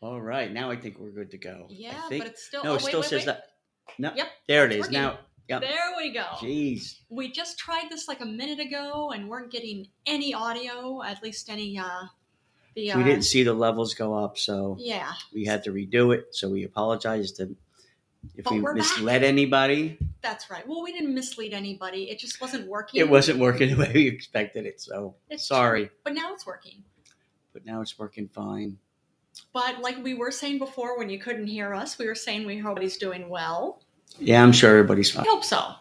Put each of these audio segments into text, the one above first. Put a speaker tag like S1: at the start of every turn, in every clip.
S1: All right, now I think we're good to go. I
S2: Yeah,
S1: think-
S2: but it's still.
S1: no,
S2: oh,
S1: it
S2: wait,
S1: still
S2: wait,
S1: says
S2: wait.
S1: that. No,
S2: Yep,
S1: there it
S2: it's
S1: is
S2: working.
S1: now. Yep.
S2: There we go.
S1: Jeez,
S2: We just tried this like a minute ago, and weren't getting any audio, at least any. uh The uh,
S1: we didn't see the levels go up, so
S2: Yeah,
S1: we had to redo it. So we apologize to if
S2: But
S1: we
S2: we're back.
S1: misled anybody.
S2: that's right. Well, we didn't mislead anybody. It just wasn't working.
S1: It wasn't working the way we expected it, so
S2: It's true,
S1: sorry.
S2: but now it's working.
S1: But now it's working fine.
S2: But like we were saying before, when you couldn't hear us, we were saying we hope he's doing well.
S1: Yeah, I'm sure everybody's
S2: I
S1: fine.
S2: hope so.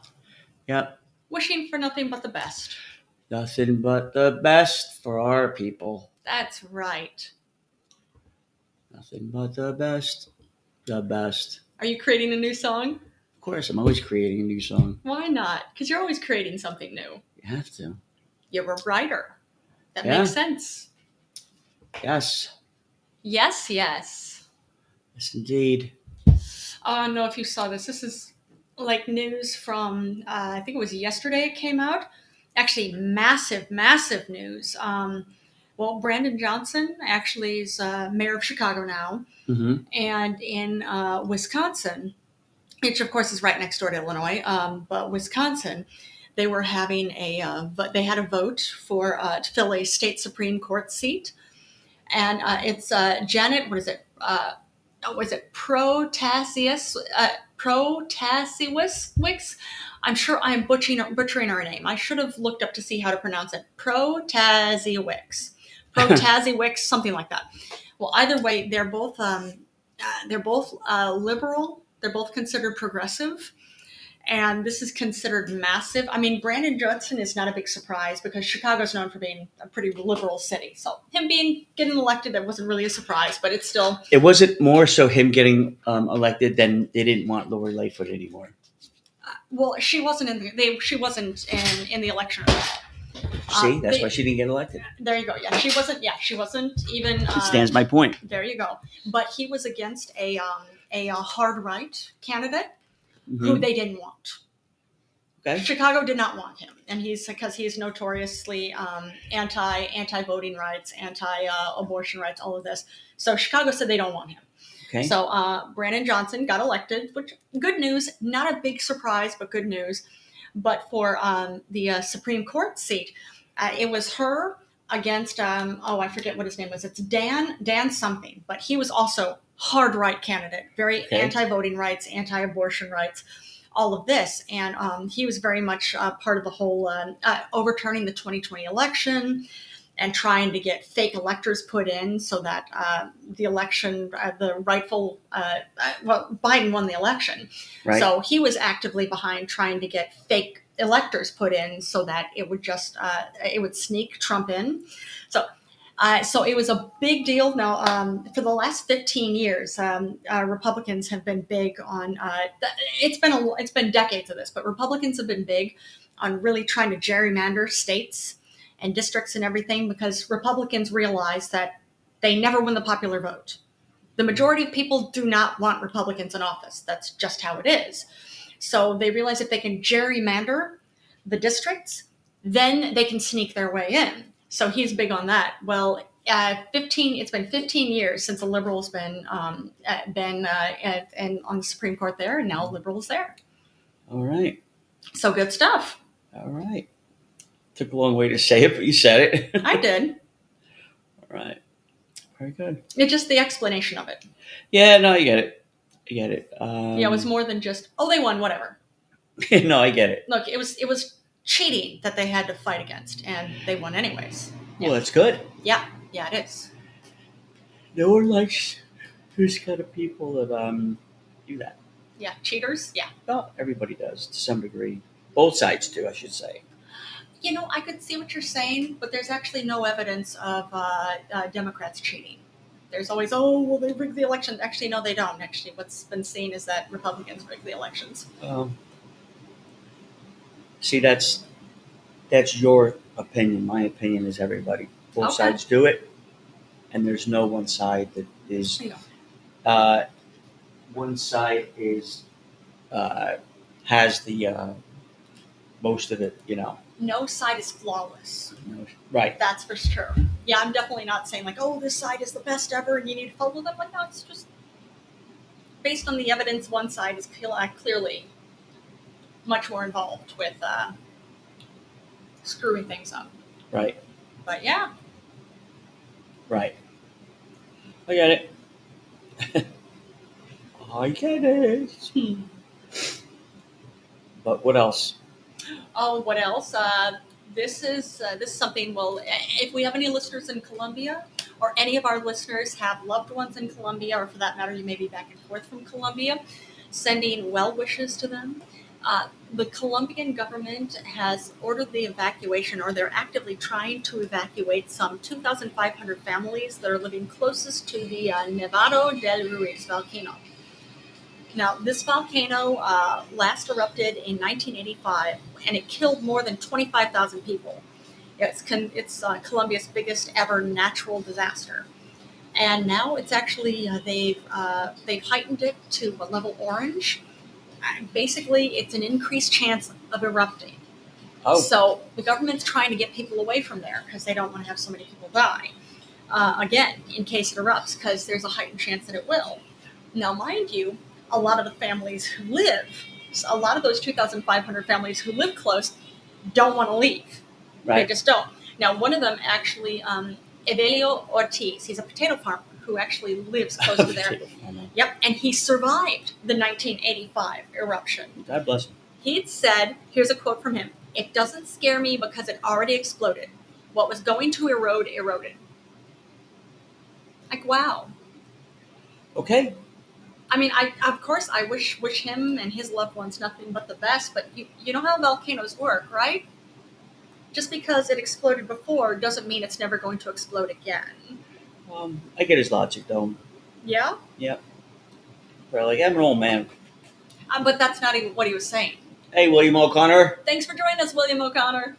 S1: Yep,
S2: Wishing for nothing but the best.
S1: nothing but the best for our people.
S2: That's right.
S1: Nothing but the best, the best.
S2: Are you creating a new song?
S1: Of course, I'm always creating a new song.
S2: Why not? Because you're always creating something new.
S1: You have to.
S2: You're a writer. That
S1: Yeah.
S2: makes sense.
S1: Yes,
S2: Yes, yes.
S1: yes, indeed.
S2: Oh, I don't know if you saw this. This is like news from, uh, I think it was yesterday it came out. Actually, massive, massive news. Um, well, Brandon Johnson actually is uh, mayor of Chicago now.
S1: hmm
S2: and in uh, Wisconsin, which of course is right next door to Illinois, um, but Wisconsin, they were having a uh, vo- they had a vote for uh, to fill a state supreme court seat, and uh, it's uh, Janet. What is it? Uh, oh, was it Protasius? Uh, Protasiewicz? I'm sure I am butchering butchering her name. I should have looked up to see how to pronounce it. Protasiewicz. Protasiewicz, something like that. Well, either way, they're both um, uh, they're both uh, liberal. They're both considered progressive, and this is considered massive. I mean, Brandon Johnson is not a big surprise because Chicago's known for being a pretty liberal city. So him being getting elected, that wasn't really a surprise, but it's still
S1: It wasn't more so him getting um, elected than they didn't want Lori Lightfoot anymore.
S2: uh, well, she wasn't in the they, she wasn't in in the election. at all. Uh,
S1: See, that's
S2: they-
S1: why she didn't get elected.
S2: There you go. Yeah, she wasn't. Yeah, she wasn't even.
S1: She
S2: uh,
S1: stands my point.
S2: There you go. But he was against a um, a, uh hard right candidate who
S1: Mhm.
S2: they didn't want.
S1: Okay.
S2: Chicago did not want him, and he's because he's notoriously um, anti anti voting rights, anti uh, abortion rights, all of this. So Chicago said they don't want him.
S1: Okay.
S2: So uh, Brandon Johnson got elected, which good news, not a big surprise, but good news. But for um, the uh, Supreme Court seat, uh, it was her against um, oh I forget what his name was. It's Dan Dan something, but he was also hard right candidate, very
S1: Okay.
S2: anti-voting rights, anti-abortion rights. All of this, and um, he was very much uh, part of the whole uh, uh, overturning the 2020 election, and trying to get fake electors put in so that uh, the election, uh, the rightful, uh, uh, well, Biden won the election.
S1: right.
S2: So he was actively behind trying to get fake electors put in so that it would just, uh, it would sneak Trump in. So, uh, so it was a big deal. Now, um, for the last 15 years, um, uh, Republicans have been big on. Uh, th- it's been a, it's been decades of this, but Republicans have been big on really trying to gerrymander states and districts and everything because Republicans realize that they never win the popular vote. The majority of people do not want Republicans in office. That's just how it is. So they realize if they can gerrymander the districts, then they can sneak their way in. So he's big on that. Well, uh, 15. It's been 15 years since a liberal's been um, uh, been uh, at, and on the Supreme Court there, and now a liberals there.
S1: all right.
S2: So good stuff.
S1: All right. Took a long way to say it, but you said it.
S2: I did.
S1: all right. Very good.
S2: It's just the explanation of it.
S1: Yeah. No, I get it. I get it. Um,
S2: yeah, it was more than just oh they won whatever.
S1: no, I get it.
S2: Look, it was it was cheating that they had to fight against, and they won anyways. Yeah.
S1: Well, that's good.
S2: Yeah, yeah, it is.
S1: No one likes those kind of people that um do that.
S2: Yeah, cheaters. Yeah.
S1: Well, everybody does to some degree. Both sides do, I should say.
S2: You know, I could see what you're saying, but there's actually no evidence of uh, uh, Democrats cheating. There's always oh well they rigged the election. Actually, no, they don't. Actually, what's been seen is that Republicans rig the elections.
S1: Um, see, that's that's your opinion. My opinion is everybody. Both
S2: Okay.
S1: sides do it, and there's no one side that is.
S2: Yeah.
S1: Uh, one side is uh, has the uh, most of it. You know,
S2: no side is flawless.
S3: No, right.
S2: That's for sure. Yeah, I'm definitely not saying like, oh, this side is the best ever, and you need to follow them. Like, no, it's just based on the evidence. One side is cle- uh, clearly much more involved with uh, screwing things up.
S3: Right.
S2: But yeah,
S3: Right. I get it. I get it.
S2: Hmm.
S3: But what else?
S2: oh, what else? Uh, this is uh, this is something. Well, if we have any listeners in Colombia, or any of our listeners have loved ones in Colombia, or for that matter, you may be back and forth from Colombia, sending well wishes to them. Uh, the Colombian government has ordered the evacuation, or they're actively trying to evacuate some 2,500 families that are living closest to the uh, Nevado del Ruiz volcano. Now, this volcano uh, last erupted in 1985, and it killed more than 25,000 people. It's con- it's uh, Colombia's biggest ever natural disaster, and now it's actually uh, they've uh, they've heightened it to a level orange. Uh, Basically, it's an increased chance of erupting.
S3: Oh,
S2: So the government's trying to get people away from there because they don't want to have so many people die. Uh, again, in case it erupts, because there's a heightened chance that it will. Now, mind you, a lot of the families who live, a lot of those 2,500 families who live close, don't want to leave. They
S3: right.
S2: just don't. Now, one of them actually, um, Evelio Ortiz, he's a potato farmer who actually lives close to there.
S3: I know.
S2: Yep, and he survived the 1985 eruption.
S3: God bless him.
S2: He'd said, here's a quote from him It doesn't scare me because it already exploded. What was going to erode, eroded. Like, wow.
S3: Okay.
S2: I mean, I of course I wish wish him and his loved ones nothing but the best, but you, you know how volcanoes work, right? Just because it exploded before doesn't mean it's never going to explode again.
S3: Um, I get his logic though.
S2: Yeah?
S3: They're like, I'm an old man.
S2: Um, but that's not even what he was saying.
S3: Hey, William O'Connor.
S2: Thanks for joining us, William O'Connor.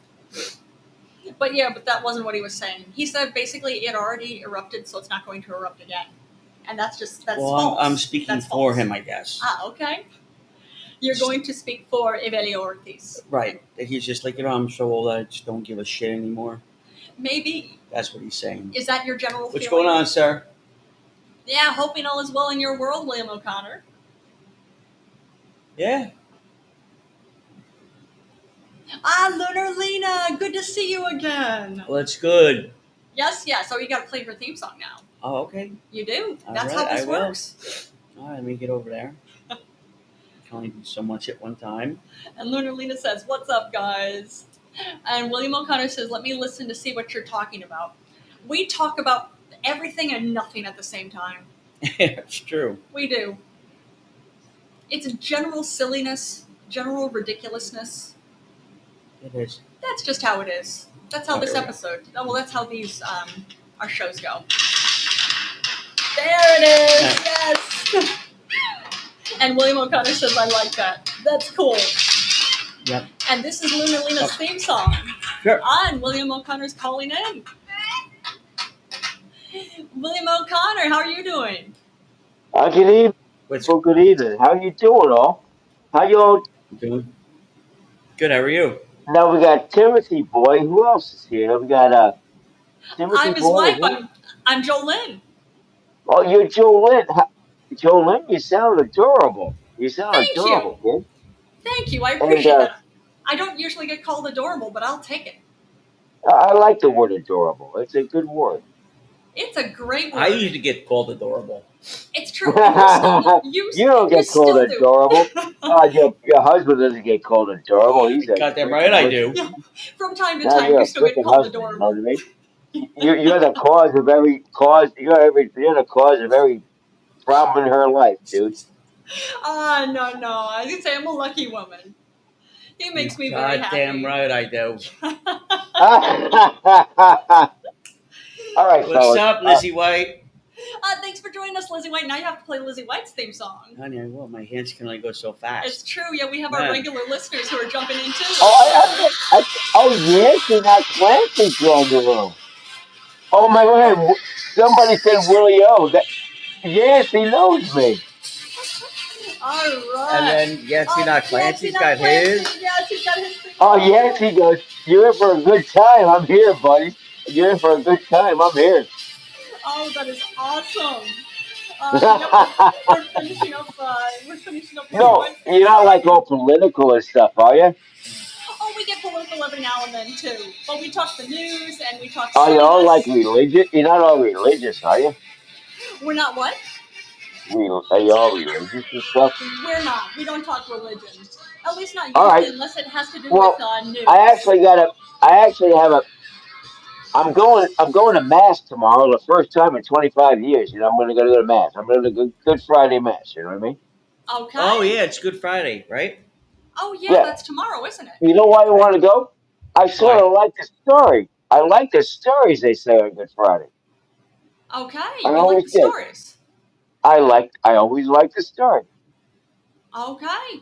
S2: But yeah, but that wasn't what he was saying. He said basically it already erupted, so it's not going to erupt again. And that's just that's
S3: well,
S2: false.
S3: I'm, I'm speaking
S2: That's
S3: for
S2: false.
S3: him, I guess.
S2: Ah, okay. You're going to speak for Evelio Ortiz.
S3: right. That He's just like, you know, I'm so old, I just don't give a shit anymore.
S2: Maybe
S3: That's what he's saying.
S2: is that your general
S3: What's
S2: feeling?
S3: going on, sir?
S2: Yeah, hoping all is well in your world, William O'Connor.
S3: Yeah.
S2: Ah, Lunar Lena, good to see you again.
S3: Well, that's good.
S2: Yes, yes. So you got to play her theme song now.
S3: Oh, okay.
S2: You do.
S3: All
S2: That's
S3: right,
S2: how this
S3: I will.
S2: works.
S3: All right, let me get over there. Can only do so much at one time.
S2: And Lunar Lena says, What's up, guys? And William O'Connor says, Let me listen to see what you're talking about. We talk about everything and nothing at the same time.
S3: it's true.
S2: We do. It's a general silliness, general ridiculousness.
S3: It is.
S2: That's just how it is. That's how
S3: Oh,
S2: this
S3: there we go.
S2: episode, oh, well, that's how these, um, our shows go. There it is! Yes! and William O'Connor says, I like that. That's cool.
S3: Yep.
S2: And this is Luna Lena's
S3: Oh.
S2: theme song.
S3: Sure.
S2: On William O'Connor's calling in. William O'Connor, how are you doing?
S4: Uh, good evening,
S3: What's
S4: well, good evening. How you doing, all? How y'all?
S3: doing? Good. How are you?
S4: Now we got Timothy Boy. Who else is here? We got uh Timothy
S2: I'm his
S4: Boy.
S2: wife.
S4: who-
S2: I'm, I'm Jolynn.
S4: Oh, you're Jolene. Ha- Jolene, you sound adorable. You sound
S2: Thank you.
S4: adorable. Kid.
S2: Thank you. I appreciate
S4: uh,
S2: that. I don't usually get called adorable, but I'll take it.
S4: I-, I like the word adorable. It's a good word.
S2: It's a great word.
S3: I used to get called adorable.
S2: it's true. And you still, you,
S4: you don't
S2: you
S4: get
S2: still
S4: called
S2: do.
S4: adorable. Uh, your, your husband doesn't get called adorable. He's a
S3: Goddamn right, I do.
S2: Yeah. From time to
S4: Now
S2: time,
S4: you're
S2: you
S4: a
S2: still get
S4: freaking
S2: called
S4: husband. You know
S2: adorable.
S4: what I mean? you you're the cause of every cause. You're every you're the cause of every problem in her life, dude.
S2: Ah, no, no. I was gonna say I'm a lucky woman. He makes me very happy. Uh,
S3: Goddamn right, I do.
S4: All right,
S3: What's
S4: fellas.
S3: up,
S4: Uh,
S3: Lizzie White?
S2: Uh, thanks for joining us, Lizzie White. Now you have to play Lizzie White's theme song.
S3: Honey, I will. My hands can only go so fast.
S2: It's true. Yeah, we have our
S3: Man.
S2: regular listeners who are jumping in too.
S4: oh, I, I, I, oh yes, and that Clancy joined the room. Oh my God! Somebody said Willie O. That, yes, he knows me.
S2: All right.
S1: And then Yancy
S2: Oh,
S1: not
S2: Yancy
S1: Clancy's got his.
S2: Clancy, Yes, he's got his.
S4: Oh, Yancey goes, You're in for a good time. I'm here, buddy. You're in for a good time. I'm here.
S2: Oh, that is awesome. Uh, you know, we're finishing up. Uh, we're finishing up.
S4: No,
S2: this one.
S4: you're not like all political and stuff, are you?
S2: Oh, we get political every now and then too. But we talk the news and we talk.
S4: Are you all
S2: science.
S4: like religious? You're not all religious, are you?
S2: We're not what?
S4: Re- Are you all religious and stuff?
S2: We're not. We don't talk religion. At least not usually,
S4: All right.
S2: unless it has to do
S4: Well,
S2: with uh, news.
S4: I actually got a. I actually have a. I'm going. I'm going to mass tomorrow, the first time in 25 years. You know, I'm going to go to the mass. I'm going to go Good Friday mass. You know what I mean?
S2: Okay.
S1: Oh yeah, it's Good Friday, right?
S2: Oh yeah,
S4: Yeah.
S2: that's tomorrow, isn't it?
S4: You know why I want to go? I sort of like the story. I like the stories they say on Good Friday.
S2: Okay.
S4: I
S2: You like the
S4: always did.
S2: stories.
S4: I like. I always like the story.
S2: Okay.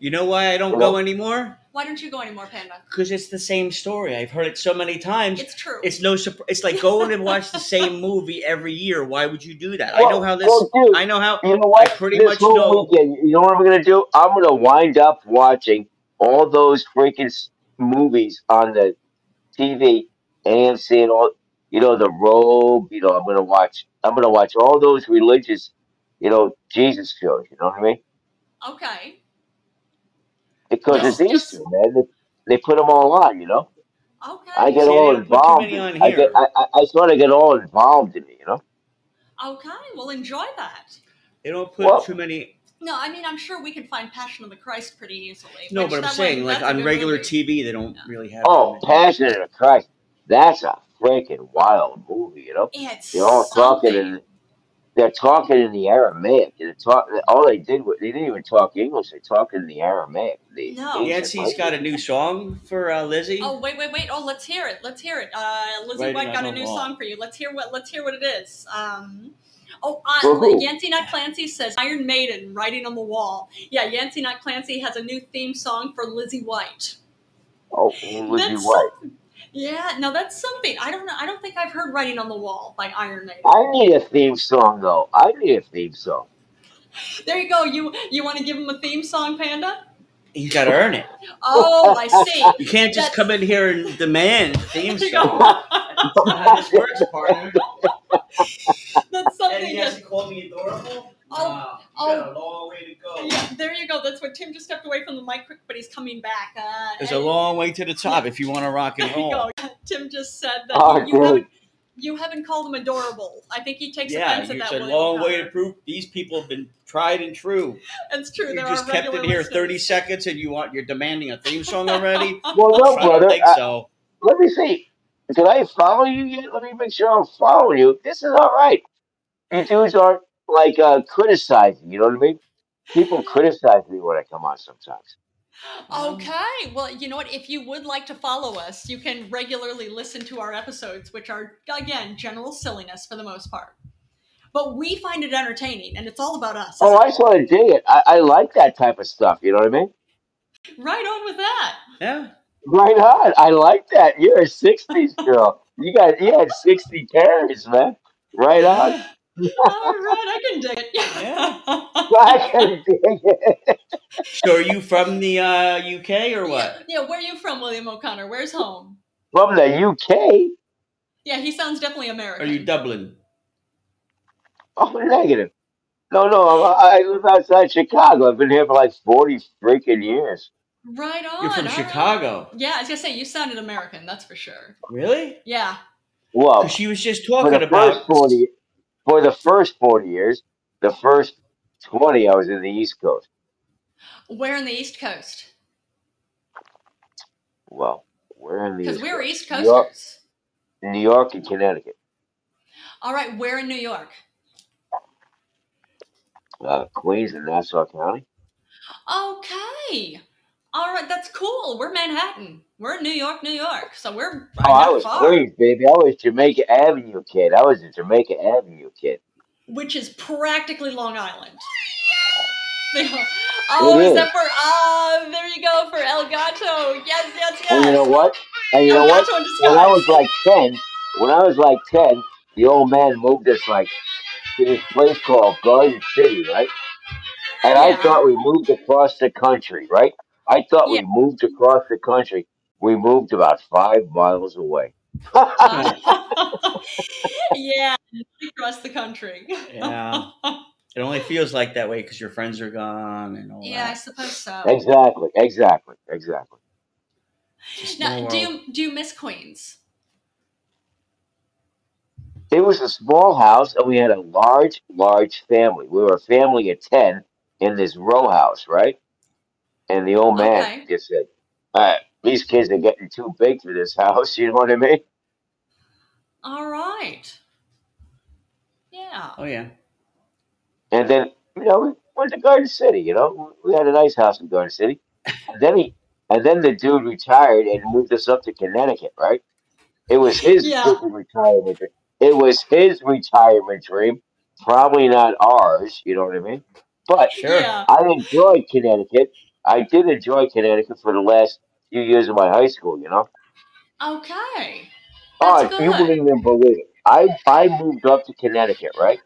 S1: You know why I don't go anymore?
S2: Why don't you go anymore, Panda?
S1: Because it's the same story. I've heard it so many times.
S2: It's true.
S1: It's no surprise. It's like going and watch the same movie every year. Why would you do that? I
S4: Well-
S1: know how this.
S4: well, dude,
S1: I know how.
S4: You know what?
S1: I pretty
S4: this
S1: much
S4: whole
S1: know-
S4: weekend, you know what I'm gonna do? I'm gonna wind up watching all those freaking s- movies on the TV, AMC, and all. You know, the Robe. You know, I'm gonna watch. I'm gonna watch all those religious, you know, Jesus shows. You know what I mean?
S2: okay.
S4: Because
S1: Yes,
S4: it's
S2: yes.
S4: Easter, man. They, they put them all on. You know,
S2: Okay.
S4: I get
S1: See, they
S4: all
S1: don't put too
S4: involved.
S1: many
S4: in-
S1: on
S4: I get.
S1: here.
S4: I, I, I sort of get all involved in it. You know.
S2: Okay. Well, enjoy that.
S1: They don't put
S4: Well-
S1: too many.
S2: No, I mean I'm sure we can find Passion of the Christ pretty easily.
S1: No,
S2: which
S1: but I'm
S2: that
S1: saying
S2: one-
S1: like
S2: that's a
S1: on
S2: good
S1: regular
S2: movie.
S1: TV, they don't really have.
S4: Oh,
S1: too many.
S4: Passion of the Christ. That's a freaking wild movie. You know.
S2: It's
S4: They're all talking
S2: something.
S4: in. They're talking in the Aramaic. They're talk, all they did was they didn't even talk English. They talked in the Aramaic. The
S2: No.
S4: ancient
S1: Yancy's got a
S4: language.
S1: new song for uh, Lizzie.
S2: Oh wait, wait, wait! Oh, let's hear it. Let's hear it. Uh, Lizzie
S1: Writing
S2: White
S1: on
S2: got a
S1: the
S2: new
S1: wall.
S2: song for you. Let's hear what. Let's hear what it is. Um, oh, uh,
S4: Woohoo.
S2: Yancy Not Clancy says Iron Maiden writing on the wall. Yeah, Yancy Not Clancy has a new theme song for Lizzie White.
S4: Oh, who was he
S2: That's
S4: white?
S2: Yeah, no, that's something. I don't know. I don't think I've heard writing on the wall by Iron Maiden.
S4: I need a theme song though. I need a theme song.
S2: There you go. You you want to give him a theme song, Panda?
S1: He's got to earn it.
S2: Oh, I see.
S1: You can't just
S2: That's-
S1: come in here and demand a theme
S2: There you
S1: song.
S2: go.
S1: That's not how this works, partner.
S2: That's
S1: And
S2: something.
S1: yes,
S2: That,
S1: you called me adorable.
S2: Oh,
S1: Nah,
S2: oh.
S1: you got a long way to go.
S2: yeah, there you go. That's what Tim just stepped away from the mic quick, but he's coming back. Uh,
S1: There's a
S2: and-
S1: long way to the top if you want to rock and
S2: There you
S1: roll.
S2: go. Tim just said that
S4: Oh,
S2: you, haven't,
S4: dude.
S2: you haven't called him adorable. I think he takes
S1: Yeah,
S2: offense at
S1: it's
S2: that.
S1: a
S2: William
S1: long way to
S2: O'Connor.
S1: prove these people have been tried and true.
S2: It's true.
S1: You
S2: there
S1: just
S2: are
S1: kept it
S2: regular
S1: here
S2: listeners.
S1: 30 seconds and you want you're demanding a theme song already.
S4: Well, no,
S1: I don't
S4: brother.
S1: think
S4: I-
S1: so.
S4: let me see. Did I follow you yet? Let me make sure I'm following you. This is all right. You dudes aren't like uh, criticizing. You know what I mean? People criticize me when I come on sometimes.
S2: Okay. Well, you know what? If you would like to follow us, you can regularly listen to our episodes, which are, again, general silliness for the most part. But we find it entertaining, and it's all about us.
S4: Oh, I just want to dig it. I, I like that type of stuff. You know what I mean?
S2: Right on with that.
S1: Yeah.
S4: Right on. I like that. You're a 60s girl. You got you had 60 parents, man. Right on.
S2: all right. I can dig it.
S4: I can dig it.
S1: So are you from the uh, UK or what?
S2: Yeah, yeah, where are you from, William O'Connor? Where's home?
S4: From the UK?
S2: Yeah, he sounds definitely
S1: Are
S2: American.
S1: you Dublin?
S4: Oh, negative. No, no. I, I live outside Chicago. I've been here for like 40 freaking years.
S2: Right on.
S1: You're
S2: all
S1: from
S2: right.
S1: Chicago.
S2: Yeah, I was gonna say you sounded American. That's for sure.
S1: Really?
S2: Yeah.
S4: Well,
S1: Because she was just
S4: Oh, for
S1: talking
S4: the
S1: about
S4: first 40, for the first 40 years, the first 20, I was in the East Coast.
S2: Where in the East Coast?
S4: Well, where in the
S2: Because
S4: East
S2: we were East Coasters.
S4: York. New York and Connecticut.
S2: All right. Where in New York?
S4: Uh, Queens and Nassau County.
S2: Okay. All right. That's cool. We're Manhattan. We're in New York, New York. So we're
S4: Oh, I
S2: not
S4: was
S2: far,
S4: Queens, baby. I was Jamaica Avenue kid. I was a Jamaica Avenue kid.
S2: which is practically Long Island. oh,
S4: It
S2: is
S4: is.
S2: that for? Ah, there you go for El Gato. Yes, yes, yes.
S4: And you know what? And Oh, you know
S2: El
S4: what?
S2: Gato in
S4: When I
S2: disguise.
S4: was like ten, when I was like ten, the old man moved us like to this place called Garden City, right? And I
S2: Yeah.
S4: thought we moved across the country, right? I thought
S2: Yeah.
S4: we moved across the country. We moved about five miles away.
S2: Uh, yeah, across the country.
S4: Oh,
S1: Yeah. It only feels like that way because your friends are gone and all
S2: yeah, I
S1: that.
S2: suppose so.
S4: exactly, exactly, exactly.
S1: It's a small
S2: Now, do
S1: world.
S2: you do you miss Queens?
S4: It was a small house, and we had a large, large family. We were a family of 10 in this row house, right? And the old man
S2: Okay.
S4: just said, All right, these kids are getting too big for this house. You know what I mean?
S2: All right. Yeah.
S1: Oh yeah.
S4: And then, you know, we went to Garden City, you know, we had a nice house in Garden City. And then he, and then the dude retired and moved us up to Connecticut, right? It was his
S2: Yeah.
S4: freaking retirement dream. It was his retirement dream, probably not ours, you know what I mean? But
S1: Sure.
S2: Yeah.
S4: I enjoyed Connecticut. I did enjoy Connecticut for the last few years of my high school, you know?
S2: Okay. That's
S4: Oh, you
S2: good.
S4: wouldn't even believe it. I, I moved up to Connecticut, right?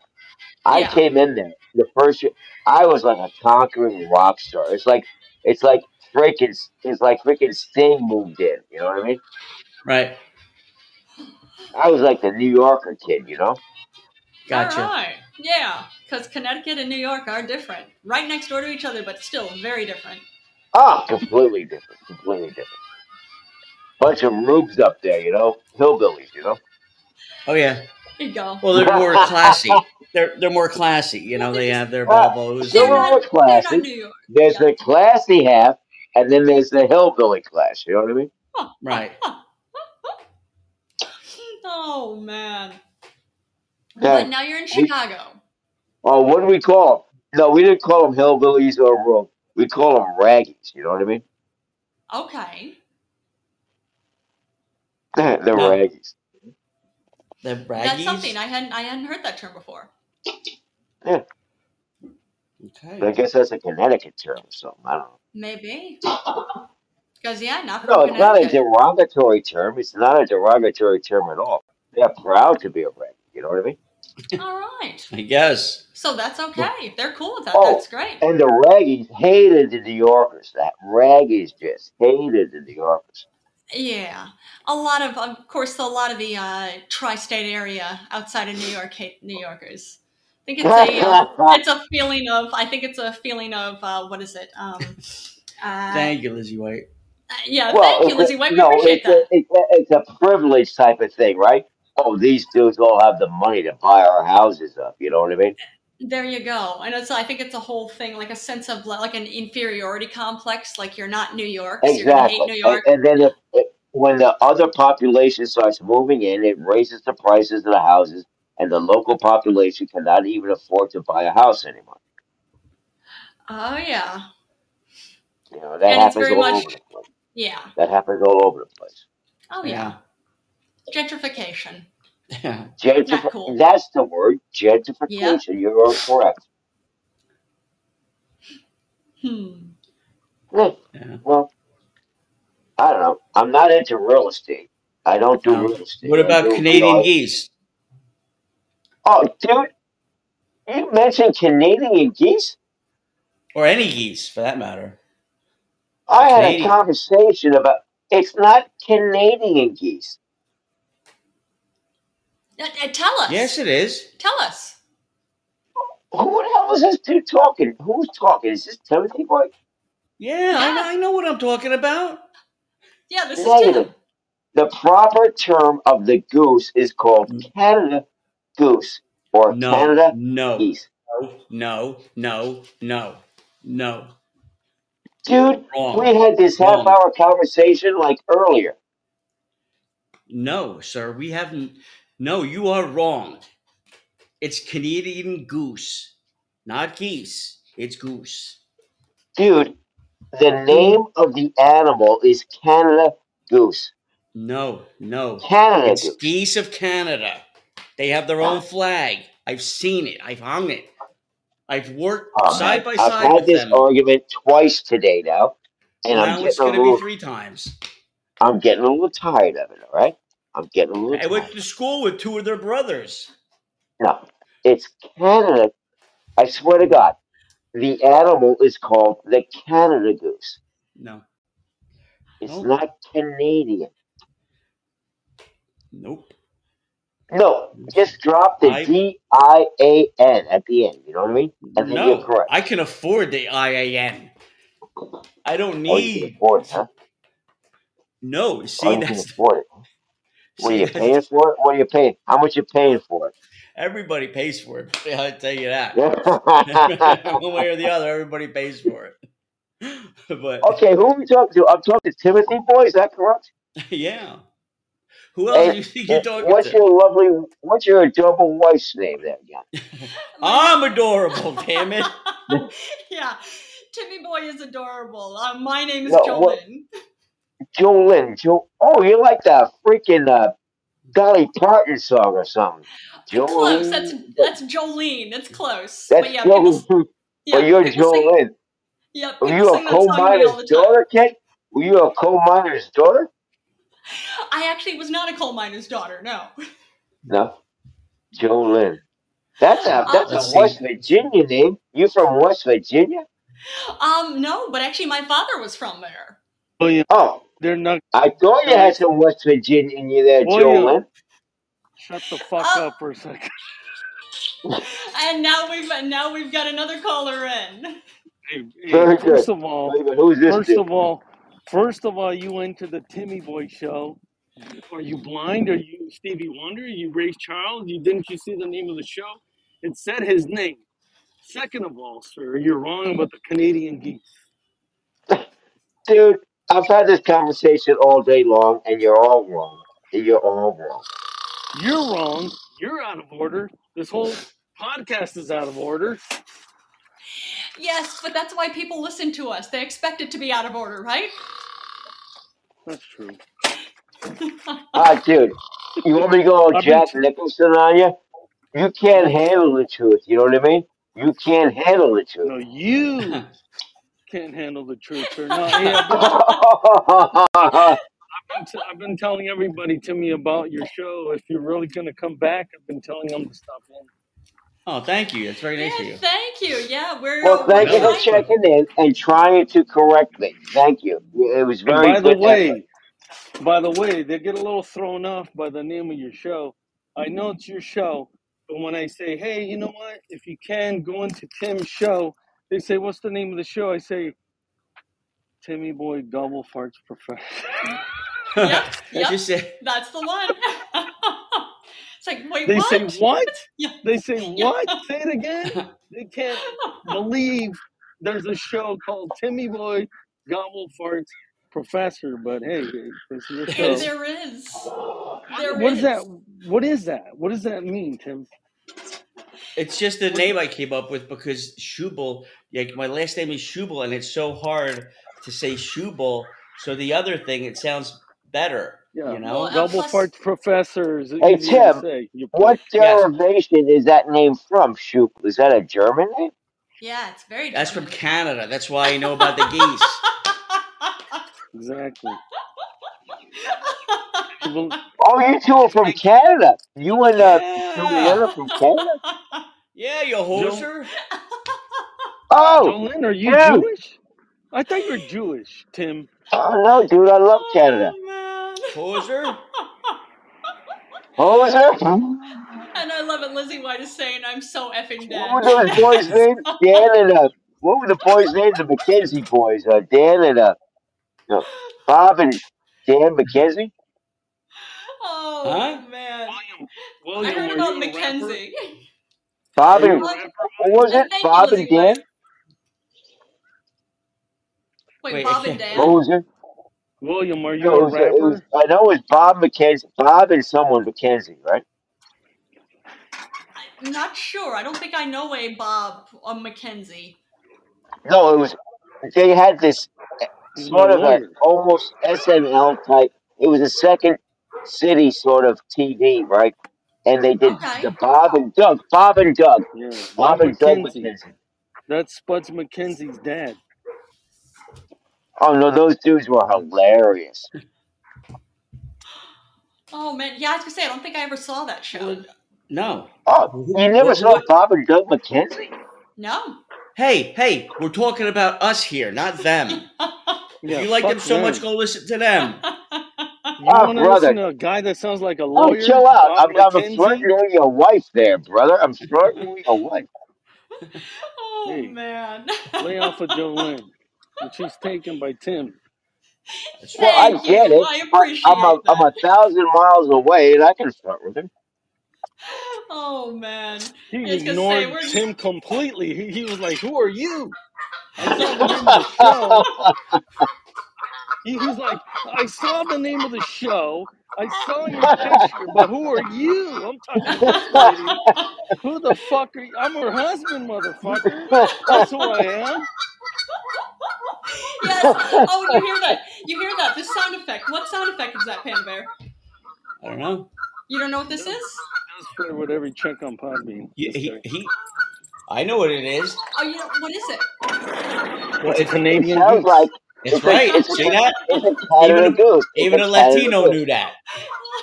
S4: I
S2: Yeah.
S4: came in there the first year. I was like a conquering rock star. It's like it's like freaking it's like freaking Sting moved in. You know what I mean?
S1: Right.
S4: I was like the New Yorker kid. You know?
S2: All
S1: Gotcha.
S2: right. Yeah. Because Connecticut and New York are different. Right next door to each other, but still very different.
S4: Ah, completely different. Completely different. Bunch of rubes up there. You know, hillbillies. You know.
S1: Oh yeah.
S2: Here you go.
S1: Well, they're more classy. They're they're more classy. You
S2: Well,
S1: know,
S2: they're
S1: they
S2: just
S1: have their
S4: Ah,
S1: Volvos
S4: they're
S1: and
S2: they're not they're
S4: more
S2: not
S4: classy.
S2: New York.
S4: There's
S2: Yeah.
S4: the classy half, and then there's the hillbilly class. You know what I mean?
S1: right.
S2: oh man. But
S4: Yeah.
S2: now you're in
S4: We
S2: Chicago.
S4: oh, what do we call 'em? No, we didn't call them hillbillies or rube. We call them raggies. You know what I mean?
S2: Okay.
S4: the
S1: Now
S4: raggies.
S1: the
S2: That's something
S1: braggies.
S2: I hadn't I hadn't heard that term before.
S4: Yeah, I
S1: Okay.
S4: guess that's a Connecticut term or something. I don't know.
S2: Maybe. Because yeah, not from
S4: No, it's not a
S2: Connecticut.
S4: derogatory term. It's not a derogatory term at all. They're proud to be a raggy. You know what I mean?
S2: All right.
S1: I guess.
S2: So that's
S1: Well,
S2: okay. They're cool with that.
S4: Oh,
S2: That's great.
S4: and the raggies hated the New Yorkers. That raggies just hated the New Yorkers.
S2: Yeah. A lot of of course a lot of the uh, tri-state area outside of New York hate New Yorkers. I think it's a uh, it's a feeling of I think it's a feeling of uh, what is it? Um uh,
S1: Thank you, Lizzie White.
S2: yeah,
S4: well,
S2: thank you,
S4: it's a,
S2: Lizzie White. We
S4: no,
S2: appreciate
S4: it's a,
S2: that.
S4: it's a it's a privilege type of thing, right? Oh, these dudes all have the money to buy our houses up. You know what I mean?
S2: There you go. And it's, I think it's a whole thing, like a sense of like an inferiority complex. Like you're not New York, so you're going to hate
S4: Exactly.
S2: New
S4: And,
S2: York.
S4: and then if, if- when the other population starts moving in, it raises the prices of the houses, and the local population cannot even afford to buy a house anymore.
S2: Oh, yeah.
S4: You know, that
S2: And it's
S4: happens
S2: very
S4: all
S2: much,
S4: over the place.
S2: yeah.
S4: That happens all over the place.
S2: Oh, yeah.
S1: Yeah.
S2: Gentrification.
S1: Yeah.
S2: Not
S4: Gentrif-
S2: cool.
S4: that's the word,
S2: Yeah.
S4: gentrification. You're correct.
S2: Hmm.
S4: Hmm.
S1: Yeah.
S4: Well, I don't know. I'm not into real estate. I don't do
S1: Now,
S4: real estate.
S1: what
S4: I
S1: about
S4: do, you know,
S1: Canadian
S4: I,
S1: geese?
S4: oh, dude, you mentioned Canadian geese?
S1: Or any geese for that matter?
S4: I
S1: But
S4: had a
S1: Canadian.
S4: conversation about it's not Canadian geese.
S2: Uh, uh, Tell
S1: Yes,
S2: us.
S1: it is.
S2: Tell us.
S4: Who the hell is this dude talking? Who's talking? Is this Timothy Boy?
S1: Yeah, I know,
S2: Yeah.
S1: I know what I'm talking about.
S2: Yeah, this is
S4: Negative.
S2: Tim.
S4: The proper term of the goose is called
S1: N-
S4: Canada goose or
S1: Mm. No,
S4: Canada
S1: no,
S4: geese.
S1: no, no, no, no.
S4: Dude, we
S1: Wrong,
S4: had this half
S1: wrong.
S4: hour conversation like earlier.
S1: No, sir, we haven't. No, you are wrong. It's Canadian goose, not geese. It's goose.
S4: Dude, the name of the animal is Canada goose.
S1: No, no.
S4: Canada
S1: It's
S4: goose.
S1: geese of Canada. They have their own
S4: Ah,
S1: flag. I've seen it. I've hung it. I've worked
S4: Oh man,
S1: side by
S4: I've
S1: side
S4: had
S1: with
S4: this
S1: them.
S4: argument twice today now, and
S1: Well,
S4: I'm
S1: now it's
S4: getting
S1: going
S4: a
S1: to be
S4: little,
S1: three times.
S4: I'm getting a little tired of it. All right, I'm getting a little
S1: I went
S4: tired.
S1: to school with two of their brothers.
S4: No, it's Canada. I swear to God. The animal is called the Canada goose.
S1: No.
S4: It's
S1: Oh.
S4: not Canadian.
S1: Nope.
S4: No, just drop the
S1: I-
S4: D I A N at the end. You know what I mean? And then you're
S1: No.
S4: correct.
S1: I can afford the IAN. I don't
S4: Oh, you can
S1: need.
S4: afford it, huh?
S1: No. See,
S4: Oh, you can
S1: that's
S4: afford it. What are
S1: see,
S4: you
S1: that's-
S4: paying for it? What are you paying? How much you paying for it?
S1: everybody pays for it. I tell you that.
S4: okay,
S1: One way or the other, everybody pays for it. but
S4: who are we talking to? I'm talking to Timothy Boy. Is that correct?
S1: yeah, who else
S4: Hey,
S1: do you think you're talking
S4: what's
S1: to?
S4: your lovely? What's your adorable wife's name? There, yeah.
S1: I'm adorable. damn it.
S2: yeah, Timmy Boy is adorable. Uh, my name is
S4: No,
S2: Joe
S4: what-
S2: Lynn.
S4: Jolyn. Jo- oh, you're like that freaking uh, Dolly Parton song or something.
S2: Close. That's
S4: Jolene.
S2: that's Jolene. It's close.
S4: that's
S2: but yeah, people,
S4: Jolene.
S2: s- yeah,
S4: But you're
S2: people sing.
S4: Jolyn.
S2: Yeah,
S4: Were
S2: people
S4: you
S2: sing
S4: a
S2: that
S4: coal
S2: song to me all
S4: miner's
S2: the time.
S4: daughter, kid? Were you a coal miner's daughter?
S2: I actually was not a coal miner's daughter. No.
S4: No, Jolyn. That's a that's
S1: Let's
S4: a
S1: see.
S4: West Virginia name. You from West Virginia?
S2: Um, no, but actually, my father was from there.
S5: William,
S4: Oh,
S5: they're not.
S4: I thought you had some West Virginia in you there,
S5: William,
S4: Jolyn.
S5: shut the fuck
S2: Oh,
S5: up for a second.
S2: and now we've and now we've got another caller in.
S5: Hey, hey,
S4: Very good.
S5: first of all,
S4: Wait a minute, who's this
S5: first
S4: dude?
S5: of all, first of all, you went to the Timmy Boy show. Are you blind? Are you Stevie Wonder? Are you Ray Charles? You didn't you see the name of the show? It said his name. Second of all, sir, you're wrong about the Canadian geese.
S4: Dude, I've had this conversation all day long, and you're all wrong. You're all wrong.
S5: You're wrong. You're out of order. This whole podcast is out of order.
S2: Yes, but that's why people listen to us. They expect it to be out of order, right?
S5: That's true.
S4: Ah, dude, you want me to go all
S5: I've been
S4: Jack
S5: t-
S4: Nicholson on you? You can't handle the truth. You know what I mean? You can't handle the truth.
S5: no, you can't handle the truth, sir. No, hey, I've been been t- I've been telling everybody to me about your show. If you're really going to come back, I've been telling them to stop in.
S1: oh, thank you. That's very
S2: yeah,
S1: nice of you.
S2: thank you. Yeah, we're
S4: well,
S2: uh, we're
S4: thank you
S1: No,
S4: for
S1: that's
S2: trying.
S1: perfect.
S4: checking in and trying to correct me. Thank you. It was
S5: And
S4: very
S5: by the
S4: good effort.
S5: way, by the way, they get a little thrown off by the name of your show. I know it's your show, but when I say, "Hey, you know what? If you can go into Tim's show," they say, "What's the name of the show?" I say, "Timmy Boy Double Farts Professional."
S2: Yep,
S1: That's
S2: yep,
S1: just it.
S2: that's the one. it's like, wait,
S5: they say,
S2: what?
S5: "What?"
S2: Yeah,
S5: They say,
S2: yeah.
S5: "What?" Say it again. They can't believe there's a show called Timmy Boy Gobble Farts Professor, but hey, this is
S2: Hey,
S5: a show.
S2: there is,
S5: What,
S2: there
S5: what is that?
S2: is.
S5: What is that? What does that mean, Tim?
S1: It's just the
S5: What,
S1: name I came up with because Schubel, like my last name is Schubel, and it's so hard to say Schubel. So the other thing, it sounds better,
S5: yeah,
S1: you
S2: Well,
S1: know?
S2: uh,
S5: Gobble
S2: plus,
S5: Farts Professor is
S4: Hey,
S5: easier to
S4: Tim,
S5: say. You put
S4: what
S1: Yes,
S4: derivation is that name from? Shoot, is that a German name?
S2: yeah, it's very
S1: that's from
S2: German.
S1: Canada. That's why I know about the geese.
S5: exactly. You bel-
S4: Oh, you two are from
S5: Hey,
S4: Canada. You and uh,
S1: Yeah.
S4: Juliana from Canada.
S1: Yeah, you
S5: Joe,
S1: hoser.
S4: Oh,
S5: Jolene, are you
S4: dude.
S5: Jewish? I thought you were Jewish, Tim.
S4: Oh no, dude, I love Canada.
S2: oh
S1: Hoser.
S4: What was her?
S2: man, and I love it. Lizzie White is saying, "I'm so effing
S4: What
S2: dead."
S4: were those boys' names? Dan and uh, what were the boys' names? The McKenzie boys. Uh, Dan and uh, no, Bob and Dan McKenzie.
S2: oh
S1: Huh?
S2: man,
S5: William,
S2: I
S5: William,
S2: heard
S5: are
S2: about
S5: you a rapper?
S2: Mackenzie.
S5: Are
S4: Bob
S5: you
S4: and
S5: a
S2: Oh,
S5: rapper,
S4: what
S5: William?
S4: was
S2: th-
S4: it?
S2: thank you,
S4: Bob and
S2: Lizzie White.
S4: Dan.
S2: Wait,
S1: Wait, I
S2: Bob and
S1: can't.
S4: What
S2: Dan.
S4: was it?
S5: William, are you
S4: No,
S5: a
S4: it was. It was.
S5: rapper?
S4: I know it was Bob McKenzie. Bob and someone McKenzie, right?
S2: I'm not sure. I don't think I know a Bob or Mackenzie.
S4: No, it was. They had this eh,
S5: He's my
S4: sort of a
S5: lawyer.
S4: almost SNL type. It was a second city sort of TV, right? And they did
S2: Okay.
S4: the Bob and Doug, Bob and Doug,
S5: Yeah,
S4: Bob
S5: Bob
S4: and Doug
S5: McKenzie.
S4: McKenzie.
S5: That's Spuds McKenzie's dad.
S4: Oh no, those dudes were hilarious.
S2: Oh man, yeah, I was gonna say I don't think I ever saw that show.
S1: Well, no.
S4: Oh,
S1: Who-
S4: you never
S1: What?
S4: saw
S1: What?
S4: Bob and Doug McKenzie?
S2: No.
S1: Hey, hey, we're talking about us here, not them.
S5: Yeah,
S1: if you like them
S5: fuck
S1: so much,
S5: them.
S1: go listen to them.
S5: You
S4: Ah,
S5: want to
S4: brother.
S5: listen to a guy that sounds like a
S4: Oh,
S5: lawyer,
S4: chill out.
S5: Bob
S4: I'm, I'm
S5: McKenzie?
S4: flirting with your wife there, brother. I'm flirting with your wife.
S2: oh
S5: Hey,
S2: man.
S5: lay off of Jolene, and she's taken by Tim.
S1: That's
S4: Well,
S1: right.
S4: I
S2: Thank
S4: get
S2: you.
S4: it.
S2: I
S4: I, I'm a
S2: appreciate
S4: I'm
S2: that.
S4: a thousand miles away, and I can flirt with him.
S2: Oh man. I
S5: He
S2: was gonna say
S5: ignored
S2: we're
S5: Tim completely. He, he was like, "Who are you?" I saw the name of the show. He, he's like, "I saw the name of the show. I saw your picture, but who are you?" I'm talking to this lady. Who the fuck are you? I'm her husband, motherfucker. That's who I am.
S2: Yes. Oh, you hear that? You hear that? This sound effect. What sound effect is that, Panda Bear?
S1: I don't know.
S2: You don't know what
S5: He
S2: this is?
S5: does he does flirt with every chick on Podbean.
S1: He,
S5: This
S1: he,
S5: guy.
S1: he I know what it is.
S2: Oh, you know what is it?
S1: Well,
S5: It's a
S1: it's
S4: It
S5: Canadian
S4: sounds
S5: goose.
S4: like
S1: it's
S4: it's a
S1: right.
S4: it's
S1: See
S4: a
S1: that?
S4: it's a
S1: Even
S4: Canada
S1: a
S4: goose. It's
S1: even
S4: a
S1: a
S4: Canada
S1: Latino
S4: goose.
S1: knew that.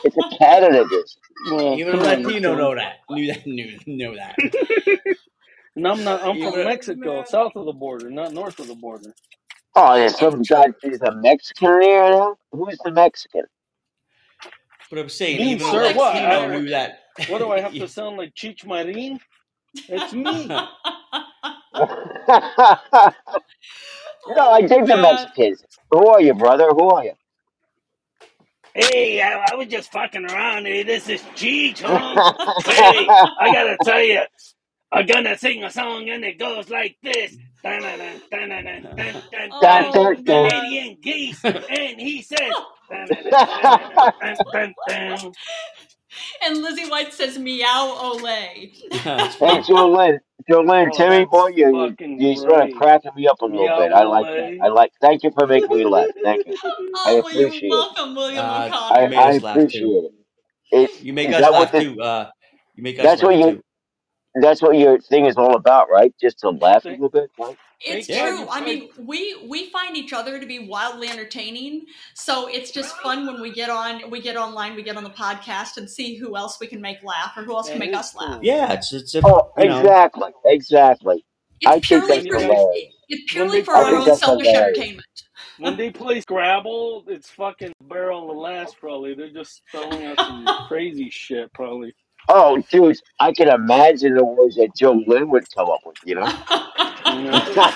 S4: It's a Canada goose.
S5: Well,
S1: Even a
S5: Oh, come on,
S1: Latino
S5: Tim.
S1: know that. Knew that. Knew knew that.
S5: And I'm not. I'm
S1: Even
S5: from
S1: a,
S2: Oh
S5: Mexico,
S2: man.
S5: south of the border, not north of the border.
S4: Oh, there's some guy. There's a Mexican there. now? Who's the Mexican?
S1: but I'm saying
S5: Me,
S1: even a
S2: No
S5: sir. What?
S2: Mexican
S5: I,
S1: Latino
S2: there.
S1: knew that.
S5: what do I have to sound like, Cheech Marin? It's me.
S4: no, I
S2: oh
S4: dig the
S2: man.
S4: Mexicans. Who are you, brother? Who are you?
S5: Hey, I, I was just fucking around. Hey, this is Cheech, homie. Hey, I gotta tell you, I'm gonna sing a song and it goes like this. Dun, dun, dun, dun, dun, dun, dun, dun, dun.
S2: Oh man.
S5: Canadian geese, and he says, dun, dun, dun, dun, dun, dun, dun, dun.
S2: And Lizzie White says meow ole.
S1: That's
S4: Hey,
S1: right.
S4: Jolene, Jolene,
S5: Oh,
S4: Timmy boy,
S5: that's
S4: you you
S5: fucking
S4: you sort of
S5: great.
S4: cracking me up a little
S5: Meow
S4: bit. I like that.
S5: ole.
S4: I like. Thank you for making me laugh. Thank you. I
S2: Oh well, you're
S4: appreciate it.
S2: welcome, William
S1: Uh, you
S4: I
S2: O'Connor.
S1: made
S4: I
S1: us laugh too.
S4: appreciate it. It
S1: You make
S4: is
S1: us
S4: that what
S1: laugh
S4: this?
S1: too. Uh, you make us
S4: That's what
S1: laugh
S4: you.
S1: too.
S4: That's what your thing is all about, right? Just to laugh a
S5: Thank,
S4: little bit, right?
S2: It's
S5: thank
S1: Yeah.
S5: God
S2: true.
S5: you
S2: I
S5: tried.
S2: mean, we we find each other to be wildly entertaining, so it's just fun when we get on we get online, we get on the podcast, and see who else we can make laugh or who else can
S5: That
S2: make
S5: is
S2: us laugh.
S5: cool.
S1: Yeah. It's it's a
S4: Oh,
S1: you know.
S4: exactly, exactly.
S2: It's
S4: I think
S2: purely
S5: When
S4: that's
S5: you
S2: for
S5: guys,
S4: hilarious.
S2: it's
S5: when
S2: purely
S5: they
S2: for
S4: I
S2: our
S4: think
S5: play,
S2: own
S4: that's
S2: selfish
S4: hilarious.
S2: entertainment.
S5: when they play Scrabble, it's fucking barrel of laughs. Probably they're just throwing out some crazy shit. Probably.
S4: Oh, dude, I can imagine the words that Joe Lynn would come up with. You know.
S5: Yeah.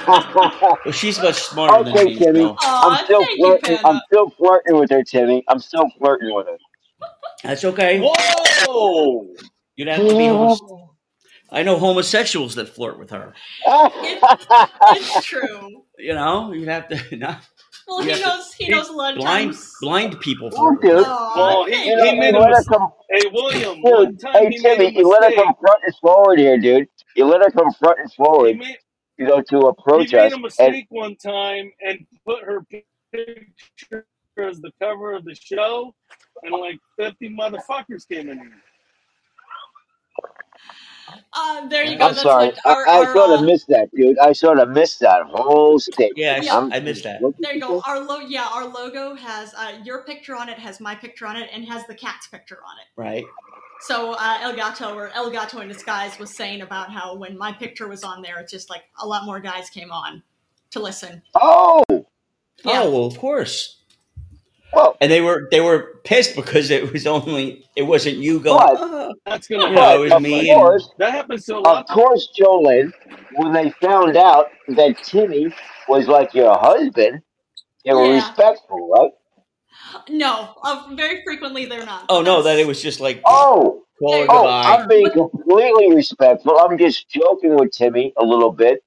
S5: Oh,
S1: Well, she's much smarter than
S4: okay,
S1: me,
S4: Timmy.
S1: so
S4: I'm
S2: Aw,
S4: still
S2: thank you,
S4: flirting.
S2: Panda.
S4: I'm still flirting with her, Timmy. I'm still flirting with her.
S1: that's okay.
S5: Whoa!
S1: You'd have to be homo. I know homosexuals that flirt with her.
S2: It's it's true.
S1: You know, you'd have to not.
S2: Well,
S1: You'd have
S2: he
S1: to.
S2: knows he
S1: Big
S2: knows a lot of
S1: blind
S2: times.
S1: blind people
S4: Ooh,
S1: flirt with
S4: dude.
S1: her.
S4: Let,
S2: Aw,
S5: Oh, he
S2: thank
S4: you know,
S5: he
S2: you.
S5: made
S4: you
S5: a
S4: let her
S5: mis.
S4: come,
S5: Hey William, one
S4: dude.
S5: time
S4: Hey,
S5: he made a
S4: Timmy, you let her
S5: mistake.
S4: come front and forward here, dude. You let her come front and
S5: He
S4: forward,
S5: made
S4: you know, to
S5: he
S4: approach
S5: made
S4: us.
S5: a
S4: And
S5: mistake one time and put her picture as the cover of the show, and like fifty motherfuckers came in. here.
S2: Uh, there you
S1: Yeah.
S2: go.
S4: I'm
S2: That's
S4: sorry,
S2: like
S4: I,
S2: our
S4: I
S2: our
S4: sort of
S2: uh,
S4: missed that, dude. I sort of missed that whole statement.
S1: Yeah, I,
S2: yeah.
S1: s-
S4: I'm.
S1: I missed that.
S4: What did
S2: There you
S4: you
S2: go.
S4: say?
S2: Our lo- yeah, our logo has uh, your picture on it, has my picture on it, and has the cat's picture on it.
S1: Right.
S2: So uh, El Gato or El Gato in disguise was saying about how when my picture was on there, it's just like a lot more guys came on to listen.
S4: Oh,
S2: Yeah,
S1: Oh well, of course.
S4: well,
S1: And they were they were pissed because it was only it wasn't you going.
S4: but
S1: Oh.
S5: That's gonna
S1: You know,
S4: but
S1: it
S5: happen
S1: was
S4: of
S5: in life.
S1: me and
S4: course,
S5: That happens to a
S4: of
S5: lot of
S4: course, Jolene, when they found out that Timmy was like your husband, they were
S2: yeah.
S4: respectful, right?
S2: No, uh, very frequently they're not,
S1: oh
S2: but
S1: no, that it
S2: that's
S1: was just like just
S4: Oh,
S1: call
S2: there
S1: her
S2: you go.
S4: oh,
S1: goodbye.
S4: I'm being
S2: But
S4: completely respectful. I'm just joking with Timmy a little bit,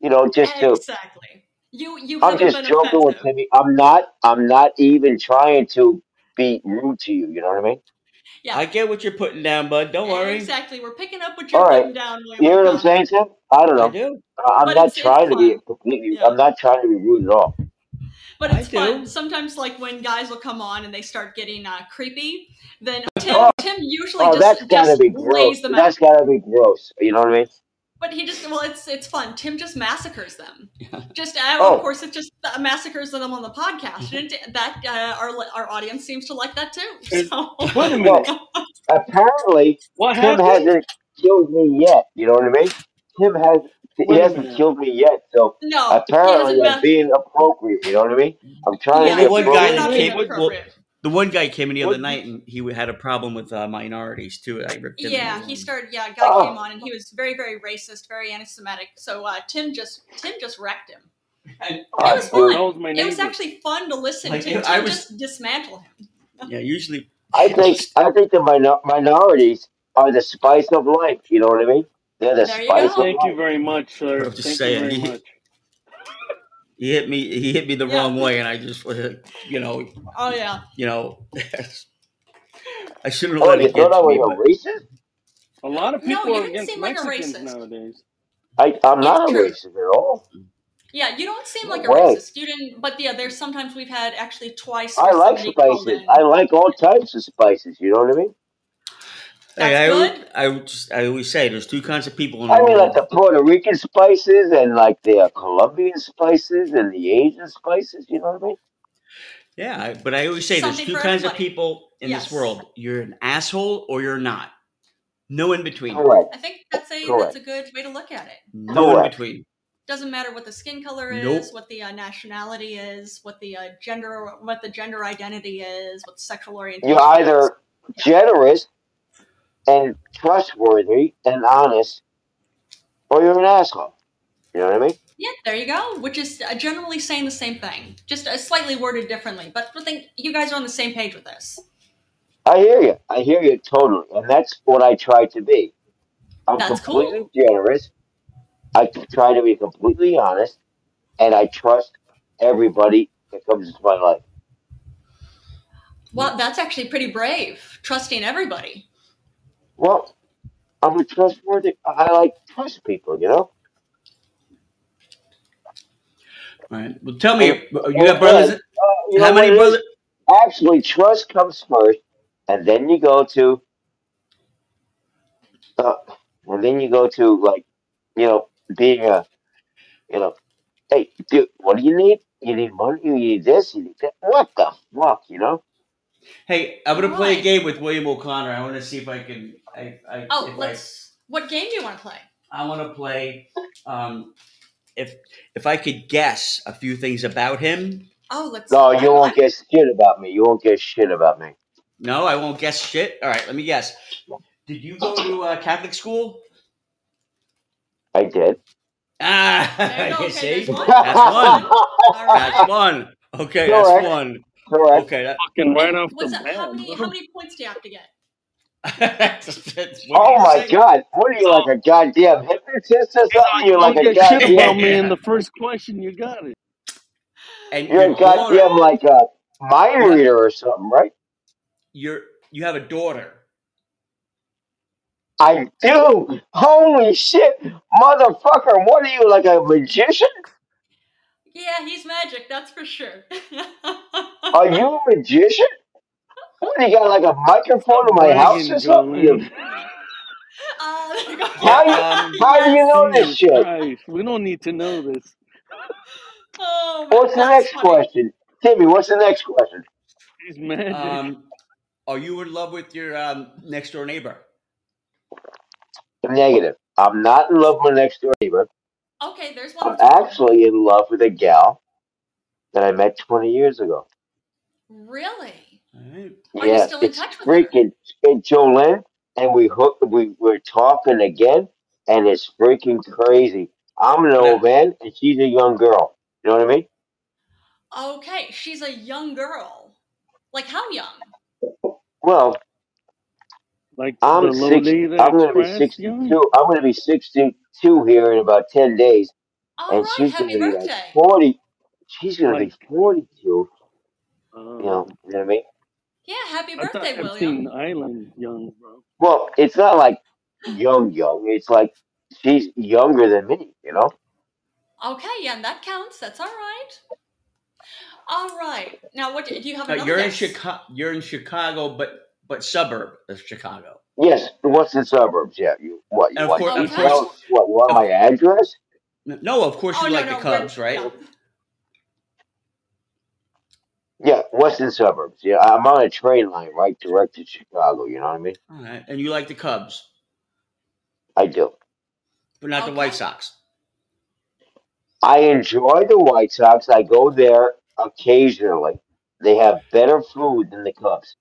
S4: you know, just to.
S2: exactly, you you
S4: I'm
S2: haven't
S4: just
S2: been
S4: joking with
S2: offensive.
S4: Timmy. I'm not. I'm not even trying to be rude to you. You know what I mean?
S2: Yeah,
S1: I get what you're putting down, bud. Don't worry,
S2: exactly. We're picking up what
S4: All
S2: you're
S4: right.
S2: putting down, William
S4: You hear what I'm
S2: O'Connor.
S4: saying, Tim? I don't
S1: I
S4: know.
S1: do.
S4: I- I'm
S2: But
S4: not
S2: it's it's
S4: trying to be
S2: fun.
S4: completely.
S2: Yeah.
S4: I'm not trying to be rude at all.
S2: but
S1: I
S2: it's fun.
S1: do.
S2: Sometimes, like when guys will come on and they start getting uh, creepy, then Tim
S4: Oh,
S2: Tim usually
S4: oh,
S2: just
S4: that's gotta
S2: just
S4: be gross.
S2: lays them out.
S4: That's gotta be gross. You know what I mean?
S2: But he just well, it's it's fun. Tim just massacres them. Just uh, of
S4: Oh, Mm-hmm.
S2: course, it just uh, massacres them on the podcast, and it, that uh, our our audience seems to like that too.
S5: Is-
S2: So
S5: Wait a minute.
S4: well, apparently
S5: What
S4: Tim
S5: happened?
S4: hasn't killed me yet. You know what I mean? Tim has he
S5: Wait a
S4: hasn't
S5: minute.
S4: killed me yet, so
S2: No, Oh, he
S4: apparently
S2: hasn't
S4: I'm
S2: met.
S4: being appropriate. You know what I mean? I'm trying
S1: Well,
S4: to
S2: Yeah,
S1: the
S4: be
S1: one
S2: you
S1: guy
S2: are
S4: appropriate.
S1: that
S2: not
S5: Wait,
S2: being
S1: came,
S5: what?
S1: well,
S2: appropriate.
S1: the one guy came in the other
S5: What?
S1: night and he had a problem with uh, minorities too. I ripped him a new
S2: Yeah, he
S1: one.
S2: started. Yeah, a guy came
S4: Oh,
S2: on and he was very, very racist, very anti-Semitic. So uh, Tim just Tim just wrecked him.
S1: And
S2: It
S4: oh,
S2: was
S4: dude.
S5: That
S2: fun.
S5: was my
S2: It was
S5: neighbor.
S2: actually fun to listen
S1: like
S2: to
S1: I
S2: Tim
S1: was,
S2: just dismantle him.
S1: yeah. Usually,
S4: I
S1: it's
S4: think
S1: just
S4: I think the minor- minorities are the spice of life. You know what I mean? They're the
S2: There you
S4: spice of
S2: go.
S5: Thank you
S4: life.
S5: very much,
S1: I
S5: sir.
S1: have to
S5: Thank you
S1: say it.
S5: very
S1: He,
S5: much.
S1: he hit me. He hit me the
S2: Yeah.
S1: wrong way, and I just, uh, you know,
S2: Oh yeah.
S1: you know, I shouldn't have
S4: Oh,
S1: let
S4: you
S1: it
S4: thought
S1: get
S4: I
S1: to me,
S4: was
S1: but
S4: a racist?
S5: A lot of
S2: No,
S5: people
S2: you
S5: are
S2: didn't
S5: against
S2: seem like a
S5: Mexicans
S2: racist.
S5: nowadays.
S4: I I'm
S2: It's
S4: not a
S2: true.
S4: racist at all.
S2: Yeah, you don't seem
S4: No
S2: like a
S4: way.
S2: racist. You didn't, but yeah, there's sometimes we've had actually twice
S4: I
S2: where
S4: like
S2: somebody called
S4: spices. I
S2: in.
S4: like all types of spices. You know what I mean?
S1: hey,
S2: That's
S1: I, al-
S2: good.
S1: I, would just, I always say there's two kinds of people in
S4: I
S1: the
S4: mean, like
S1: world.
S4: the Puerto Rican spices and like the uh, Colombian spices and the Asian spices. You know what I mean?
S1: Yeah, I, but I always say there's
S2: Something
S1: two
S2: for
S1: kinds of
S2: everybody.
S1: people in this
S2: Yes,
S1: world. You're an asshole or you're not. No in between.
S4: Correct.
S2: I think that's a that's
S4: Correct.
S2: a good way to look at it.
S1: No in
S4: Correct.
S1: between.
S2: Doesn't matter what the skin color
S1: Nope.
S2: is, what the uh, nationality is, what the uh, gender, what the gender identity is, what the sexual
S4: You're
S2: orientation is.
S4: either
S2: Yeah,
S4: generous and trustworthy and honest, or you're an asshole. You know what I mean?
S2: yeah, there you go. Which is uh, generally saying the same thing, just uh, slightly worded differently. But I think you guys are on the same page with this.
S4: I hear you. I hear you totally, and that's what I try to be. I'm
S2: That's cool.
S4: completely generous. I try to be completely honest, and I trust everybody that comes into my life.
S2: Well, that's actually pretty brave, trusting everybody.
S4: Well, I'm a trustworthy. I I like to trust people, you know.
S1: All right. Well, tell me,
S4: And
S1: you
S4: and
S1: got
S4: then
S1: brothers?
S4: uh, Oh, you know
S1: How
S4: what
S1: many
S4: it is.
S1: brother?
S4: Actually, trust comes first, and then you go to, uh, and then you go to like, you know, being a, you know, hey, dude, what do you need? You need money. You need this. You need that. What the fuck, you know?
S1: Hey, I'm
S2: All
S1: gonna play a
S2: right.
S1: game with William O'Connor. I want to see if I can. I, I
S2: Oh,
S1: if I
S2: let's. What game do you want to play?
S1: I want to play. Um, if if I could guess a few things about him.
S2: Oh, let's.
S4: No,
S2: I,
S4: you
S2: I,
S4: won't get shit about me. You won't get shit about me.
S1: No, I won't guess shit. All right, let me guess. Did you go to uh, Catholic school?
S4: I did.
S2: there you
S1: Ah, you see, that's
S2: go. Okay, there's one. There's one.
S1: one.
S2: All
S1: That's one.
S2: right.
S1: Okay, that's
S4: correct.
S1: one.
S4: Correct.
S1: Okay, that.
S5: Fucking
S2: What?
S5: right off the
S2: What's that? How
S5: bat,
S2: many? How
S5: bro.
S2: many points do you have to get?
S1: what did
S4: Oh
S1: you
S4: my
S1: say?
S4: god, what are you like
S5: So,
S4: a goddamn hypnotist or
S5: so
S4: something?
S5: you
S4: You're like
S5: won't
S4: a
S5: get shit about
S4: goddamn
S5: me in
S1: yeah,
S5: the first question. You got it.
S1: and your
S4: you're
S2: All
S4: a
S1: daughter,
S4: goddamn
S2: right.
S4: like a mind
S1: you have
S4: reader or something, right?
S1: your you have a daughter.
S4: I do. Holy shit, motherfucker! What are you like a magician?
S2: Yeah, he's magic. That's for sure.
S4: Are you a magician? What do you got like a microphone in
S5: Stop
S4: my house
S5: bragging,
S4: or something? You
S5: Colin.
S2: uh, there you go.
S4: how
S1: Yeah.
S4: you
S1: Um.
S4: how do you
S2: yes.
S4: know this
S5: Jesus
S4: shit?
S5: Christ. We don't need to know this.
S2: Oh man,
S4: What's the
S2: that's
S4: next
S2: funny.
S4: question, Timmy? What's the next question?
S5: He's magic.
S1: Um. Are you in love with your um, next door neighbor?
S4: Negative. I'm not in love with my next door neighbor.
S2: Okay, there's one
S4: I'm
S2: that's common.
S4: actually in love with a gal that I met 20 years ago.
S2: Really?
S1: All right.
S2: Are you
S4: Yeah,
S2: still in
S4: it's
S2: touch with her?
S4: freaking it's Jolene, and we hook we we're talking again, and it's freaking crazy. I'm an
S1: Now,
S4: old man, and she's a young girl. You know what I mean?
S2: Okay, she's a young girl. Like how young?
S4: Well,
S5: Like the
S4: I'm six.
S5: Lolita
S4: I'm gonna be
S5: Express,
S2: Hmm.
S5: young.
S4: 62. I'm gonna be 62 here in about 10 days,
S2: All
S4: and
S2: right,
S4: Oh, she's
S2: happy
S4: gonna be like
S2: birthday.
S4: 40. She's gonna
S5: Like,
S4: be 42. You know,
S5: um,
S4: you know what I mean?
S2: Yeah, happy
S5: I thought
S2: birthday, William.
S5: Epstein Island, young, bro.
S4: Well, it's not like young, young. It's like she's younger than me. You know?
S2: Okay, yeah, and that counts. That's all right. All right. Now, what do you have
S1: now
S2: another
S1: Uh, you're in
S2: guess?
S1: Chicago. You're in Chicago, but but suburb of Chicago.
S4: Yes, what's the suburbs? Yeah, you what? You
S1: And of
S4: want
S1: course, of
S2: Okay.
S1: course,
S4: details? What? You want
S1: of
S4: my address?
S1: no, of course
S2: Oh
S1: you
S2: no,
S1: like the
S2: no, we're
S1: Cubs, right?
S2: no.
S4: Yeah, western suburbs. Yeah, I'm on a train line right direct to Chicago. You know what I mean?
S1: All right, and you like the Cubs.
S4: I do.
S1: but not the White
S2: Okay.
S1: Sox.
S4: I enjoy the White Sox. I go there occasionally. They have better food than the Cubs.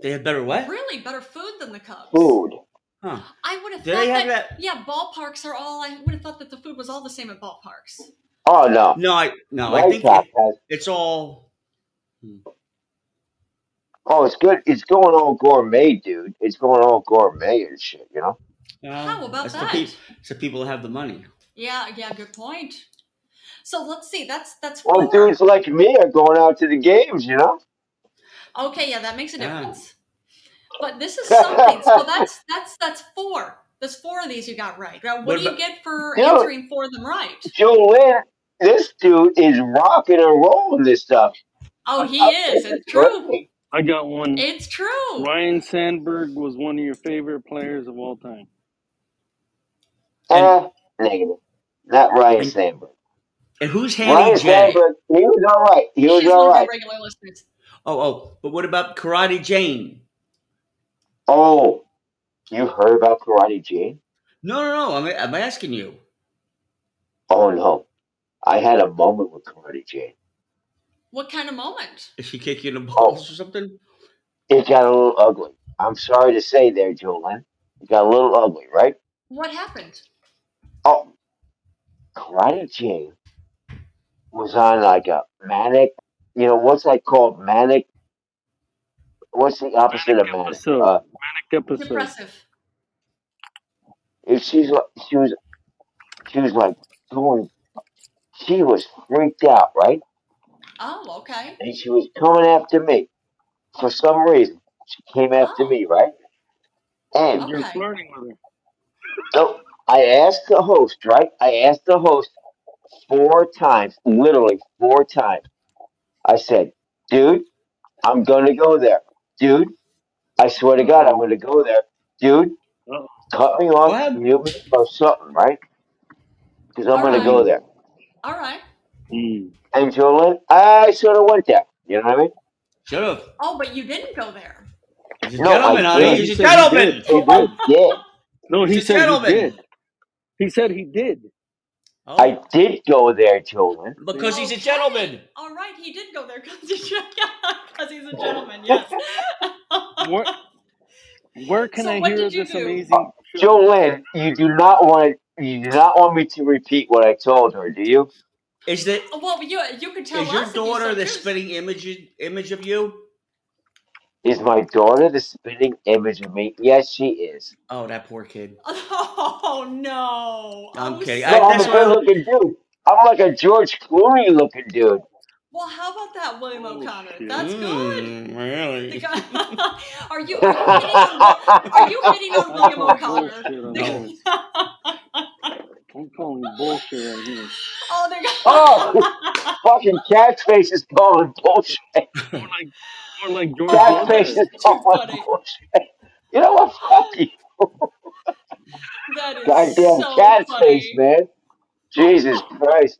S1: They have better what?
S2: Really, better food than the Cubs.
S4: Food.
S1: Huh?
S2: I would have
S1: Do they
S2: thought
S1: have
S2: that.
S1: that?
S2: Yeah, ballparks are all. I would have thought that the food was all the same at ballparks.
S4: Oh no,
S1: No, I no. I
S4: White
S1: think it
S4: Sox has.
S1: it's all. hmm.
S4: Oh, it's good. It's going all gourmet, dude. It's going all gourmet and shit. You know.
S1: Well,
S2: How about
S1: that's the
S2: that?
S1: people. um, It's the people that have the money.
S2: Yeah, yeah, good point. So let's see. That's that's
S4: Well,
S2: four.
S4: dudes like me are going out to the games. You know.
S2: Okay, yeah, that makes a
S1: Yeah.
S2: difference. But this is something. So that's that's that's four. There's four of these you got right. Now, what
S1: What
S2: do you
S1: about?
S2: get for
S4: dude,
S2: answering four of them right?
S4: Jolene, this dude is rocking and rolling this stuff.
S2: Oh,
S4: I,
S2: he
S4: I,
S2: is.
S4: this
S2: It's
S4: is
S2: true.
S4: great.
S5: I got one.
S2: It's true.
S5: Ryan Sandberg was one of your favorite players of all time.
S1: And
S4: Eh, negative. Not Ryan
S1: and
S4: Sandberg.
S1: and who's Hanny
S4: Ryan
S1: J?
S4: Sandberg, he was all right. He was
S2: She's
S4: all
S2: one of our
S4: right.
S2: regular listeners.
S1: Oh oh. But what about Karate Jane?
S4: Oh, you heard about Karate Jane?
S1: No no no. I'm I'm asking you.
S4: Oh no, I had a moment with Karate Jane.
S2: What kind of moment?
S1: Did she kick you in the
S4: Oh,
S1: balls or something?
S4: it got a little ugly. I'm sorry to say, there, Jolene, it got a little ugly, right?
S2: What happened?
S4: Oh, Karate Jane was on like a manic. You know what's that called? Manic. What's the opposite of
S5: Manic
S4: manic?
S5: episode.
S4: Uh,
S5: Manic episode.
S2: Depressive.
S4: if she's like, she was, she was like doing. She was freaked out, right?
S2: Oh, okay.
S4: And she was coming after me. for some reason, she came after
S2: Oh,
S4: me, right? And
S5: You're
S2: okay.
S5: flirting with her.
S4: so I asked the host, right? I asked the host four times, literally four times. I said, dude, I'm going to go there. Dude, I swear to God, I'm
S5: Uh-oh.
S4: going to go there. Dude,
S5: Uh-oh.
S4: cut me off,
S1: What? happened?
S4: mute me, or something, right? Because I'm
S2: All
S4: going to
S2: right.
S4: go
S5: Mm,
S4: there.
S2: All right.
S5: mm.
S4: And Jolene, I sort of went there. You know what I mean?
S1: Shut up.
S2: Oh, but you didn't go there.
S1: He's a
S4: No, I
S1: gentleman, honey.
S5: No,
S4: did.
S5: he
S1: He's a
S5: said he did.
S1: gentleman.
S4: No,
S5: He
S4: I
S5: did.
S4: did.
S5: No,
S1: He's
S5: he
S1: a
S5: said he did.
S1: gentleman.
S5: He said he did.
S4: I
S1: Oh,
S4: did go there, Jolene.
S5: See?
S1: because he's a
S2: Okay.
S1: gentleman.
S2: All right. He did go there because he's a gentleman. Yes.
S5: Where where can
S2: so
S5: I
S2: what
S5: hear
S2: did
S5: of
S2: you
S5: this
S2: do?
S4: Oh,
S5: amazing show?
S4: Jolene, you do not want you do not want me to repeat what I told her, do you?
S1: Is that
S2: Well, you you could tell
S1: is your
S2: us if you
S1: daughter
S2: so
S1: the
S2: choose.
S1: spitting image image of you?
S4: Is my daughter the spitting image of me? Yes, she is.
S1: Oh, that poor kid.
S2: Oh no!
S1: I'm
S2: Oh,
S1: kidding.
S4: No,
S1: I,
S4: I'm
S1: that's
S4: a
S1: why. I,
S4: good
S2: stop!
S4: looking dude. I'm like a George Clooney looking dude.
S2: Well, how about that, William
S5: Oh
S2: O'Connor?
S5: shit.
S2: That's
S4: Hmm,
S2: good.
S1: mm,
S2: The
S1: really?
S2: guy, are you are you hitting on Will? Are you hitting on
S5: I'm
S4: Oh,
S2: William
S5: calling
S2: O'Connor?
S1: No.
S2: The-
S5: bullshit on this. I'm calling bullshit right here.
S2: oh, the
S4: oh,
S2: guy.
S4: fucking Catface is calling bullshit.
S5: More like more like George
S4: Catface
S2: Oh,
S5: Lopez.
S4: is
S2: that's too
S4: calling
S2: funny.
S4: bullshit. You know what? Fuck you.
S2: That is
S4: Goddamn
S2: so
S4: Catface,
S2: funny.
S4: man. Jesus Christ.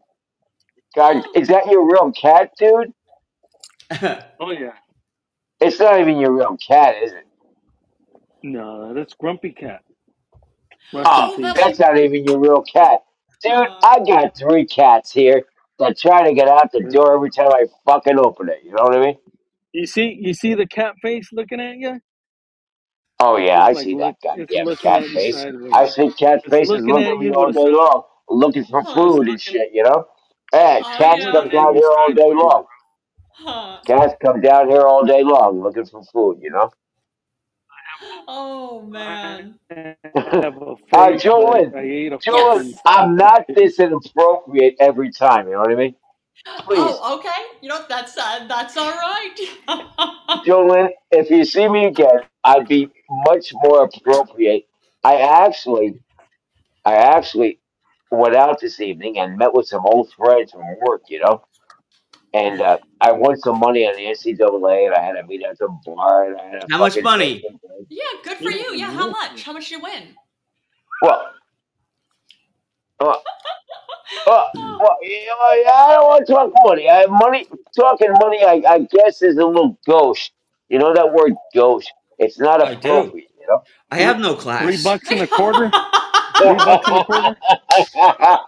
S4: God, is that your real cat, dude?
S5: Oh yeah.
S4: It's not even your real cat, is it?
S5: No, that's Grumpy Cat. Rest in
S2: Oh,
S4: Oh,
S2: that
S5: peace.
S4: that's
S2: was
S4: not even your real cat. Dude,
S5: Oh.
S2: no.
S4: I got three cats here that try to get out the
S5: Yeah.
S4: door every time I fucking open it. You know what I mean?
S5: You see you see the cat face looking at you?
S4: Oh, yeah,
S5: It's
S4: I
S5: like
S4: see that
S5: look it's
S4: goddamn
S5: looking
S4: cat
S5: at you
S4: face.
S5: sideways.
S4: I see cat
S5: It's
S4: faces
S5: looking
S4: looking
S5: at
S4: at me
S5: you
S4: all
S5: with a Oh,
S4: day long, looking for
S2: Huh.
S5: it's
S4: food and
S5: looking
S4: shit, you know? And
S2: Oh
S4: cats
S5: it's
S4: come
S2: yeah.
S5: looking at
S4: down
S5: you
S4: here all day
S5: sideways,
S4: long.
S5: bro.
S2: Huh.
S4: Cats come down here all day long looking for food, you know?
S2: Oh
S5: I
S2: man.
S5: have a
S4: uh,
S5: face like
S4: Jolyn,
S5: I ate a
S4: Jolyn,
S5: fucking
S2: Yes.
S4: I'm not
S5: chicken.
S4: this inappropriate every time, you know what I mean? Please,
S2: Oh, okay. You know that's uh, that's all right.
S4: Jolyn, if you see me again, I'd be much more appropriate. I actually, I actually went out this evening and met with some old friends from work, you know, and uh, I won some money on the NCAA, and I had to meet at the bar, and I had a
S1: How much
S4: fucking drink
S1: money?
S4: and drink.
S2: yeah, good for
S5: You
S2: you. Yeah, how much?
S5: listen.
S2: How much did you win?
S4: Well, uh, uh, well, you know, I I don't want to talk money. I money talking money. I, I guess is a little gauche. You know that word gauche. It's not
S1: I do.
S4: appropriate. You know.
S1: I
S5: Three
S1: have no
S5: three
S1: class.
S5: bucks and a quarter? Lead back to the quarter.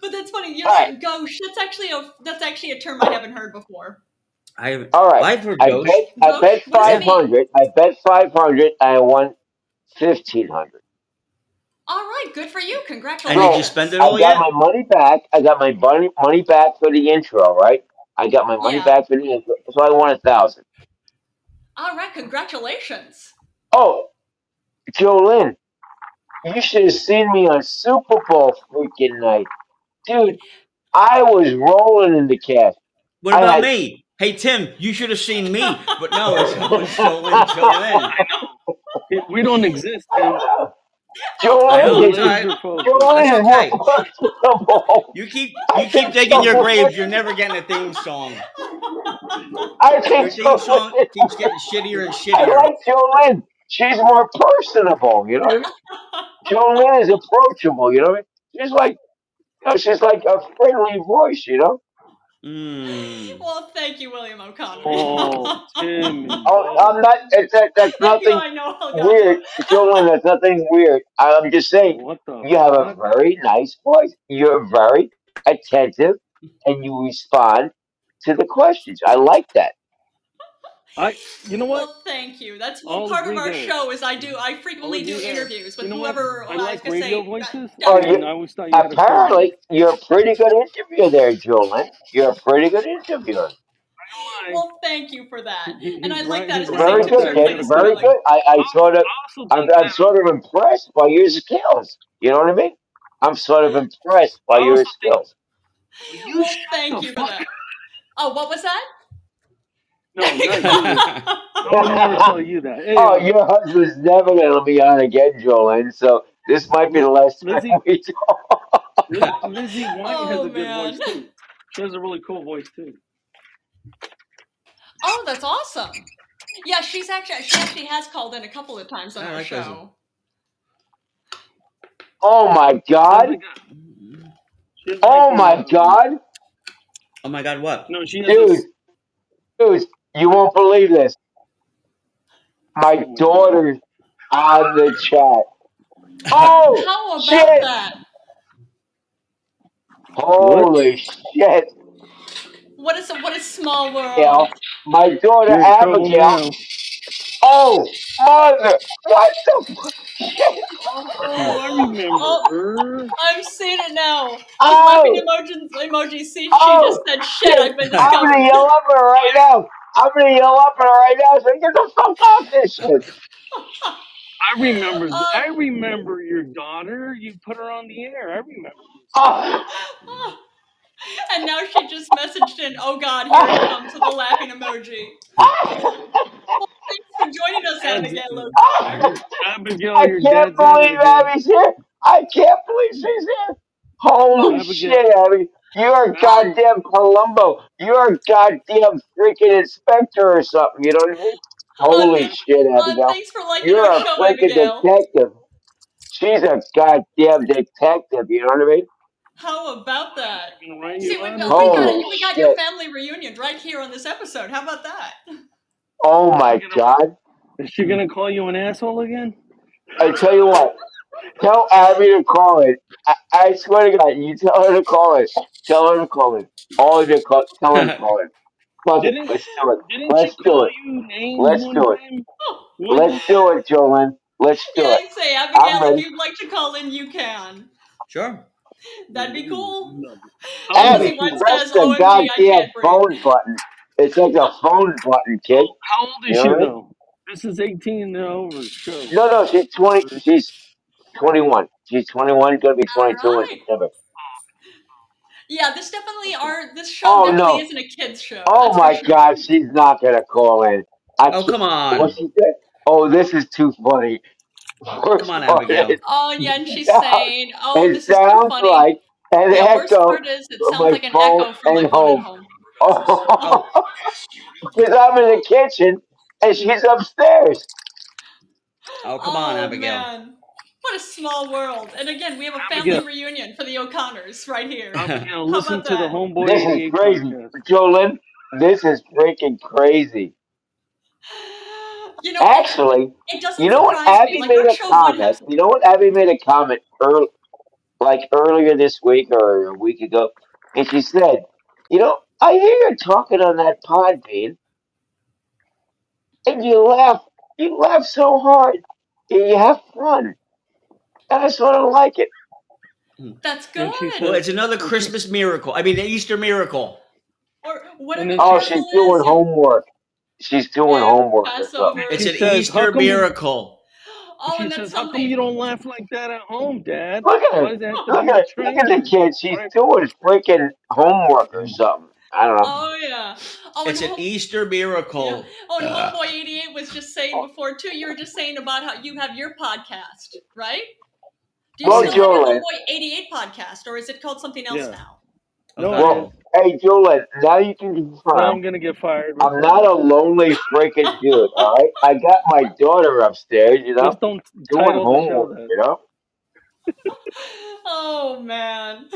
S2: But that's funny. You're
S4: All right.
S2: right. Gauche. That's actually a that's actually a term I haven't heard before.
S1: I haven't.
S4: All right.
S1: I've heard
S4: I
S1: ghost.
S4: bet I
S2: Gauche.
S4: bet
S2: What does it
S4: five
S1: Yeah.
S2: mean?
S4: hundred. I bet five hundred. I won fifteen hundred.
S2: All right. Good for you.
S1: And did you
S4: So
S1: spend
S2: Congratulations.
S1: it
S4: I
S1: all
S4: got
S1: yet?
S4: my money back. I got my money money back for the intro, right? I got my money
S2: Yeah.
S4: back for the intro. So I won a thousand.
S2: All right. Congratulations.
S4: Oh, Jolynn, you should have seen me on Super Bowl freaking night, dude. I was rolling in the cash.
S1: What
S4: I
S1: about
S4: had.
S1: me? Hey Tim, you should have seen me. But no, it's always Jolene, Jolene.
S5: I know. It- We don't exist, Tim.
S1: I
S4: Jolene
S1: know it's
S4: is
S1: all
S5: Jolene's
S1: right.
S5: your focus.
S1: That's
S4: Jolene
S1: okay.
S4: was Super Bowl.
S1: You keep
S4: I
S1: you keep
S4: picked
S1: digging your graves. You're
S4: Jolene.
S1: never getting a theme song.
S4: I
S1: Your
S4: picked
S1: theme song
S4: Jolene.
S1: keeps getting shittier and
S4: I
S1: shittier.
S4: like Jolene. She's more personable. You know what I mean? Jolene is approachable. You know what I mean? She's like, you know, she's like a friendly voice. You know.
S5: Hmm.
S1: Mm.
S2: well, thank you, William O'Connor.
S5: Oh,
S2: I
S5: Tim is
S4: Oh,
S5: back.
S4: I'm not. It's, that, that's
S2: feel
S4: nothing
S2: I know how y'all do.
S4: weird, Jolene. That's nothing weird. I'm just saying,
S5: What the
S4: you have a
S5: fuck?
S4: very nice voice. You're very attentive, and you respond to the questions. I like that.
S5: I. You know what?
S2: Well, thank you. That's well,
S5: I'll
S2: part of
S5: agree
S2: our
S5: there.
S2: show is I do I
S5: I'll
S2: frequently do
S5: agree there.
S2: interviews
S5: You
S2: with
S5: know what?
S2: whoever
S5: I
S2: well, I was
S5: like
S2: gonna
S5: radio
S2: say
S5: voices,
S4: Oh,
S2: Dr.
S5: and
S4: you
S5: I always thought you had a show.
S4: apparently you're a pretty good interviewer there, Jolene. You're a pretty good interviewer.
S5: Why?
S2: Well, thank you for that.
S5: He,
S2: And
S5: he's
S2: I like
S5: right.
S2: that
S5: He's
S2: as a
S5: right
S4: Very
S5: about
S4: good,
S5: that.
S2: signature for
S5: You got
S4: Ken.
S5: a
S2: this
S4: Very
S2: really.
S5: point.
S4: good. I, I sort of,
S5: I also
S4: I'm,
S5: think
S4: I'm
S5: that.
S4: sort of impressed by your skills. You know what I mean? I'm sort of impressed by
S5: I
S4: your
S5: also think.
S4: skills.
S5: Will you
S2: Well,
S5: shut
S2: thank
S5: the
S2: you for
S5: fuck
S2: that.
S5: up?
S2: Oh, what was that?
S5: No,
S1: Hmm.
S5: not you. No one will ever tell you that.
S4: oh,
S5: Anyhow,
S4: your husband's never going to be on again, Jolene. So this might be
S5: Li-
S4: the last time
S5: Lizzie,
S4: we talk.
S5: Liz, Lizzie White has
S2: oh
S5: a good
S2: man.
S5: voice too. She has a really cool voice too.
S2: Oh, that's awesome. Yeah, she's actually she actually has called in a couple of times on
S1: I
S2: our
S1: like those.
S2: show.
S4: Oh my
S5: She has
S4: God.
S5: like a she has like
S4: Oh my
S5: a um,
S4: God.
S1: Oh my god, what?
S5: no, she has a
S4: Dude,
S5: s-
S4: dude, you won't believe this. My
S5: oh my god.
S4: daughter's on the chat. Oh,
S2: How about
S4: shit.
S2: that?
S5: What?
S4: Holy shit,
S2: What is a what a small world.
S4: Gail. My daughter
S5: You're in trouble
S4: Abigail.
S5: now.
S4: Oh, mother. What the fuck? Shit.
S5: Oh, I remember
S2: Oh,
S5: her.
S2: I'm seeing it now. Those laughing
S4: Oh,
S2: emojis emoji see she just
S4: oh,
S2: said shit,
S4: shit.
S2: I've been
S4: I'm
S2: discovered.
S4: gonna yell up at her right now. I'm gonna yell up at her right now. Say, get the fuck off this shit.
S5: I remember. th-
S2: oh,
S5: I remember your daughter. You put her on the air. I remember this.
S4: Oh,
S2: oh. And now she just messaged in, oh god, here it comes with a laughing emoji. Well, thanks for joining us,
S5: Abs-
S2: Abigail.
S5: Ab- Abigail,
S4: ah, I
S5: your
S4: can't
S5: dad's out of the
S4: believe
S5: game.
S4: Abby's here. I can't believe she's here. Holy
S5: Abigail,
S4: shit, Abby. You're a
S5: Abby,
S2: Oh,
S4: goddamn Columbo. You're a goddamn freaking inspector or something. You know what I mean?
S2: oh,
S4: Holy
S2: th-
S4: shit,
S2: oh,
S4: Abigail.
S2: thanks for liking our
S4: You're a
S2: show,
S4: freaking
S2: Abigail.
S4: detective. She's a goddamn detective. You know what I mean?
S2: How about that?
S5: I'm gonna write
S2: See,
S5: you
S2: we
S5: out
S2: got we
S5: of
S2: got
S5: here.
S4: Holy
S2: it. We got your
S4: Oh, shit.
S2: family reunion right here on this episode. How about that?
S4: Oh
S5: Is she
S4: my
S5: gonna?
S4: god.
S5: Is she gonna call you an asshole again?
S4: I tell you what. Tell Abby to call it. I, I swear to God, you tell her to call it. Tell her to call it. All of you, call, tell her to call it. Fuck it.
S5: Didn't
S4: Let's do it.
S5: Didn't she
S4: Let's do
S5: call
S4: it.
S5: you names
S4: Let's
S5: one
S4: do it.
S5: time?
S2: Oh,
S5: One
S4: Let's
S5: time.
S4: do it, Jolyn. Let's
S2: yeah,
S4: do it.
S2: I say,
S4: I'm
S2: Abigail, if
S4: ready.
S2: you'd like to call in, you can.
S1: Sure.
S2: That'd be
S5: Mm,
S2: cool.
S5: love it. I
S2: And
S5: love
S4: Abby,
S2: Lizzie
S5: it.
S2: White
S4: press
S2: says,
S4: the
S2: OMG, I
S4: goddamn
S2: can't breathe.
S4: phone button. It's like a phone button, kid.
S5: How, how old
S4: You
S5: is
S4: know
S5: she
S4: what I mean?
S5: though? This is eighteen and over show.
S4: No, no, she's 20.
S5: Right?
S4: She's 21. She's 21, gonna be
S2: All
S4: 22 in
S2: right.
S4: September.
S2: Yeah, this definitely
S5: Okay.
S2: are this show
S4: Oh,
S2: definitely
S4: no.
S2: isn't a kids show.
S4: Oh
S2: That's for
S4: my
S2: sure.
S4: God, she's not gonna call in. I
S1: Oh
S4: can't.
S1: come on.
S4: What she said? Oh, this is too funny.
S1: Come
S4: Worst
S1: on,
S4: part
S1: Abigail.
S4: is,
S2: Oh yeah, and she's
S4: sound-
S2: saying, "Oh,
S4: it
S2: this is too
S4: sounds
S2: funny."
S4: like an
S2: Yeah, worst
S4: echo
S2: part is it
S4: from
S2: sounds
S4: my
S2: like an
S4: phone
S2: echo from my
S4: and
S2: phone at
S4: home.
S2: home.
S1: Oh,
S4: Oh, because I'm in the kitchen and she's upstairs.
S1: oh come on,
S2: Oh
S1: Abigail.
S2: man, what a small world! And again, we have a
S5: Abigail,
S2: family reunion for the O'Connors right here.
S5: Abigail,
S2: How
S5: listen
S2: about
S5: to the
S2: that?
S5: Homeboy
S4: This is
S5: eighty eight
S4: crazy,
S5: podcast.
S4: Jolyn. This is freaking crazy.
S2: You know, it,
S4: Actually,
S2: it doesn't
S4: you know what?
S2: surprise me.
S4: Abby
S2: Like
S4: made
S2: our
S4: a
S2: show would have
S4: comment. You know what? Abby made a comment early, like earlier this week or a week ago, and she said, "You know, I hear you talking on that pod bean, and you laugh. You laugh so hard, and you have fun. And I sort of like it."
S2: that's
S5: And
S2: good.
S5: she
S1: Well,
S5: said,
S1: it's another
S5: and she,
S1: Christmas miracle. I mean, an Easter miracle.
S2: Or
S5: and
S2: whatever
S5: then
S4: Oh,
S5: she,
S2: miracle
S4: she's doing
S2: is, yeah,
S4: homework. She's doing
S2: yeah,
S4: homework or something.
S2: Passover.
S1: It's
S5: she
S1: an
S5: says, how
S1: Easter
S5: come you,
S1: miracle.
S2: Oh,
S5: she
S2: and then
S5: says, how come
S2: Sunday.
S5: you don't laugh like that at home, Dad?
S4: Look at
S5: Why
S4: her.
S5: does it have to
S2: Oh,
S5: be
S4: Look at her. Look at the
S5: restrained?
S4: kid. She's
S5: Right?
S4: doing freaking homework or something. I don't know.
S2: oh yeah. Oh, and
S1: It's an
S2: home.
S1: Easter
S2: Yeah.
S1: miracle.
S2: Oh, and
S5: uh,
S1: Ugh.
S2: Homeboy 88 was just saying before, too, you were just saying about how you have your podcast, right? Do you
S4: Well,
S1: Yeah.
S2: still have your
S4: Jolene.
S2: Homeboy 88 podcast, or is it called something else
S5: Yeah.
S2: now?
S5: No,
S1: Okay.
S5: it
S4: Well,
S5: is.
S4: hey, Jolene. Now you can
S5: Now
S4: confirm
S5: I'm going to get fired
S4: I'm
S5: recording
S4: not a
S5: this.
S4: lonely freaking dude. All right, I got my daughter upstairs. You know,
S5: Just don't
S4: doing
S5: title the show
S4: homework.
S5: that.
S4: You know.
S2: oh, man.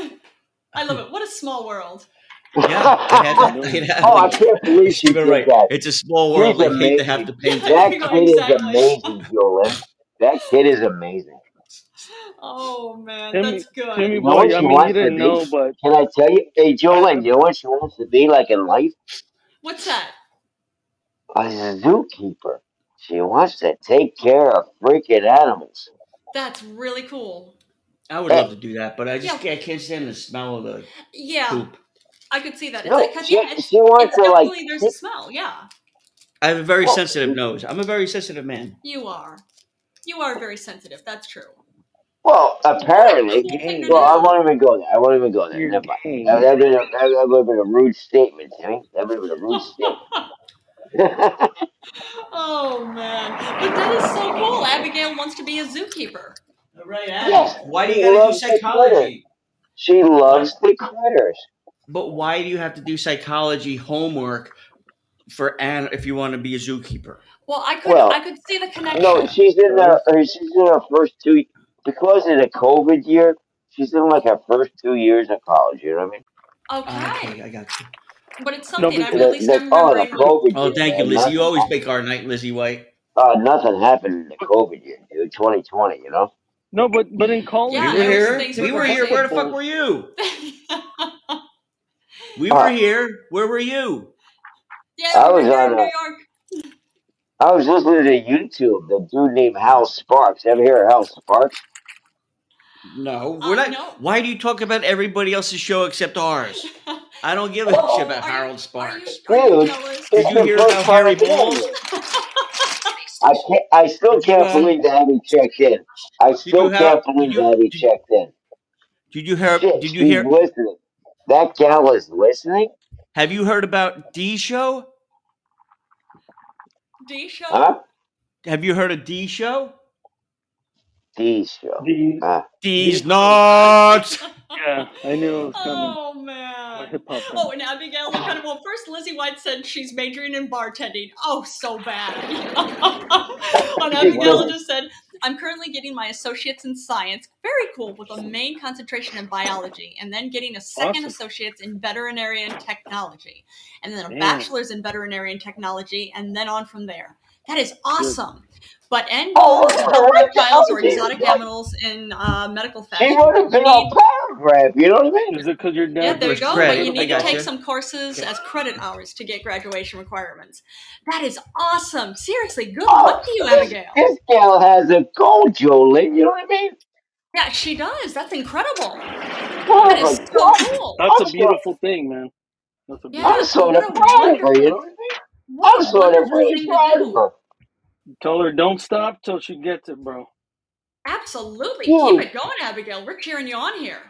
S2: I love it. What a small world.
S1: Yeah, it has
S5: I
S1: that.
S5: know.
S1: It has
S4: oh, I
S1: like
S4: can't believe
S1: Steve
S4: she did
S1: right.
S4: that.
S1: It's a small
S4: She's
S1: world. I hate to have
S4: amazing.
S1: to paint it.
S4: That kid is
S2: exactly.
S4: amazing, Jolene. That kid is amazing.
S2: Oh, man.
S5: Timmy,
S2: That's good.
S5: Timmy
S4: You know
S5: boy,
S4: what
S5: I
S4: she
S5: mean, you
S4: wants to
S5: didn't
S4: be?
S5: know, but
S4: Can I tell you? Hey,
S5: I,
S4: Jolene,
S5: I've,
S4: you know what she wants to be like in life?
S2: What's that?
S4: A zookeeper. She wants to take care of freaking animals.
S2: That's really cool.
S1: I would love
S4: Hey,
S1: to do that, but I just
S2: Yeah.
S1: can't, I can't stand the smell of the
S2: Yeah.
S1: poop.
S2: I could see that. It's
S4: no,
S2: like, cause yeah,
S4: she
S2: it's
S4: she wants
S2: it's
S4: to like
S2: definitely there's a
S4: keep.
S2: smell. Yeah,
S1: I have a very
S4: Well,
S1: sensitive nose. I'm a very sensitive man.
S2: you are. You are very sensitive. That's true.
S4: Well,
S2: What a
S4: apparently,
S2: cool thing to
S5: gay.
S4: well, I
S2: do.
S4: won't even go there. I won't even go there.
S5: You're
S4: Never mind. That, that,
S5: gay.
S4: would have been a, that would have been a rude statement, Timmy. That would have been a rude statement.
S2: oh man, but that is so cool. Abigail wants to be a zookeeper.
S1: All right, Abby.
S4: yes,
S1: Why do you
S4: she
S1: got to do
S4: loves the critters.
S1: psychology?
S4: She
S1: What?
S4: loves the critters.
S1: But why do you have to do psychology homework for an if you want to be a zookeeper?
S2: Well, I could I
S4: Well,
S2: could see the
S4: no,
S2: connection.
S4: she's in her
S5: Does?
S4: her- she's in her first two because of the COVID year. She's in like her first two years of college. You know what I mean?
S1: Ah, okay,
S2: Okay,
S1: I got you.
S2: but it's
S5: No,
S2: something. I'm
S5: because
S2: at
S4: The,
S2: least
S4: the
S2: I'm
S4: oh, the
S2: remembering.
S4: COVID
S1: Oh,
S4: year,
S1: thank you,
S4: man.
S1: Lizzie. You
S4: Nothing
S1: always
S4: happened.
S1: make our night, Lizzie White.
S4: Uh, nothing happened in the COVID year, dude. Twenty twenty. You know.
S5: no, but but in
S1: We
S5: college
S1: were
S2: Yeah, it was
S5: they're
S1: here.
S2: things
S5: they're
S1: We
S2: were
S1: were here. Where the
S2: crazy.
S1: fuck
S5: comfortable.
S1: were you? We
S4: Uh,
S1: were here. Where were you?
S2: yeah,
S4: I
S2: we were
S4: was
S2: here
S4: on
S2: in
S4: a
S2: New York.
S4: I was listening to YouTube. The dude named Hal Sparks. Ever hear of Hal Sparks?
S1: No, we're
S2: Uh,
S1: not.
S2: no.
S1: Why do you talk about everybody else's show except ours? I don't give a shit
S4: Well,
S1: about
S2: Oh, are you
S1: Harold
S2: are you
S1: Sparks.
S2: are you
S4: dude,
S2: jealous?
S1: Did
S4: it's
S1: you
S4: the
S1: hear
S4: first
S1: about
S4: time
S1: Harry
S4: I'm hearing
S1: Balls?
S4: it. I can't. I still
S1: Did you
S4: can't
S1: uh?
S4: believe that Abby checked in. I
S1: Did you
S4: still
S1: have?
S4: can't
S1: Did
S4: believe
S1: you
S4: that Abby
S1: did?
S4: checked in.
S1: Did you hear?
S4: Shit,
S1: Did you
S4: she's
S1: hear?
S4: listening. That gal is listening,
S1: Have you heard about D show?
S2: D show?
S4: huh?
S1: Have you heard of D show?
S4: D show.
S5: These
S4: Uh,
S1: D's
S5: these
S1: nuts.
S5: yeah, I knew it was coming.
S2: oh
S5: My
S2: man.
S5: hip hop
S2: Oh, and
S5: friend.
S2: Abigail looked at him. Well, first Lizzie White said she's majoring in bartending. Oh, so bad. and
S4: she's
S2: Abigail
S5: Wow.
S4: listening.
S2: just said, I'm currently getting my associates in science, very cool, with a main concentration in biology, and then getting a second
S5: Awesome.
S2: associate's in veterinary and technology, and then a
S5: Damn.
S2: bachelor's in veterinary and technology, and then on from there. That is
S5: Good.
S2: awesome. But end
S4: Oh,
S2: goal
S4: look
S2: is to
S4: at her
S2: help
S4: right there.
S2: reptiles
S4: Oh,
S2: or
S4: Jesus
S2: exotic
S4: Christ.
S2: animals in uh, medical
S4: She
S2: fashion. But
S4: wrote a
S2: you
S4: big old
S2: need
S4: paragraph. You know what I mean?
S5: Is it because your
S2: yeah,
S5: dad
S2: there
S1: Where's
S2: you
S5: works
S2: go.
S5: in
S2: But you
S1: Craig? I
S2: need
S5: medical
S1: got
S2: to take
S1: you.
S5: office?
S2: some courses
S1: Okay.
S2: as credit hours to get graduation requirements. That is awesome. Seriously, good
S4: Oh,
S2: luck to you,
S4: this
S2: Abigail.
S4: this gal has a gold, Jolene. You know what I mean?
S2: Yeah, she does. That's incredible. That
S4: Oh
S2: is
S4: my
S2: so
S4: God!
S2: cool.
S5: That's
S4: I'm
S5: a
S4: so
S5: beautiful thing, man. That's a
S4: I'm
S2: Yeah,
S5: beautiful
S4: sort
S5: thing.
S4: of
S2: what a
S4: proud of her. You know
S2: wonderful,
S4: what I mean?
S2: what
S4: I'm
S2: a
S4: sort of
S2: wonderful
S4: really
S2: thing to
S4: proud of
S2: do.
S4: her.
S5: Tell her don't stop till she gets it, bro.
S2: Absolutely. Keep
S4: Dude,
S2: it going, Abigail. We're cheering you on here.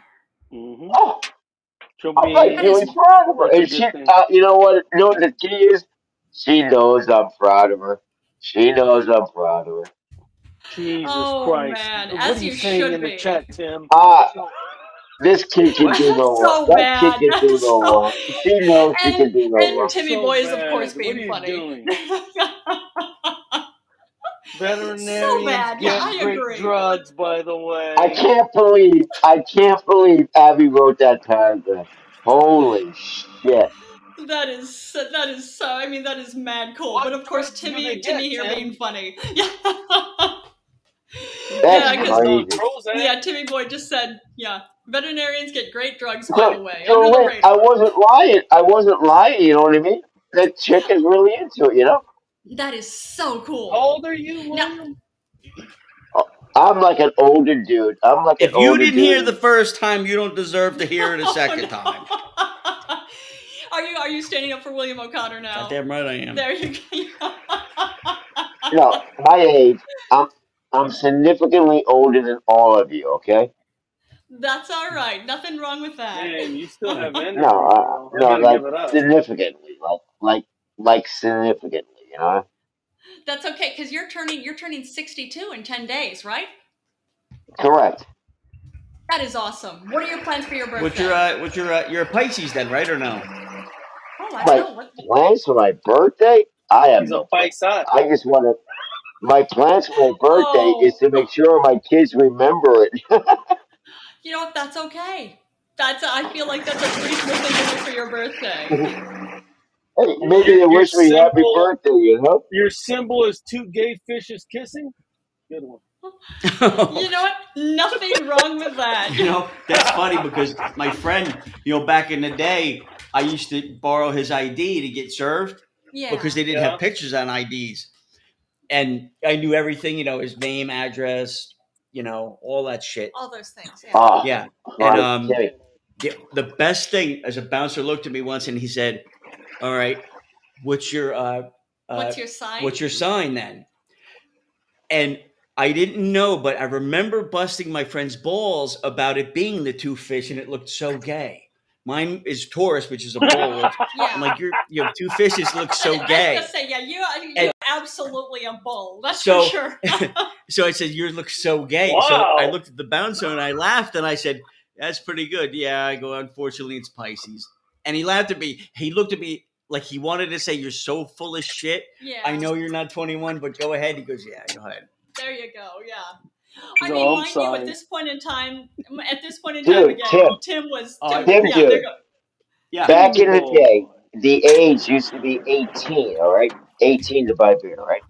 S5: hmm
S4: oh,
S5: She'll
S4: I'm like
S5: be.
S2: That is
S4: really proud of her.
S5: That's a
S4: And she,
S5: good thing.
S4: uh, you know what? You know what the key is? She knows I'm proud of her. She knows I'm proud of her.
S5: Jesus
S2: Oh
S5: Christ.
S2: man,
S5: What are
S2: as
S5: you
S2: you
S5: saying
S2: should
S5: in the
S2: be.
S5: chat, Tim?
S4: Ah, this kid can
S5: What?
S4: do no
S2: That's
S4: wrong.
S2: so
S4: That kid
S2: bad.
S4: can
S2: That
S4: do
S2: is
S4: no
S2: so
S4: wrong. She knows she
S2: and
S4: can do no
S2: and
S4: wrong.
S5: That's
S2: Timmy
S5: so
S2: Boy is of course
S5: bad. What are
S2: being
S5: you
S2: funny.
S5: doing?
S2: so
S5: Veterinarians
S2: bad. Yeah,
S5: get
S2: I
S5: great
S2: agree.
S5: drugs, by the
S4: I
S5: way.
S4: can't believe, I can't believe Abby wrote that paragraph. Holy shit.
S2: That is so- that is so. I mean, that is mad cool.
S5: What
S2: But of course,
S5: price do
S2: Timmy
S5: they
S2: Timmy
S5: get,
S2: here
S4: eh?
S5: Tim?
S2: being funny. Yeah,
S4: That's
S2: yeah, 'cause-
S5: There's
S4: crazy.
S5: no Prozac.
S2: yeah. Timmy boy just said, yeah. Veterinarians get great drugs, by
S4: So,
S2: the way,
S4: so
S2: under the
S4: Lynn, I
S2: radar.
S4: wasn't lying. I wasn't lying. You know what I mean? That chick is really into it. You know,
S2: That is so
S5: How
S4: Oh
S2: cool.
S5: old are you,
S2: Now,
S5: William?
S4: I'm like an older dude. I'm like an
S1: If you
S4: older
S1: didn't hear the
S4: dude.
S1: first time, you don't deserve to hear it a
S2: oh
S1: second time.
S2: no. Are you are you standing up for William O'Connor now?
S1: Goddamn right I am.
S2: There you go.
S4: You know, my age. I'm I'm significantly older than all of you. Okay?
S2: That's all right. Nothing wrong with that.
S5: Man, you still have
S4: No,
S5: energy,
S4: uh,
S5: bro. I
S4: no,
S5: gotta
S4: like
S5: give it up.
S4: significantly, like like like significantly. You know?
S2: That's okay because you're turning you're turning 62 in 10 days, right?
S4: Correct.
S2: That is awesome. What are your plans for your
S1: What's your
S2: birthday?
S1: uh, what's your uh, you're a Pisces then, right or no?
S2: Oh, I don't
S4: My
S2: know what.
S4: plans for my birthday? I have
S5: He's a
S4: no plan.
S5: paisat.
S4: I just want to. My plans for my birthday is
S2: Oh,
S4: to make sure my kids remember it.
S2: you know what? That's okay. That's I feel like that's a reasonable thing to do for your birthday.
S4: Hey,
S5: Your,
S4: maybe
S5: your,
S4: they
S5: your
S4: wish me happy
S5: symbol
S4: birthday, you know?
S5: your symbol is two gay fishes kissing? Good one.
S2: You know what? Nothing wrong with that.
S1: you know that's funny because my friend, you know, back in the day, I used to borrow his ID to get served because
S2: Yeah.
S1: they didn't
S5: yeah.
S1: have pictures on IDs, and I knew everything. You know, his name, address, you know, all that shit.
S2: All those things. Yeah.
S4: Oh,
S1: Yeah, and
S4: I'm
S1: um,
S4: kidding.
S1: the, the best thing as a bouncer looked at me once and he said, "All right, what's your uh, uh,
S2: What's your sign?
S1: what's your sign then?" And I didn't know, but I remember busting my friend's balls about it being the two fish, and it looked so gay. Mine is Taurus, which is a bull. Which I'm
S2: Yeah.
S1: like, you're you have two fishes look
S2: That is,
S1: so
S2: I was gonna
S1: gay.
S2: say, yeah, you are-
S1: And
S2: you're absolutely a bull. That's for
S1: so
S2: sure.
S1: so I said, yours looks so gay. So I
S5: wow.
S1: looked at the bouncer and I laughed and I said, that's pretty good. Yeah, I go, unfortunately, it's Pisces. And he laughed at me. He looked at me like he wanted to say, you're so full of shit. I
S2: Yeah.
S1: know you're not 21, but go ahead. He goes, yeah, go ahead.
S2: There you go. Yeah. I
S5: He's a
S2: mean,
S5: hump
S2: mind you, at
S5: sign.
S2: this point in time, at this point in time,
S4: Dude,
S2: again,
S4: Tim,
S2: Tim was
S1: Oh,
S2: Tim.
S1: I-
S4: Tim,
S2: Yeah, there
S4: dude,
S2: go.
S1: yeah.
S4: back
S5: Timmy
S4: in the day,
S5: boy.
S4: the age used to be 18, all right? 18 to buy beer, all right?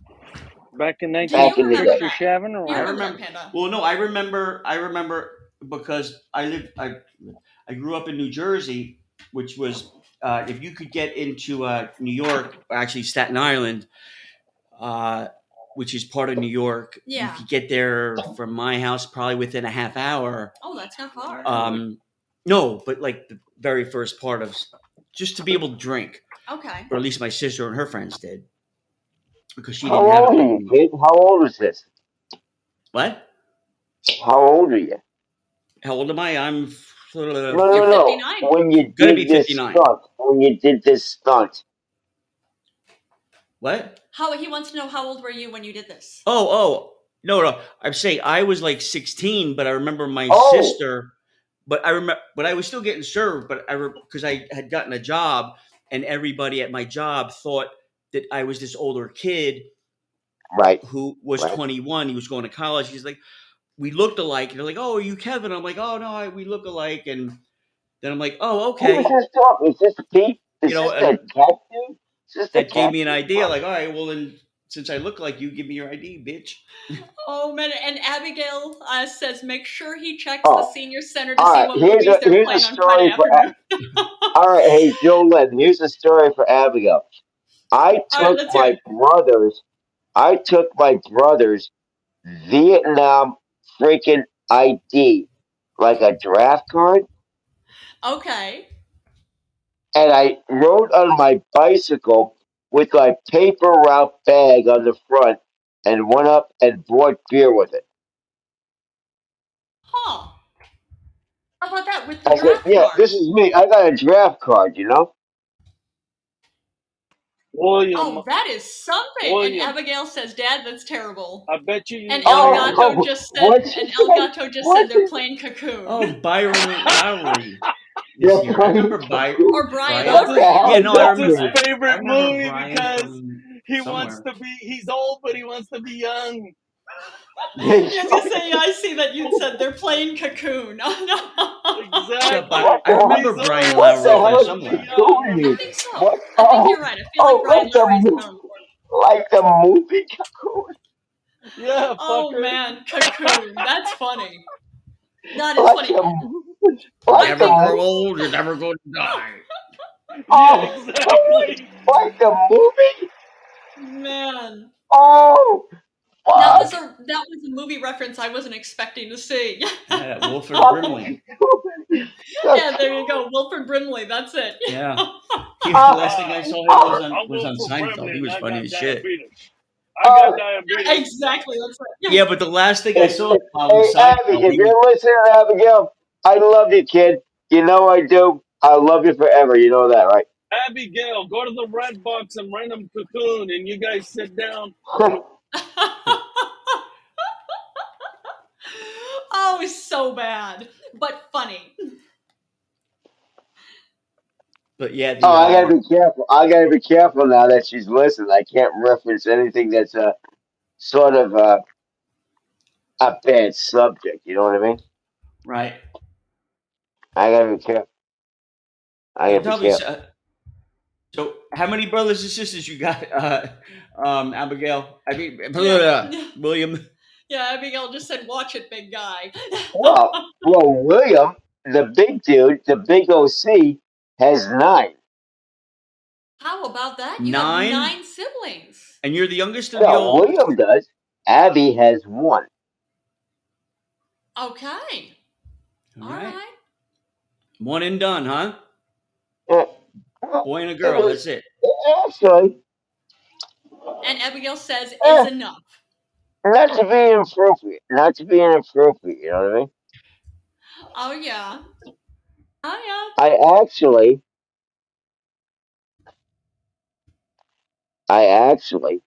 S5: Back in
S2: Do
S4: Back
S2: you
S4: in
S5: 1950,
S4: the
S2: remember
S4: day.
S5: Victor
S2: that?
S5: Shavin
S2: You
S1: I
S5: around?
S2: remember that,
S1: remember.
S2: Panda?
S1: Well, no, I remember. I remember because I lived. I I grew up in New Jersey, which was uh, if you could get into uh, New York, or actually Staten Island, uh, which is part of New York, you
S2: Yeah.
S1: could get there from my house probably within a half hour.
S2: Oh, that's not far.
S5: Wow.
S1: Um, no, but like the very first part of just to be able to drink,
S2: Okay.
S1: or at least my sister and her friends did because she
S4: How
S1: didn't have it
S4: old are
S1: back
S4: you,
S1: in New York.
S4: kid? How old is this?
S1: What?
S4: How old are you?
S1: How old am I? I'm uh,
S4: No,
S2: You're
S4: no,
S1: fif-
S4: no.
S2: 59.
S4: When you
S1: gonna
S4: did
S1: be
S4: this
S1: 59.
S4: stunt, when you did this stunt,
S1: What?
S2: How he wants to know how old were you when you did this?
S1: Oh, oh, no, no. I'm saying I was like 16, but I remember my
S4: oh,
S1: sister. But I remember, but I was still getting served. But I because I had gotten a job, and everybody at my job thought that I was this older kid
S4: right,
S1: who was
S4: right.
S1: 21. He was going to college. He's like, we looked alike, and they're like, oh, are you Kevin? I'm like, oh no, I, we look alike. And then I'm like, oh,
S4: Who is
S1: okay,
S4: this talking? Is this Pete?
S1: you
S4: Is
S1: know,
S4: this
S1: and
S4: that cat dude? Is this the
S1: that gave
S4: cat
S1: me an
S4: dude?
S1: idea. Like, all right, well, then since I look like you, give me your ID, bitch.
S2: Oh man! And Abigail uh, says, make sure he checks the
S4: Oh,
S2: senior center to
S4: all
S2: see
S4: right.
S2: what
S4: Here's
S2: movies
S4: a
S2: they're
S4: here's a
S2: playing on Friday
S4: story for.
S2: afternoon.
S4: All right, hey Jolene, here's a story for Abigail. I
S2: All right,
S4: took
S2: let's hear
S4: my
S2: it.
S4: brothers. I took my brothers Vietnam freaking ID, like a draft card,
S2: Okay.
S4: and I rode on my bicycle with my paper route bag on the front, and went up and bought beer with it.
S2: Huh. How about that with the
S4: I said,
S2: draft
S4: "Yeah,
S2: card?
S4: this is me. I got a draft card, you know."
S5: William,
S2: Oh, that is something. And
S5: William,
S2: Abigail says, Dad, that's terrible.
S5: I bet you you
S2: And El
S5: know how much.
S2: Gato
S4: Oh,
S2: just said,
S4: what you
S2: and El
S4: said?
S2: Gato just said
S4: What
S2: they're
S4: you?
S2: playing Cocoon.
S1: Oh, Byron Lowry is
S4: They're
S1: here. I
S4: playing
S1: remember By
S4: cuckoo.
S2: Or
S1: Brian.
S2: Brian
S5: That's his,
S1: Yeah,
S2: Lowry.
S4: What
S1: no,
S4: the
S1: I
S5: that's
S4: hell
S5: his
S1: remember.
S4: happened?
S1: I
S5: favorite
S1: remember
S5: movie
S1: Brian
S5: because
S1: from
S5: he wants
S1: somewhere.
S5: to be, he's old, but he wants to be young.
S4: They
S2: Yeah, I was gonna
S4: tried
S2: say, yeah, I see that you'd said they're playing Cocoon. Oh, no.
S1: Yeah,
S5: Exactly.
S1: but I remember
S5: He's
S1: Brian
S4: what
S5: always
S4: the
S1: Lowry from
S5: right.
S4: hell is
S5: He's
S4: he
S1: somewhere.
S2: I
S5: always
S4: doing?
S2: think so. I
S4: What?
S2: think you're right.
S4: Oh,
S2: I feel like
S4: oh,
S2: Brian
S4: like the
S2: Lowry's
S4: mo-
S2: around the corner.
S4: like the movie Cocoon.
S5: Yeah,
S2: Oh
S5: fucker.
S2: man, Cocoon. That's funny. That is funny.
S4: Like the mo- like
S2: I
S4: the
S1: Never
S2: think
S1: grow
S4: movie.
S1: old. You're never going to die.
S5: yeah,
S4: Oh, really?
S5: exactly.
S4: Like the movie?
S2: man.
S4: Oh,
S2: That was
S4: fuck!
S2: a that was a movie reference I wasn't expecting to see.
S1: Yeah, Wilford
S4: Fuck
S1: Brimley.
S4: you,
S2: yeah, there you
S4: Cocoon.
S2: go. Wilford Brimley, that's it.
S1: Yeah. He, the
S4: Oh,
S1: last thing I
S5: Ah,
S1: saw him was
S4: oh,
S1: on
S5: I'm
S1: was on
S5: Wilford
S1: Seinfeld.
S5: Brimley
S1: He
S5: and
S1: was
S5: I
S1: funny
S5: got
S1: as shit.
S5: diabetes. I got
S4: oh.
S5: diabetes.
S2: exactly, that's it. Yeah.
S1: Yeah, but the last thing I
S4: Hey,
S1: saw
S4: hey,
S1: him on
S4: hey,
S1: was
S4: Abby,
S1: Seinfeld.
S4: if
S1: He was
S4: you're listening, Abigail, I love you, kid. You know I do. I love you forever. You know that, right?
S5: Abigail, go to the red box and rent them cocoon, and you guys sit down. And
S2: oh, it's so bad, but funny.
S1: but yeah,
S4: oh,
S1: the
S4: I
S1: uh
S4: gotta be careful. I gotta be careful now that she's listening. I can't reference anything that's a sort of a, a bad subject. You know what I mean?
S1: right.
S4: I gotta be careful. I
S1: Well
S4: gotta be
S1: Dobby
S4: careful.
S1: so, uh, so how many brothers and sisters you got, uh um Abigail? I mean
S2: Yeah.
S1: William.
S2: Yeah, Abigail just said, watch it, big guy.
S4: Well, well, William, the big dude, the big OC, has nine.
S2: How about that? You have
S1: Nine?
S2: nine siblings.
S1: And you're the youngest of the
S4: No,
S1: old
S4: William does. Abby has one.
S2: Okay.
S1: All
S2: All
S1: right.
S2: right.
S1: One and done, huh?
S4: Eh, Well,
S1: Boy and a
S4: it
S1: girl,
S4: was
S1: that's it.
S4: actually.
S2: And Abigail says,
S4: eh,
S2: is
S5: Oh.
S2: enough.
S4: not to be inappropriate, not to be inappropriate. You know what I mean?
S2: Oh, yeah. Oh, yeah.
S4: I actually, I actually,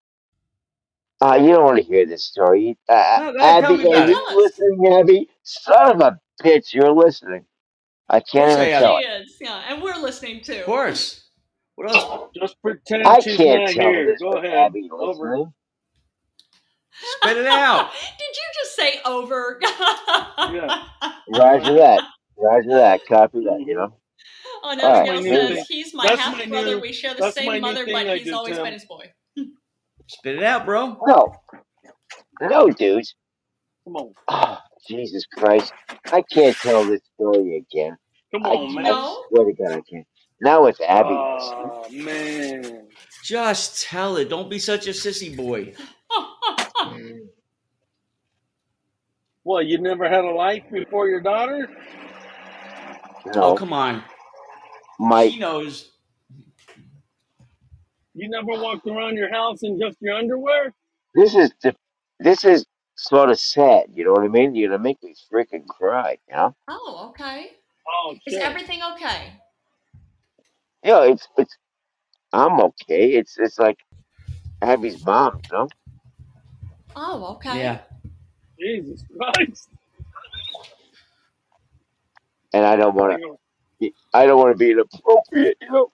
S4: uh, you don't want to hear this story, uh,
S1: No, go ahead, tell
S4: Abby.
S1: me
S4: Are
S1: about
S2: Yeah,
S1: it.
S4: you
S2: tell us.
S4: listening, Abby? Son of a bitch, you're listening. I can't
S2: Yeah,
S4: even
S1: Say
S2: she
S1: Abby.
S4: tell it.
S2: is. Yeah, and we're listening
S1: Of
S2: too.
S1: course. What else?
S5: just pretend
S4: I
S5: she's
S4: can't
S5: not
S4: tell
S5: here.
S4: this,
S5: Go
S4: but
S5: ahead.
S4: Abby
S5: Over.
S4: listening.
S1: Spit it out.
S2: Did you just say over?
S5: Yeah.
S4: Roger that. Roger that. Copy that. You
S5: hmm
S4: know.
S2: oh, and
S4: All right.
S5: That's
S2: Abigail
S5: my new
S4: Here we
S2: says,
S5: thing.
S2: he's my
S5: That's my
S2: half brother.
S5: new.
S2: We share the
S5: That's
S2: same
S5: my new
S2: mother,
S5: thing
S2: but
S5: I
S2: he's
S5: do,
S2: always been
S5: Tim.
S2: his boy.
S1: Spit it out, bro.
S4: go. No, no, dudes.
S5: Come on,
S4: Oh, Jesus Christ. I can't tell this story again.
S5: come
S4: I,
S5: on,
S4: I
S5: man.
S2: No?
S4: swear to God, I can't. Now it's Abby listening.
S5: Oh man.
S1: Just tell it. Don't be such a sissy boy.
S5: Well, you never had a life before your daughter?
S1: Oh,
S4: No,
S1: come on.
S4: my,
S1: She knows.
S5: You never walked around your house in just your underwear?
S4: this is, the, this is sort of sad. You know what I mean? You're going to make me freaking cry, you know?
S2: oh, okay.
S5: Oh
S2: Is
S5: shit.
S2: everything okay?
S4: You know, it's, it's, I'm okay. It's, it's like Abby's mom, you know?
S2: Oh, okay.
S1: Yeah.
S5: Jesus Christ.
S4: And I don't want
S5: Like a,
S4: to, I don't want to be inappropriate, you know?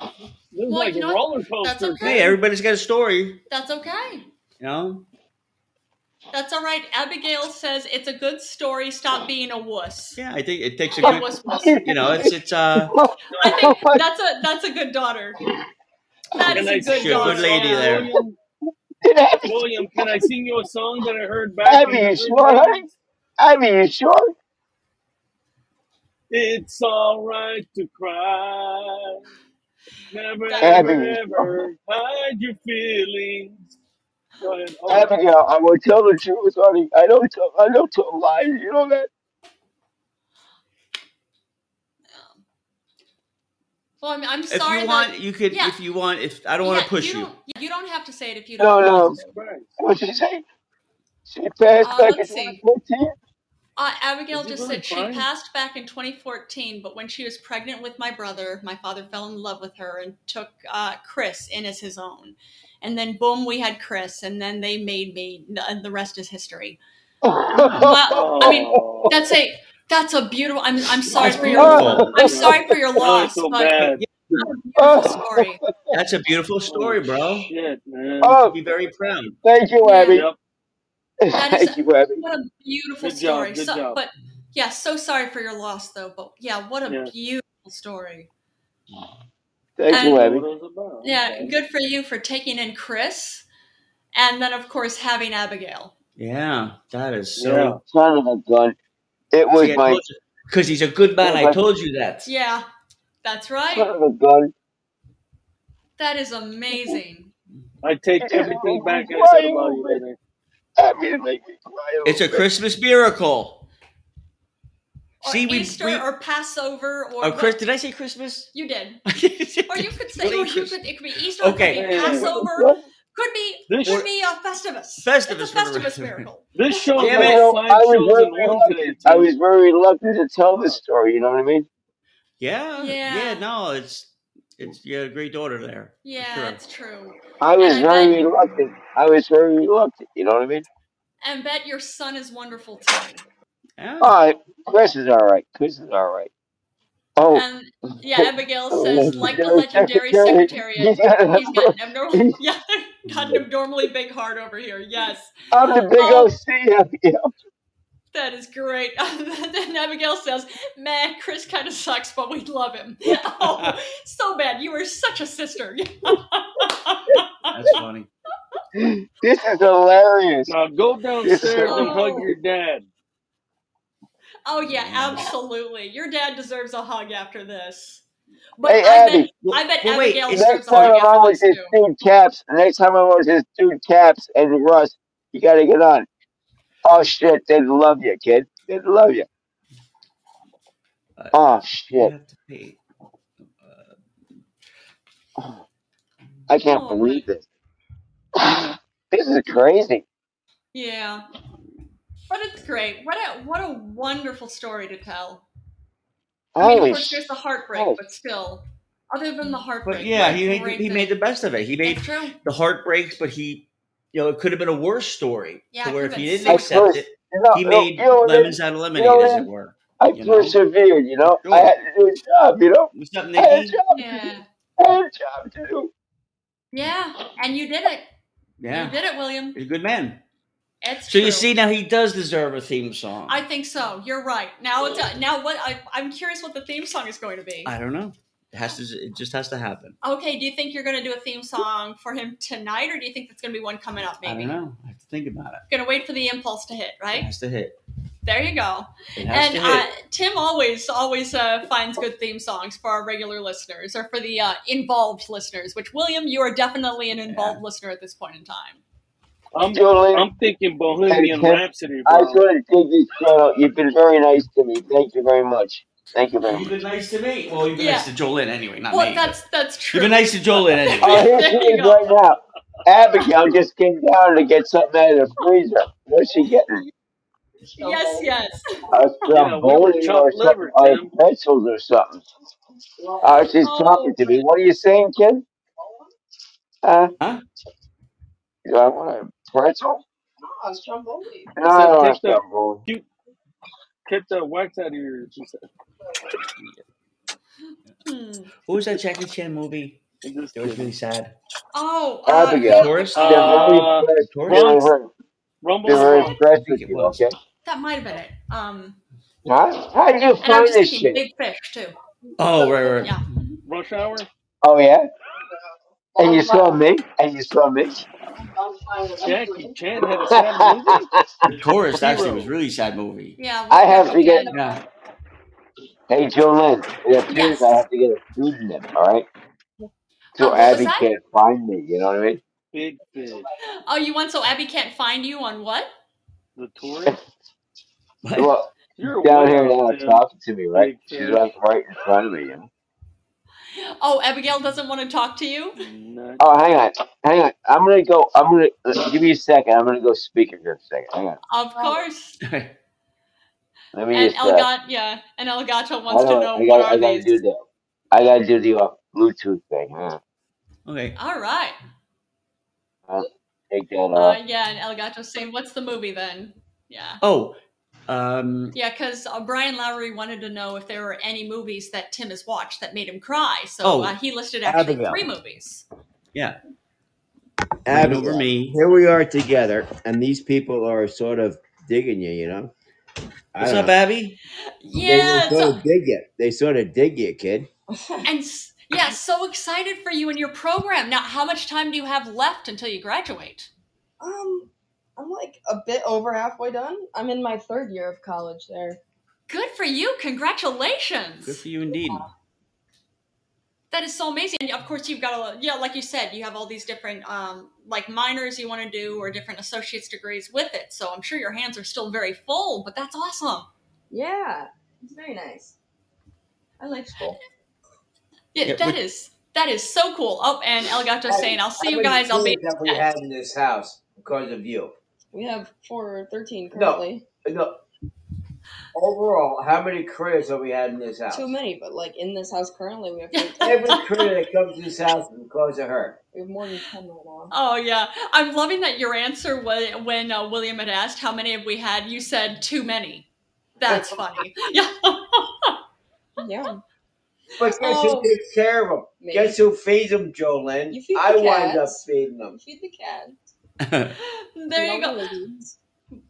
S5: this is
S2: Well,
S5: like
S2: you
S5: a
S2: know what?
S5: roller
S2: That's
S5: coaster,
S1: Hey,
S2: okay.
S5: Tim.
S1: everybody's got a story,
S2: That's okay.
S1: you know?
S2: That's all right. Abigail says it's a good story. Stop being a wuss.
S1: Yeah, I think it takes a
S2: Or
S1: good,
S2: wuss wuss.
S1: you know, it's, it's, uh,
S2: I
S5: God.
S2: think that's a that's a good daughter. That
S5: Can
S2: is a
S5: I
S2: good
S5: sing
S1: she's a
S5: you a
S1: good
S2: daughter.
S1: lady
S5: song,
S2: Yeah.
S1: there.
S5: William?
S4: Did Abby,
S5: William, can I sing you a song that I heard back
S4: Abby,
S5: in the
S4: you
S5: good
S4: sure, honey?
S5: days?
S4: Abby, you sure?
S5: It's all right to cry. Never
S2: That
S4: Abby,
S5: ever
S4: you sure?
S5: ever hide your feelings. Go ahead, over.
S4: Abigail, uh, I will tell the truth, honey. I don't tell, I don't tell lies. You know that?
S2: well, I'm, I'm
S1: If you
S2: sorry that
S1: want, you could,
S2: yeah
S1: if you want, if I don't want
S2: yeah
S1: to push
S2: you
S1: you.
S2: don't you don't have to say it if you
S4: No,
S2: don't want
S4: no.
S5: Jesus
S2: to.
S5: Christ.
S4: What she say? She passed
S2: Uh,
S4: back in
S2: let's see.
S4: 2014.
S2: Uh,
S5: Is
S2: Abigail
S5: he
S2: just
S5: really
S2: said she
S5: crying?
S2: passed back in 2014, but when she was pregnant with my brother, my father fell in love with her and took uh, Chris in as his own. And then, boom, we had Chris, and then they made me, and the rest is history.
S1: Oh,
S2: Well, I mean,
S5: Oh,
S2: that's a that's a beautiful. I'm I'm sorry
S1: that's
S2: for your
S5: oh
S1: beautiful.
S2: I'm
S5: God.
S2: sorry for your
S5: Now I
S2: loss,
S5: feel
S2: but
S1: But
S5: bad.
S1: yeah,
S2: that's
S1: that's a
S2: a beautiful story.
S1: beautiful
S5: Oh
S1: story, bro.
S5: shit, man.
S1: You should
S4: Oh,
S1: be very proud.
S4: thank you,
S2: Yeah,
S4: Abby.
S5: Yep.
S2: that is
S4: Thank you, Abby.
S2: what a beautiful
S5: Good job.
S2: story.
S5: Good
S2: So,
S5: job.
S2: but Yeah, so sorry for your loss, though. But yeah, what a
S5: Yeah.
S2: beautiful story.
S4: Thank
S5: I
S4: you,
S5: know
S4: Abby.
S5: what it was about.
S2: Yeah,
S5: Okay.
S2: good for you for taking in Chris, and then of course having Abigail.
S1: Yeah, that is
S5: Yeah.
S1: so.
S4: Son of a gun. It was
S1: See, I
S4: my
S1: told you because he's a good man. I told you that.
S2: Yeah, that's
S4: son
S2: right.
S4: of a gun.
S2: That is amazing.
S5: I take
S4: It
S5: everything back
S4: made me
S5: I
S4: cry
S5: said
S4: a
S5: about
S4: little
S5: you
S4: bit.
S5: today.
S4: Abby, it made me cry a
S1: It's
S4: little
S1: a
S4: bit.
S1: Christmas miracle.
S2: Or
S1: See, we,
S2: Easter,
S1: we
S2: or Passover, or
S1: oh,
S2: what-
S1: Chris. Did I say Christmas?
S2: you did. Or you could say,
S1: Really,
S2: or you
S1: Chris?
S2: could. It could be Easter.
S1: Okay.
S2: It could be
S5: Yeah.
S2: Passover.
S4: What?
S2: Could be.
S5: This
S2: Could be a Festivus.
S1: Festivus
S2: It's a
S1: miracle.
S2: Festivus miracle.
S5: this show's
S1: Damn
S4: You
S5: like
S1: it!
S4: know,
S5: five
S4: I was
S5: shows in
S4: very
S5: one today,
S4: reluctant. I
S5: Tim.
S4: was very reluctant to tell this story. You know what I mean?
S1: Yeah, yeah.
S2: Yeah.
S1: No, it's it's you had a great daughter there. for
S2: Yeah,
S1: sure.
S2: that's true.
S4: I
S2: And
S4: was
S2: I bet,
S4: very reluctant. I was very reluctant. You know what I mean?
S2: and bet your son is wonderful too.
S1: Yeah.
S4: All right, Chris is all right. Chris is all right. Oh,
S2: And yeah, Abigail says, like the
S4: legendary
S2: legendary
S4: secretary.
S2: Secretariat,
S4: He's got an
S2: he's got
S4: abnorm-
S2: an abnormal,
S4: he's,
S2: yeah, got an abnormally big heart over here. Yes.
S4: I'm the big
S2: Oh,
S4: OC up here.
S2: that is great. then Abigail says, man, Chris kind of sucks, but we love him. oh, so bad. You were such a sister.
S1: That's funny.
S4: This is hilarious.
S5: Now go
S4: This is
S5: downstairs and
S4: hilarious.
S5: hug
S2: oh,
S5: your dad.
S2: oh yeah, absolutely. Your dad deserves a hug after this. But
S4: Hey,
S2: I bet,
S4: Abby,
S1: Well,
S2: I bet
S1: well wait.
S2: Abigail
S1: It's
S4: next
S2: deserves a
S4: time
S2: hug
S1: oh,
S4: I'm
S2: after
S4: on
S2: this
S4: with this
S2: too.
S4: dude Caps, next time I'm on with this dude Caps and Russ, you gotta get on. Oh shit, they love you, kid. They love you.
S1: uh,
S4: Oh
S1: you
S4: shit.
S1: have to pay. Uh,
S4: Oh, I can't
S2: All right.
S4: believe this. this is crazy.
S2: Yeah. But it's great. What a what a wonderful story to tell. I mean, of
S4: Holy
S2: course, there's the heartbreak,
S4: Christ.
S2: but still, other than the
S1: but
S2: heartbreak, what
S1: yeah,
S2: a
S1: he made the,
S2: great
S1: he made
S2: thing.
S1: the best of it. He made
S2: That's true.
S1: the heartbreaks, but he you know it could have been a worse story
S2: Yeah,
S1: to
S2: it could
S1: where
S2: have
S1: if
S2: been
S1: he didn't
S4: I
S2: so much
S1: accept
S4: pers-
S1: it,
S2: worse.
S4: you know,
S1: he
S4: you know, you
S1: made
S4: know what it is?
S1: lemons out of
S4: You know
S1: lemonade, as
S4: what it
S1: it
S4: is?
S1: were.
S4: I
S1: You know,
S4: persevered, you know? I
S1: sure.
S4: had to do a job, you know?
S1: What's up,
S4: I had a
S1: Nikki?
S4: job to do.
S2: Yeah,
S4: I had a job to do.
S2: yeah, and you did it. You
S1: Yeah,
S2: did it, William.
S1: he's a good man.
S2: It's
S1: So you
S2: true.
S1: see, now he does deserve a theme song.
S2: I think so. You're right. Now it's a, now what I, I'm curious what the theme song is going to be.
S1: I don't know. It has to. It just has to happen.
S2: Okay, do you think you're going to do a theme song for him tonight, or do you think that's going to be one coming up?
S1: I
S2: Maybe
S1: don't know. I have to think about it.
S2: going to wait for the impulse to hit,
S1: It
S2: right?
S1: has to hit.
S2: There you go.
S1: It has to
S2: And uh,
S1: hit.
S2: Tim always always uh, finds good theme songs for our regular listeners or for the uh, involved listeners. Which William, you are definitely an involved listener at this point in time.
S5: I'm
S4: Julian,
S5: I'm thinking
S4: hey,
S5: Bohemian
S4: Tim,
S5: Rhapsody,
S4: I
S5: bro.
S4: just want to take this shout out. You've been very nice to me. Thank you very much. Thank you very
S1: You've
S4: much.
S1: been nice to me. Well, you've been nice
S2: Yeah,
S1: to Jolene anyway, not
S2: well,
S1: me. but-
S2: that's that's
S1: You've been
S2: true.
S1: nice to Jolene anyway.
S4: Oh, here she
S2: there you
S4: is
S2: go.
S4: right now. Abigail just came down to get something out of the freezer. What's she getting?
S2: Yes, yes.
S4: A
S5: Yeah, we were
S4: stromboli
S5: chopped
S4: or something,
S5: liver,
S4: or
S5: Tim.
S4: pretzels or something. Oh, she's talking
S2: Oh,
S4: to me. What are you saying, kid? Huh?
S1: Huh?
S4: Do I want a pretzel? No,
S5: I
S4: I
S5: said
S4: don't want
S5: take
S4: a
S5: the
S4: stromboli.
S5: you get the wax out of your ears. She said,
S2: hmm.
S1: What was that Jackie Chan movie?
S5: I'm just
S1: It was really
S5: kidding.
S1: sad.
S2: oh, uh,
S1: The
S4: Abigail,
S2: you.
S1: tourist.
S4: they're very
S2: Um,
S5: Uh,
S4: impressed.
S1: The tourist.
S4: They're
S5: Bronx,
S4: very,
S5: Rumble
S4: they're
S2: was
S5: in the
S4: very
S2: that
S5: Bronx.
S1: I
S4: impressed
S1: think
S4: with
S1: it
S4: you,
S1: was.
S4: okay?
S2: that might have been it. Um,
S4: Huh? How do
S2: and
S4: you
S2: I was
S4: find this
S2: thinking
S4: shit?
S2: Big Fish too.
S1: Oh right, right.
S2: Yeah.
S5: Rush hour.
S4: Oh yeah?
S2: Oh,
S4: And you saw me? And you saw me?
S5: Jackie Chan had a sad movie.
S1: The tourist actually was a
S5: Hero.
S1: really sad movie.
S2: Yeah,
S4: I
S2: with
S4: have
S2: Jackie
S4: to get.
S2: Chan.
S1: Yeah.
S4: Hey, Jolene, it appears I
S2: Yes.
S4: have to get a pseudonym, all right?
S2: Uh,
S4: So
S2: what was
S4: Abby
S2: that?
S4: can't find me. You know what I mean?
S5: Big Fish.
S2: Oh, you want so Abby can't find you on what?
S5: The tourist.
S1: What?
S4: Well,
S5: You're
S4: down
S5: way
S4: here
S5: off,
S4: now
S5: Tim.
S4: talking to me, right?
S5: Big
S4: She's
S5: Fish.
S4: right, right in front of me. You know?
S2: Oh, Abigail doesn't want to talk to you.
S5: Nut.
S4: Oh, hang on, hang on. I'm gonna go. I'm gonna uh, give me a second. I'm gonna go speaker for a second. Hang on.
S2: Of course.
S4: Let me
S2: And
S4: just. Uh,
S2: Elgat, yeah, and Elgato
S4: how
S2: wants to
S4: do I?
S2: know
S4: I
S2: what
S4: got.
S2: are
S4: I gotta
S2: these.
S4: do the. I gotta do the uh, Bluetooth thing. Hang on.
S1: okay.
S2: All right.
S4: I'll take that
S2: Uh,
S4: off.
S2: yeah, and Elgato's saying, "What's the movie then?" Yeah,
S1: Oh. Um.
S2: yeah, because uh, Brian Lowry wanted to know if there were any movies that Tim has watched that made him cry. So uh,
S1: Oh.
S2: he listed actually three
S6: Abigail.
S2: movies.
S1: Yeah. Reign over
S6: Abigail.
S1: me.
S6: Here we are together, and these people are sort of digging you, you know?
S4: I
S1: What's
S4: don't
S1: up,
S4: know.
S1: Abby?
S4: They
S2: Yeah. So
S4: sort of dig you. They sort of dig you, kid.
S2: and s- yeah, so excited for you and your program. Now, how much time do you have left until you graduate?
S6: um, I'm like a bit over halfway done. I'm in my third year of college there.
S2: Good for you. Congratulations.
S1: Good for you indeed.
S2: That is so amazing. And of course, you've got a lot, yeah, like you said, you have all these different um, like minors you want to do or different associate's degrees with it. So I'm sure your hands are still very full, but that's awesome.
S6: Yeah, it's very nice. I like school.
S2: Yeah,
S1: Yeah,
S2: that
S1: which-
S2: is that is so cool. Oh, and Elgato's saying, I'll see
S7: How
S2: you
S7: many
S2: guys. I'll be
S7: kids have we had in this house because of you?
S6: We have four or thirteen
S7: No.
S6: currently.
S7: No, overall, how many careers have we had in this house?
S6: Too many, but like in this house currently, we have 13.
S7: Every career that comes to this house is because of her.
S6: we have more than ten right now.
S2: Oh yeah, I'm loving that your answer was when uh, William had asked how many have we had. You said too many. That's funny. Yeah.
S6: Yeah,
S7: But guess who
S2: Oh,
S7: takes care of them?
S6: maybe.
S7: Guess who feeds them, Jolene?
S6: You feed
S7: I
S6: the
S7: wind up
S6: cats.
S7: feeding them.
S6: You feed the cat.
S2: there you go.
S6: lizards.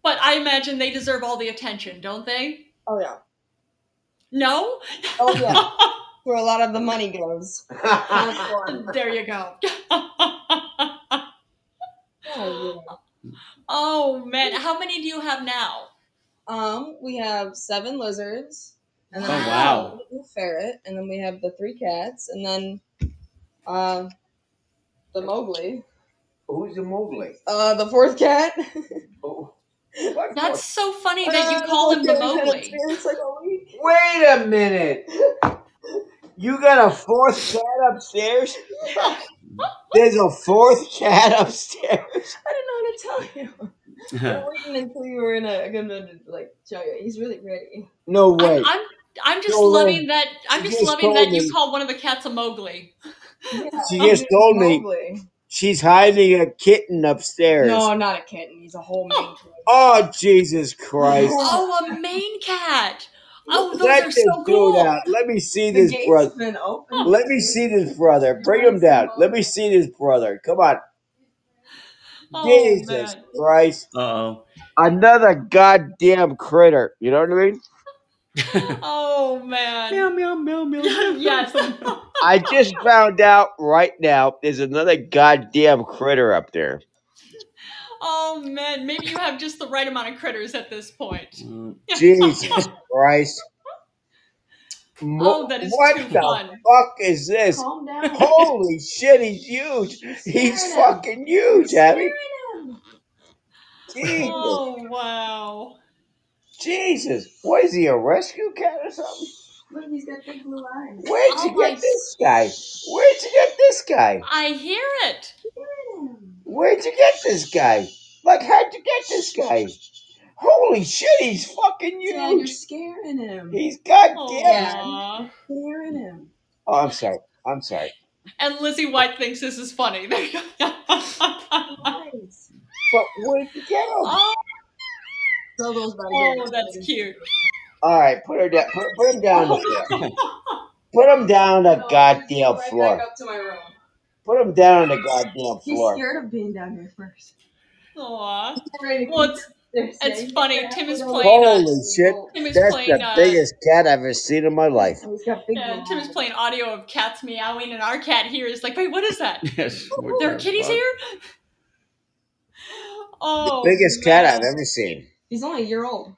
S2: But I imagine they deserve all the attention, don't they?
S6: Oh yeah.
S2: No.
S6: Oh yeah. Where a lot of the money goes.
S7: Ah,
S6: oh
S2: There you go.
S6: yeah.
S2: oh man, how many do you have now?
S6: Um, we have seven lizards, and then
S1: Oh
S6: we have
S1: wow.
S6: a little ferret, and then we have the three cats, and then uh, the Mowgli,
S7: Who's the Mowgli?
S6: uh, the fourth cat. uh,
S7: Oh, What for?
S2: That's so funny that you
S6: the
S2: call
S6: fourth
S2: him the
S6: cat has had its
S2: Mowgli.
S6: parents like oh, all week.
S7: Wait a minute! You got a fourth cat upstairs?
S6: Yeah,
S7: There's a fourth cat upstairs?
S6: I didn't know how to tell you. I was waiting until you were in a gonna like show you. He's really ready.
S7: No
S2: I'm
S7: way.
S2: I'm I'm just
S7: Jolene,
S2: loving that I'm
S7: she
S2: just
S7: just
S2: loving
S7: told
S2: that you
S7: me,
S2: call one of the cats a Mowgli.
S6: Yeah,
S7: she
S6: his
S7: just
S6: name's
S7: told me
S6: Mowgli.
S7: she's hiding a kitten upstairs.
S6: No, not a kitten. He's a whole
S2: Oh,
S6: Maine
S7: Oh, Jesus Christ.
S6: Coon.
S2: oh, a Maine cat. Oh, those
S7: Let
S2: are
S7: this
S2: so
S7: dude
S2: cool.
S7: out. Let me see
S6: the
S7: this
S6: gate's
S7: brother.
S6: been open
S7: Let me
S6: since
S7: see this brother. Bring him
S6: Christ
S7: down. Let
S6: Mowgli.
S7: me see this brother. Come on.
S2: Oh
S7: Jesus
S2: man.
S7: Christ.
S1: Uh
S7: Another goddamn critter. You know what I mean?
S1: oh.
S2: Oh man.
S1: meow meow meow meow meow meow
S2: yes.
S1: meow.
S7: I just found out right now there's another goddamn critter up there.
S2: Oh man, maybe you have just the right amount of critters at this point.
S1: Mm.
S7: Jesus Christ. Mo-
S2: oh, that is
S7: what
S2: too
S7: the
S2: fun.
S7: fuck is this?
S6: Calm down.
S7: Holy shit, he's huge.
S6: You're staring
S7: He's
S6: at him.
S7: fucking
S6: You're
S7: huge, Abby.
S6: staring at him.
S7: Jesus.
S2: Oh wow.
S7: Jesus. What is he, a rescue cat or something?
S6: Look, he's got big blue eyes.
S7: Where'd
S2: Oh
S7: you
S2: my
S7: get this guy? Where'd you get this guy?
S2: I hear it.
S6: Staring at him.
S7: Where'd you get this guy? Like, how'd you get this guy? Holy shit, he's fucking
S6: Dad, you're
S7: huge.
S6: scaring him.
S7: He's
S2: Oh,
S7: goddamn.
S6: Dad,
S2: Aww.
S6: you're staring at him.
S7: Oh, I'm sorry. I'm sorry.
S2: And Lizzie White thinks this is funny.
S6: Nice.
S7: But where'd you get him?
S2: oh,
S6: Throw those by
S2: oh,
S6: the
S2: that's cute.
S7: All right, put her down. Put, put him down on the
S6: Oh,
S7: floor. Put him down on the
S6: no, I'm gonna
S7: goddamn
S6: go Oh, right back
S7: floor.
S6: up to my room.
S7: Put him down on the goddamn
S6: He's
S7: floor.
S6: scared of being down here first.
S2: Aw.
S6: He's ready to
S2: Well,
S6: come
S2: it's
S6: downstairs now.
S2: it's
S6: You get
S2: funny.
S6: that
S2: Tim
S6: halfway
S2: is
S6: down the
S2: playing. Uh,
S6: stairs
S7: Holy
S6: and
S7: shit,
S6: he'll.
S2: Tim is
S7: that's
S2: playing.
S7: the
S2: Uh,
S7: biggest cat I've ever seen in my life.
S6: Oh, he's got big
S2: uh,
S6: blue
S2: Tim is
S6: eyes.
S2: playing audio of cats meowing, and our cat here is like, "Wait, what is that?
S1: yes. What
S2: There are
S1: the
S2: kitties
S1: fuck?
S2: here?"
S7: The
S2: Oh
S7: biggest cat I've
S2: man,
S7: ever seen.
S6: He's only a year old.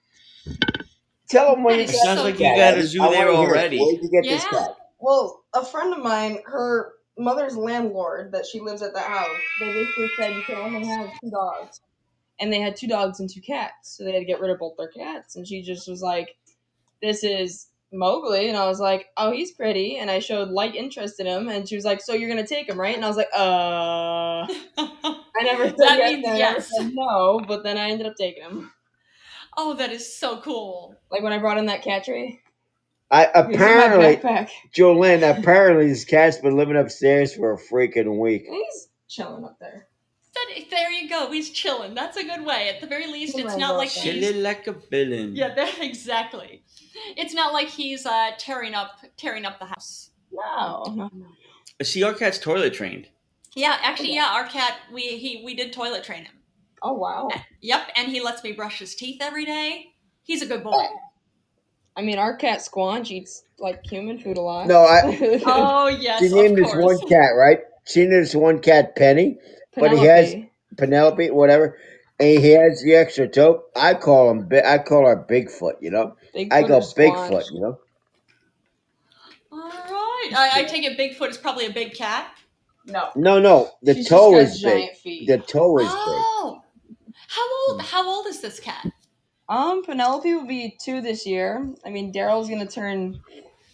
S7: Tell him where
S2: that
S7: you
S1: It
S2: is
S7: got
S1: sounds
S2: so
S7: this
S1: like you
S7: cat,
S2: cute.
S1: got a
S7: Abby. I
S1: zoo there
S7: want to hear it.
S1: already.
S7: Where'd you get this
S2: Yeah.
S7: cat?
S6: Well, a friend of mine, her mother's landlord that she lives at that house, they basically said you can only have two dogs. And they had two dogs and two cats. So they had to get rid of both their cats. And she just was like, This is Mowgli. And I was like, Oh, he's pretty. And I showed light interest in him. And she was like, So you're going to take him, right? And I was like, Uh. I never said
S2: that
S6: yes
S2: means
S6: and I never
S2: yes.
S6: said no. But then I ended up taking him.
S2: Oh, that is so cool.
S6: Like when I brought in that cat tree,
S7: I
S6: he was in my
S7: apparently,
S6: backpack.
S7: Jolene. Apparently, this cat's been living upstairs for a freaking week.
S6: And he's chilling up there.
S2: That, there you go. He's chilling. That's a good way. At the very least,
S7: Oh,
S6: He
S2: it's
S6: runs
S2: not like
S6: off there.
S2: he's
S1: Chilly like a villain.
S2: yeah, that, exactly. It's not like he's uh, tearing up tearing up the house.
S6: No, no, no.
S1: Uh, See, our cat's toilet trained.
S2: Yeah,
S6: Oh,
S2: actually,
S6: yeah.
S2: yeah. Our cat, we he we did toilet train him.
S6: Oh, wow.
S2: Yep, and he lets me brush his teeth every day. He's a good boy.
S7: Oh.
S6: I mean, our cat Squanch eats like human food a lot.
S7: No, I.
S2: Oh yes,
S7: She named
S2: of
S7: this one
S2: course.
S7: cat, right? She named this one cat Penny, but he has
S6: Penelope.
S7: Penelope, whatever, and he has the extra toe. I call him. Bi- I call her Bigfoot. You know. I
S6: Bigfoot
S7: go
S6: or Squanch.
S7: Bigfoot. You know.
S2: All right, I, I take it Bigfoot is probably a big cat.
S6: No.
S7: No, no. The
S6: She's just
S7: toe
S6: got
S7: is big.
S6: giant feet.
S7: The toe is big.
S2: Oh, how
S7: Hmm.
S2: old? How old is this cat?
S6: Um, Penelope will be two this year. I mean, Daryl's gonna turn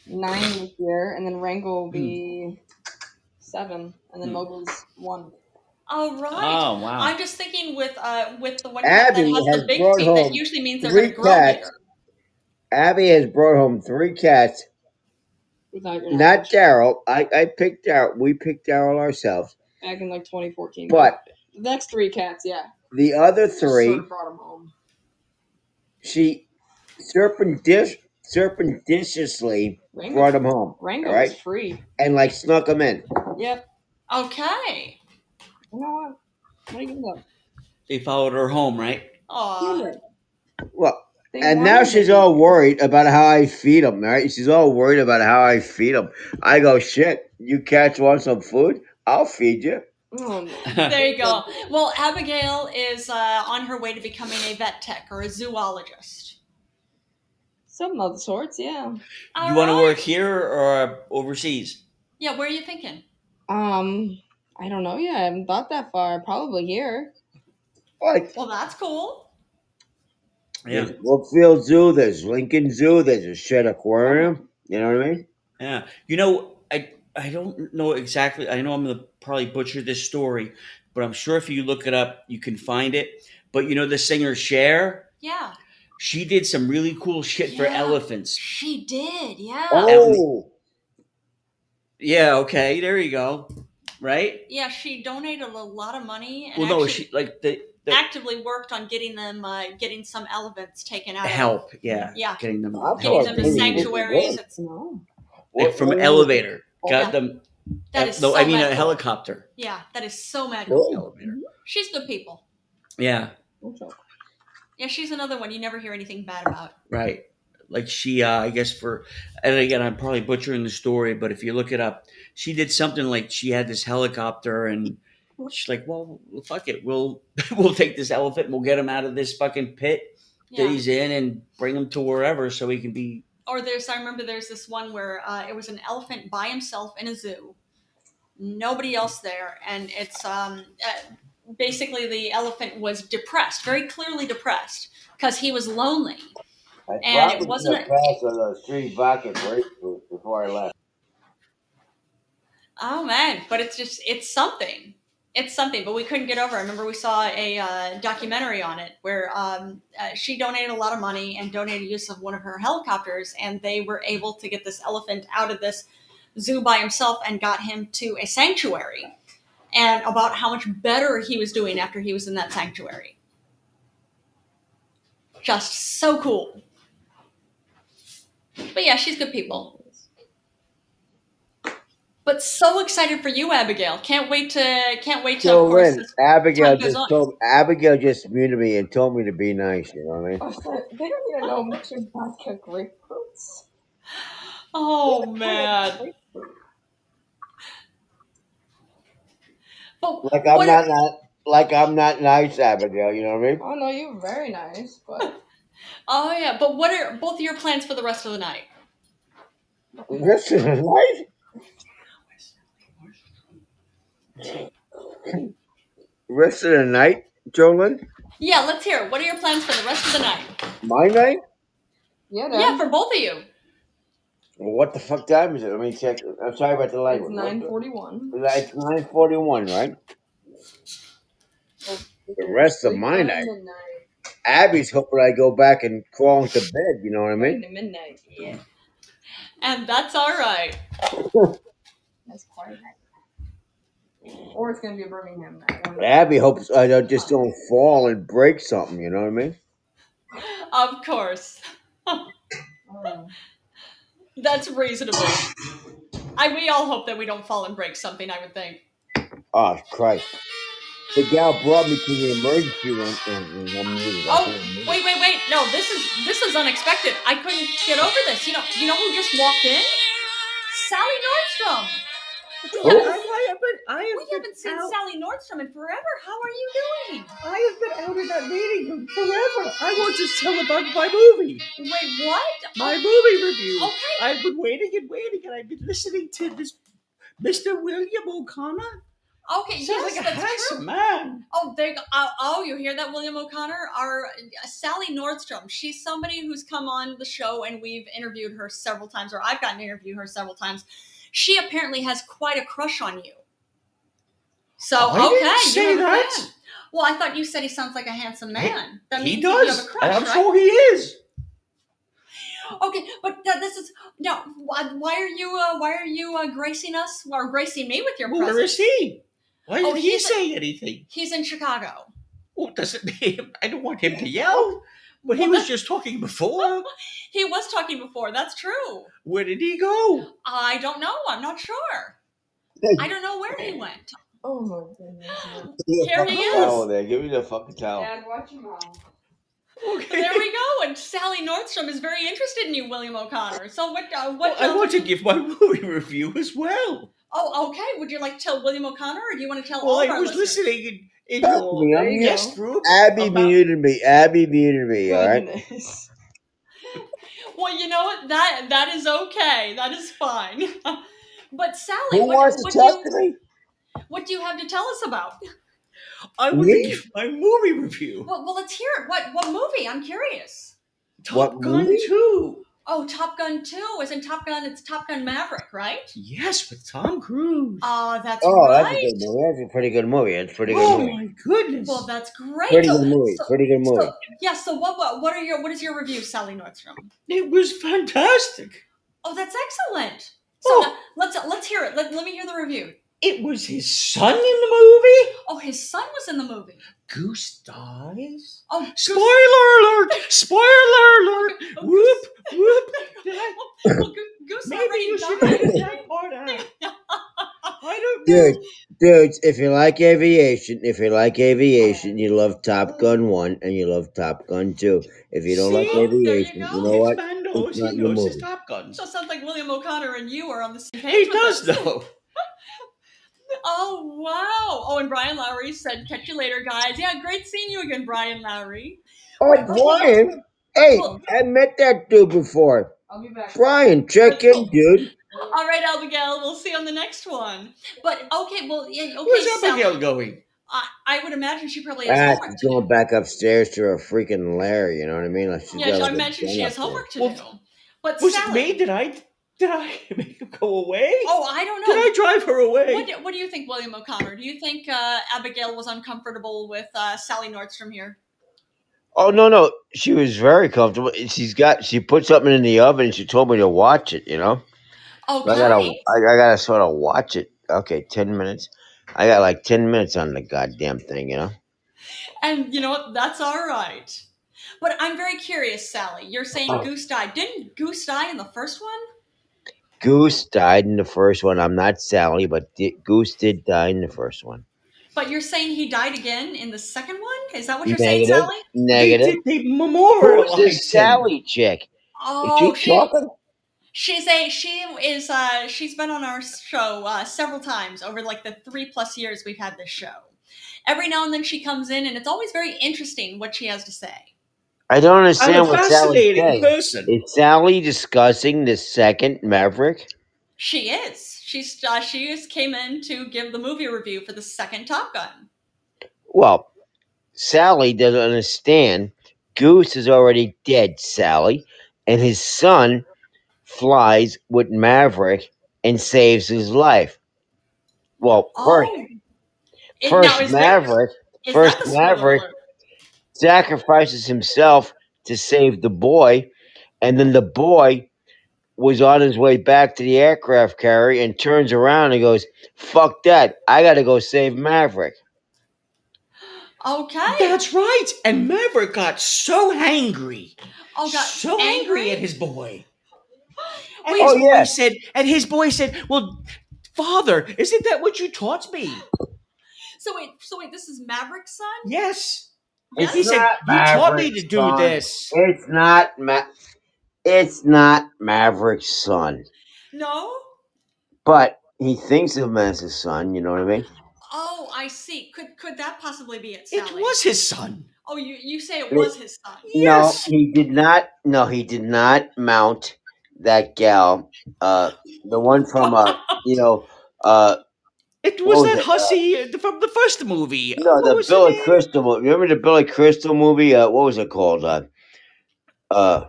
S6: nine this year, and then Rango will be seven, and then
S3: Hmm.
S6: Mowgli's one.
S2: All right.
S3: Oh wow.
S2: I'm just thinking with uh with the one cat that
S7: Abby
S2: has
S7: has
S2: the big
S7: brought
S2: feet, that
S7: home
S2: usually means they're going
S7: three
S2: to grow
S7: cats.
S2: bigger.
S7: Abby has brought home three cats.
S6: Without your
S7: Not
S6: knowledge,
S7: Daryl. I, I picked Daryl. We picked Daryl ourselves.
S6: back in like 2014, but
S7: But
S6: the next three cats, yeah,
S7: the other
S6: she just sort
S7: three,
S6: of brought them home.
S7: she serpentis- serpentitiously
S6: Rango,
S7: brought them home. All
S6: Rango was
S7: right.
S6: free.
S7: And like snuck them in.
S6: Yep.
S2: Okay.
S6: You know what? What are you gonna do?
S1: They followed her home, right?
S2: Aw.
S6: Human.
S7: Well,
S6: They
S7: and now
S6: wanted to
S7: she's
S6: be
S7: all worried about how I feed them. All right. She's all worried about how I feed them. I go, shit, you cats want some food? I'll feed you.
S6: Oh no.
S2: There you
S6: Good
S2: go. Well, Abigail is uh, on her way to becoming a vet tech or a zoologist.
S6: Some other sorts, yeah.
S2: All
S1: you want to
S2: right.
S1: work here or uh, overseas?
S2: Yeah, where are you thinking?
S6: Um, I don't know yet. I haven't thought that far. Probably here.
S7: Like,
S2: Well, that's cool.
S1: Yeah,
S7: there's Brookfield Zoo, there's Lincoln Zoo, there's a shit
S6: Oh,
S7: aquarium. You know what I mean?
S1: yeah. You know, I I don't know exactly. I know I'm gonna probably butcher this story, but I'm sure if you look it up, you can find it. But you know, the singer Cher,
S2: Yeah.
S1: she did some really cool shit for
S2: Yeah.
S1: elephants.
S2: She did. Yeah.
S1: Ele-
S7: Oh,
S1: yeah, okay, there you go. Right?
S2: Yeah, she donated a lot of money and
S1: Well, no,
S2: actually
S1: she like the the,
S2: actively worked on getting them, uh, getting some elephants taken
S1: the
S2: out of,
S1: help. Yeah,
S2: yeah,
S1: getting them
S7: Oh, I
S2: getting
S1: help
S7: thought
S2: them to
S1: from
S7: maybe this
S1: the
S7: is
S2: sanctuaries.
S7: good.
S2: It's
S6: no.
S1: like
S7: What,
S1: from
S7: what was it?
S1: elevator.
S7: Oh,
S1: Got
S2: yeah,
S1: them.
S2: that
S1: Uh,
S2: is
S1: no, I
S2: so
S1: mean a
S2: mad cool.
S1: helicopter.
S2: Yeah, that is so mad cool.
S7: oh.
S1: Elevator.
S2: She's good people.
S1: Yeah.
S6: No joke.
S2: Yeah, she's another one you never hear anything bad about.
S1: Right. Like she, uh, I guess for, and again, I'm probably butchering the story, but if you look it up, she did something like she had this helicopter and she's like, well, fuck it. We'll, we'll take this elephant and we'll get him out of this fucking pit that
S2: Yeah.
S1: he's in and bring him to wherever so he can be,
S2: Or there's, I remember there's this one where uh, it was an elephant by himself in a zoo, nobody else there, and it's um, uh, basically the elephant was depressed, very clearly depressed, because he was lonely,
S7: I
S2: and it
S7: probably should
S2: wasn't
S7: have
S2: a
S7: passed on those three vodka grapefruits before I left.
S2: Oh man, but it's just it's something. It's something, but we couldn't get over. it. I remember we saw a uh, documentary on it where um, uh, she donated a lot of money and donated use of one of her helicopters, and they were able to get this elephant out of this zoo by himself and got him to a sanctuary. And about how much better he was doing after he was in that sanctuary. Just so cool. But yeah, she's good people. But so excited for you, Abigail. Can't wait to can't wait to, of
S7: So
S2: course,
S7: then
S2: as
S7: Abigail
S2: time goes on.
S7: just told Abigail just muted me and told me to be nice. You know what I mean?
S6: they don't even know much about the grapefruits.
S2: Oh
S6: What kind of
S2: man.
S6: grapefruit?
S2: But
S7: Like I'm
S2: what?
S7: not, not like I'm not nice, Abigail. You know what I mean?
S6: Oh no, you're very nice, but
S2: Oh yeah. But what are both of your plans for the rest of the night?
S7: This is nice. Rest of the night, Jolene.
S2: Yeah, let's hear. it. What are your plans for the rest of the night?
S7: My night.
S6: yeah,
S2: Yeah,
S6: Dad,
S2: for both of you.
S7: Well, what the fuck time is it? Let me check. I'm sorry about the
S6: it's
S7: language. What
S6: nine
S7: the?
S6: forty-one.
S7: It's nine forty-one, right?
S6: Well, we
S7: The
S6: can
S7: rest of
S6: sleep
S7: my
S6: down to
S7: night.
S6: midnight.
S7: Abby's hoping I go back and crawl into bed. You know what I
S6: Going
S7: mean?
S6: to midnight. Yeah,
S2: And that's all right.
S6: that's quite nice. Or it's gonna be a Birmingham night. One of the
S7: Abby hopes I don't just
S6: fun.
S7: don't fall and break something. You know what I mean?
S2: Of course.
S6: Oh.
S2: That's reasonable. I we all hope that we don't fall and break something. I would think.
S7: Oh Ah, Christ! The gal brought me to the emergency room. and- and I'm muted. I
S2: Oh,
S7: can't mute.
S2: wait, wait, wait. No, this is this is unexpected. I couldn't get over this. You know, you know who just walked in? Sally Nordstrom. We
S7: Who?
S2: haven't,
S1: I haven't. I have
S2: we haven't seen
S1: out.
S2: Sally Nordstrom in forever. How are you doing?
S1: I have been out of that meeting room forever. I want to tell about my movie,
S2: Wait, what?
S1: my movie review.
S2: Okay.
S1: I've been waiting and waiting, and I've been listening to this Mr. William O'Connor.
S2: Okay,
S1: Sounds
S2: yes,
S1: like a
S2: that's true.
S1: handsome man.
S2: Oh, there you go. Oh, oh, you hear that, William O'Connor? Our uh, Sally Nordstrom. She's somebody who's come on the show, and we've interviewed her several times, or I've gotten to interview her several times. She apparently has quite a crush on you. So
S1: Oh, I
S2: Oh, okay,
S1: didn't
S2: you
S1: say
S2: have a
S1: that.
S2: fan. Well, I thought you said he sounds like a handsome man. that
S1: He
S2: means you have
S1: does.
S2: a crush,
S1: I'm
S2: right?
S1: sure he is.
S2: Okay, but th- this is no. Why, why are you? Uh, why are you uh, gracing us or gracing me with your presence?
S1: Where is he? Why
S2: Oh,
S1: didn't he
S2: he's a-
S1: say anything?
S2: He's in Chicago.
S1: Well, doesn't mean I don't want him
S2: Oh,
S1: to yell. But he was just talking before.
S2: He was talking before. That's true.
S1: Where did he go?
S2: I don't know. I'm not sure. I don't know where he went.
S6: Oh my goodness.
S7: Give
S2: Here he
S7: me the fucking
S2: is.
S7: towel there. Give me the fucking towel.
S6: Dad, watch your mouth.
S1: Okay.
S2: There we go. And Sally Nordstrom is very interested in you, William O'Connor. So what? Uh,
S1: Well,
S2: what?
S1: I
S2: um,
S1: want to give my movie review as well.
S2: oh, okay. Would you like to tell William O'Connor, or do you want to tell
S1: Well,
S2: all of
S1: I
S2: our
S1: was
S2: listeners?
S1: listening in, in
S7: Help
S1: your
S7: me, I'm
S6: There you
S7: here.
S1: guest
S6: go.
S1: room
S7: Abby
S1: about
S7: muted me. Abby muted me. All right.
S6: Goodness.
S2: Well, you know what? That that is okay. That is fine. but Sally,
S7: Who
S2: what
S7: wants to
S2: what do
S7: talk to
S2: you
S7: me?
S2: what do you have to tell us about?
S1: I want to
S7: Me?
S1: give my movie review.
S2: Well, well, let's hear it. What what movie? I'm curious.
S1: Top
S7: What
S1: Gun
S7: movie?
S1: Two.
S2: Oh, Top Gun 2. Isn't Top Gun, it's Top Gun Maverick, right?
S1: Yes, with Tom Cruise.
S2: Ah, that's
S7: Oh, that's a
S2: right.
S7: good movie. That's a pretty good movie. That's a pretty good
S1: Oh
S7: movie.
S1: my goodness!
S2: Well, that's great.
S7: Pretty
S2: So,
S7: good movie.
S2: so,
S7: Pretty good
S2: so
S7: movie.
S2: yeah. So, what, what, what are your, what is your review, Sally Nordstrom?
S1: It was fantastic.
S2: Oh, that's excellent. So
S1: Oh.
S2: now- let's let's hear it. Let, let me hear the review.
S1: It was his son in the movie.
S2: Oh, his son was in the movie.
S1: Goose dies.
S2: Oh, Goose-
S1: Spoiler alert! Spoiler alert!
S2: oh,
S1: Whoop
S2: Goose-
S1: whoop! Did I
S2: well, Goo- Goose
S1: Maybe
S2: already
S1: you should
S2: died.
S1: edit that part out. I don't
S7: Dude,
S1: know.
S7: dudes, if you like aviation, if you like aviation, you love Top Gun 1 and you love Top Gun 2. If you don't like
S1: See?
S2: Oh, there you
S7: aviation, you know
S2: go.
S1: This
S7: what?
S1: man
S7: It's
S1: knows.
S7: not
S1: He
S7: your
S1: knows his
S7: movie.
S1: Top Guns.
S2: So it sounds like William O'Connor and you are on the same page
S1: He
S2: with
S1: does,
S2: us.
S1: though.
S2: Oh wow! Oh, and Brian Lowry said, "Catch you later, guys." Yeah, great seeing you again, Brian Lowry.
S7: Oh,
S2: But okay,
S7: Brian. Hey,
S2: well,
S7: I met that dude before.
S6: I'll be back.
S7: Brian, check in, dude.
S2: all right, Abigail, we'll see you on the next one. But okay, well, yeah, okay,
S1: Where's Abigail
S2: Sally.
S1: going?
S2: I, I would imagine she probably has
S7: Ah,
S2: homework
S7: she's
S2: to do.
S7: going back upstairs to her freaking lair, you know what I mean? Like she's
S2: Yeah,
S7: got
S2: I
S7: like a
S2: imagine she
S7: den
S2: has
S7: up there.
S2: homework to
S1: Well,
S2: do. But
S1: Was it
S2: Sally,
S1: me? Did I did I make her go away?
S2: oh, I don't
S1: Did I
S2: know.
S1: drive her
S2: What
S1: away?
S2: do, what do you think, William O'Connor? Do you think uh, Abigail was uncomfortable with uh, Sally Nordstrom here?
S7: Oh no, no, she was very comfortable. She's got she put something in the oven and she told me to watch it. You know,
S2: Oh,
S7: I gotta,
S2: Okay.
S7: I, I gotta sort of watch it. Okay, ten minutes. I got like ten minutes on the goddamn thing. You know.
S2: And you know what? That's all right. But I'm very curious, Sally. You're
S1: Oh.
S2: saying Goose died. Didn't Goose die in the first one?
S7: Goose died in the first one. I'm not Sally, but di- Goose did die in the first one.
S2: But you're saying he died again in the second one? Is that what you're saying,
S7: Negative,
S2: Sally?
S1: They
S7: negative.
S1: did. They
S7: Who's this
S1: memorialized him.
S7: Sally chick? Is she
S2: Oh, she
S7: talking?
S2: she's a she is uh she's been on our show uh, several times over like the three plus years we've had this show. Every now and then she comes in, and it's always very interesting what she has to say.
S7: I
S1: I'm
S7: don't
S1: a
S7: understand what Sally's
S1: fascinating
S7: saying.
S1: person.
S7: Is Sally discussing the second Maverick?
S2: She is. She's uh, she is came in to give the movie review for the second Top Gun.
S7: Well, Sally doesn't understand. Goose is already dead, Sally, and his son flies with Maverick and saves his life. Well, first,
S2: Oh, it, now
S7: first
S2: is there
S7: Maverick,
S2: is
S7: first
S2: that the spoiler
S7: Maverick
S2: alert?
S7: sacrifices himself to save the boy, and then the boy was on his way back to the aircraft carrier and turns around and goes, "Fuck that! I gotta go save Maverick."
S2: Okay.
S1: That's right. And Maverick got so angry,
S2: Oh God,
S1: so
S2: angry.
S1: angry at his boy. And
S2: Wait,
S1: his
S7: Oh
S1: boy
S7: yeah,
S1: said, and his boy said, "Well, father, isn't that what you taught me?"
S2: So wait, so wait, this is Maverick's son?
S1: Yes.
S2: Yes.
S1: He said, "You taught me
S7: Maverick's
S1: to do
S7: son.
S1: this."
S7: It's not Ma- It's not Maverick's son,
S2: No?
S7: but he thinks of him as his son. You know what I mean?
S2: Oh, I see. Could could that possibly be it,
S1: It
S2: Sally?
S1: was his son.
S2: Oh, you, you say it was his son.
S1: Yes.
S7: No, he did not. No, he did not mount that gal. Uh, the one from uh, you know, uh,
S1: It
S7: what
S1: was
S7: was
S1: that
S7: it?
S1: hussy uh, from the first movie. Uh,
S7: No,
S1: What
S7: the
S1: was her
S7: Billy
S1: name?
S7: Crystal. mo- Remember the Billy Crystal movie? Uh, what was it called? Uh, uh,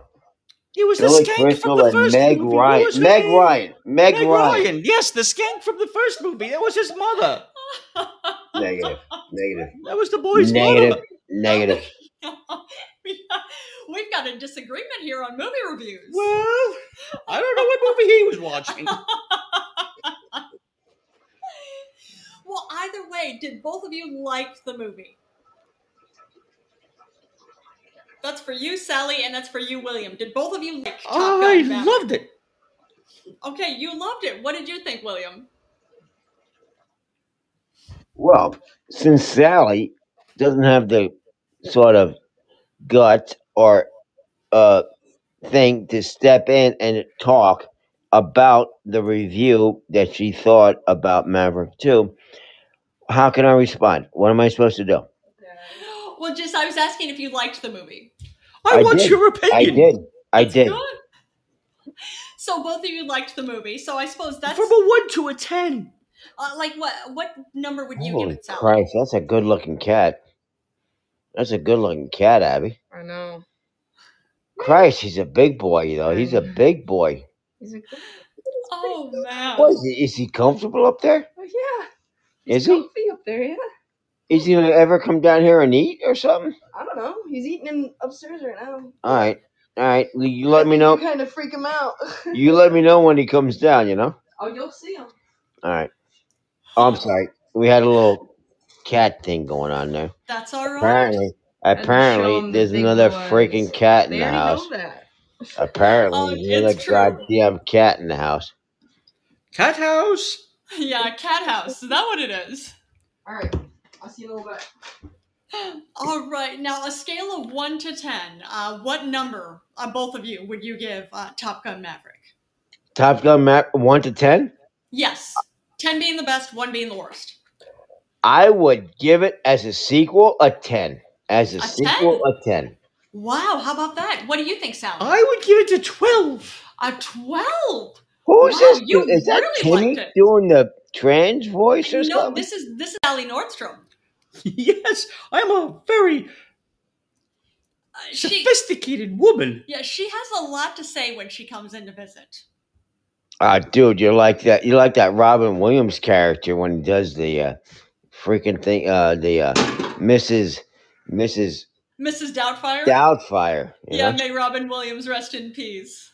S1: It was the
S7: Billy
S1: skank from
S7: Crystal
S1: the
S7: and
S1: first
S7: Meg
S1: movie. What
S7: Ryan.
S1: was her
S7: Meg
S1: name?
S7: Ryan. Meg
S1: Meg
S7: Ryan.
S1: Ryan. Yes, the skank from the first movie. That was his mother.
S7: Negative. Negative.
S1: That was the boy's
S7: Negative.
S1: mother.
S7: Negative.
S2: We've got a disagreement here on movie reviews.
S1: Well, I don't know what movie he was watching.
S2: Well, either way, did both of you like the movie? That's for you, Sally, and that's for you, William. Did both of you like Top Gun?
S1: I
S2: Maverick?
S1: loved it.
S2: Okay, you loved it. What did you think, William?
S7: Well, since Sally doesn't have the sort of gut or uh, thing to step in and talk about the review that she thought about Maverick 2, how can I respond? What am I supposed to do?
S2: Well, just I was asking if you liked the movie.
S1: I
S7: I
S1: want
S7: did.
S1: your
S7: I
S1: opinion.
S7: did. I
S2: That's
S7: did.
S2: good. So both of you liked the movie. So I suppose that's
S1: From a one to a ten.
S2: uh, like what what number would you give
S7: Holy
S2: it, Sally?
S7: Christ, that's a good looking cat. That's a good looking cat, Abby.
S6: I know.
S7: Christ, he's a big boy, you know. He's a
S6: I know.
S7: big boy.
S6: He's a good. He's pretty
S2: Oh
S6: good.
S7: What
S2: man.
S7: is he? Is he comfortable up there?
S6: Oh yeah, he's
S7: Is he?
S6: comfy up there. Yeah.
S7: Is he gonna ever come down here and eat or something?
S6: I don't know. He's eating in upstairs right now.
S7: All right, all right. You
S6: I
S7: let me
S6: think you
S7: know.
S6: kind of freak him out.
S7: You let me know when he comes down. You know.
S6: oh, you'll see him.
S7: All right. Oh, I'm sorry. We had a little cat thing going on there.
S2: That's all right.
S7: Apparently,
S6: Had to show
S7: apparently,
S6: him the
S7: there's
S6: big
S7: another
S6: boys.
S7: freaking cat in
S6: They
S7: the
S6: already know
S7: house.
S6: that.
S7: Apparently,
S2: Oh,
S7: there's
S2: it's
S7: another
S2: true.
S7: goddamn cat in the house.
S1: Cat house.
S2: Yeah, cat house. Is that what it is?
S6: All right. I'll see you in a little bit.
S2: All right. Now, a scale of one to ten, uh, what number, uh, both of you, would you give uh, Top Gun Maverick?
S7: Top Gun map one to ten.
S2: Yes, ten being the best, one being the worst.
S7: I would give it as a sequel a ten. As a
S2: A
S7: sequel
S2: ten.
S7: a ten.
S2: Wow. How about that? What do you think, Sally?
S1: I would give it a twelve.
S2: A twelve.
S7: Who's
S2: Wow,
S7: this? Dude?
S2: you
S7: Is that
S2: really liked
S7: Timmy
S2: it.
S7: doing the trans voice or
S2: No,
S7: something?
S2: this is this is Sally Nordstrom.
S1: yes, I'm a very
S2: Uh, she
S1: sophisticated woman.
S2: yeah, she has a lot to say when she comes in to visit.
S7: Ah, dude, you're like that. You're like that Robin Williams character when he does the uh, freaking thing. Uh, the uh, Mrs. Mrs.
S2: Mrs. Doubtfire.
S7: Doubtfire. You
S2: Yeah,
S7: know
S2: may Robin Williams rest in peace.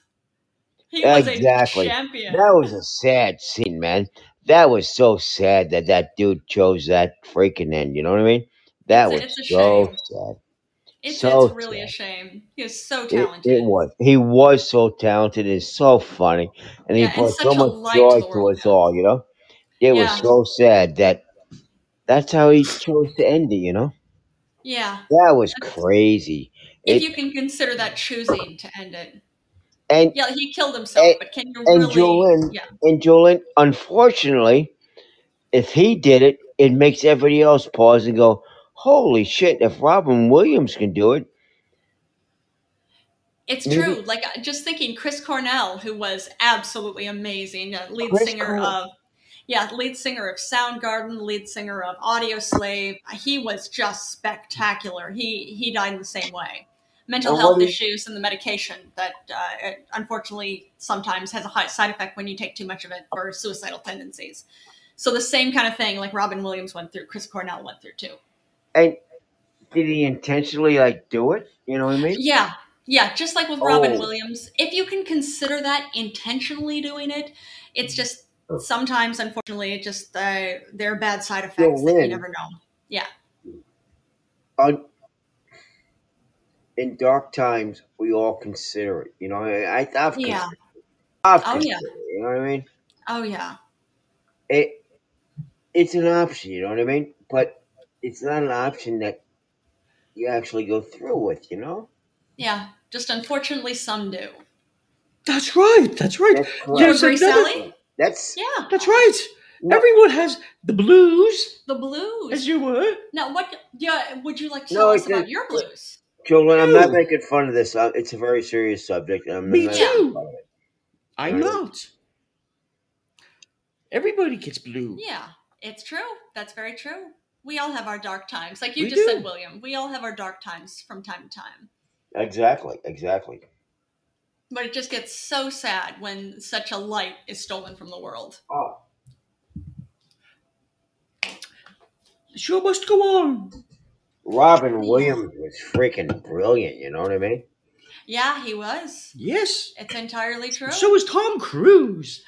S2: He was a
S7: exactly. That
S2: champion.
S7: was a sad scene, man. That was so sad that that dude chose that freaking end. You know what I mean?
S2: It's
S7: That
S2: a,
S7: was
S2: it's a
S7: so
S2: shame.
S7: sad.
S2: It's it's
S7: So
S2: really a
S7: sad.
S2: shame. He was so
S7: It, it
S2: talented.
S7: was. He was so talented and so funny, and he
S2: Yeah, and
S7: brought so
S2: such a
S7: much
S2: light to
S7: joy
S2: the
S7: to
S2: world.
S7: us all. You know, it was
S2: Yeah,
S7: so sad that that's how he chose to end it. You know,
S2: yeah.
S7: that was
S2: That's,
S7: crazy.
S2: if
S7: It
S2: you can consider that choosing to end it.
S7: and
S2: Yeah, he killed himself,
S7: and,
S2: but can you
S7: and
S2: really?
S7: Jolene
S2: Yeah,
S7: and Jolene. Unfortunately, if he did it, it makes everybody else pause and go, "Holy shit!" If Robin Williams can do it,
S2: it's
S7: maybe
S2: true. Like I- just thinking, Chris Cornell, who was absolutely amazing, uh, lead
S7: Chris
S2: singer
S7: Cornell.
S2: of yeah, lead singer of Soundgarden, lead singer of Audio Slave. He was just spectacular. He he died in the same way, mental
S7: And what
S2: health
S7: he
S2: issues and the medication that uh, it unfortunately sometimes has a high side effect when you take too much of it for suicidal tendencies. So the same kind of thing like Robin Williams went through, Chris Cornell went through too.
S7: and did he intentionally like do it? You know what I mean?
S2: Yeah. Yeah, just like with Robin
S7: Oh,
S2: Williams, if you can consider that intentionally doing it, it's just sometimes, unfortunately, it just uh, there are bad side effects that you
S7: Jolene.
S2: never know. Yeah,
S7: on in dark times, we all consider it. You know, I, I I've
S2: yeah.
S7: considered, I've
S2: Oh yeah.
S7: considered it. You know what I mean?
S2: Oh yeah.
S7: It it's an option. You know what I mean? but it's not an option that you actually go through with. You know,
S2: Yeah, just unfortunately, some do.
S1: That's right. That's right.
S7: that's
S2: You
S7: correct.
S1: Yes.
S2: agree,
S1: There's another-
S2: Sally?
S7: That's
S2: Yeah,
S1: That's right. Everyone has the blues,
S2: the
S1: as
S2: blues.
S1: you were.
S2: Now, what? Yeah, would you like to
S7: No,
S2: tell
S7: I
S2: us about
S7: think-
S2: your blues?
S7: Jolan. I'm not
S1: No.
S7: making fun of this. Uh, It's a very serious subject. and I'm
S1: Me
S7: not
S2: Yeah.
S7: making
S1: too.
S7: fun of it.
S1: I'm not. Everybody gets blue.
S2: Yeah, it's true. That's very true. We all have our dark times, like you
S1: We
S2: just
S1: do.
S2: said, William. We all have our dark times from time to time.
S7: Exactly. Exactly.
S2: But it just gets so sad when such a light is stolen from the world.
S7: Oh,
S1: The show must go on.
S7: Robin
S2: Yeah.
S7: Williams was freaking brilliant. You know what I mean?
S2: Yeah, he was.
S1: Yes.
S2: It's entirely true.
S1: So is Tom Cruise.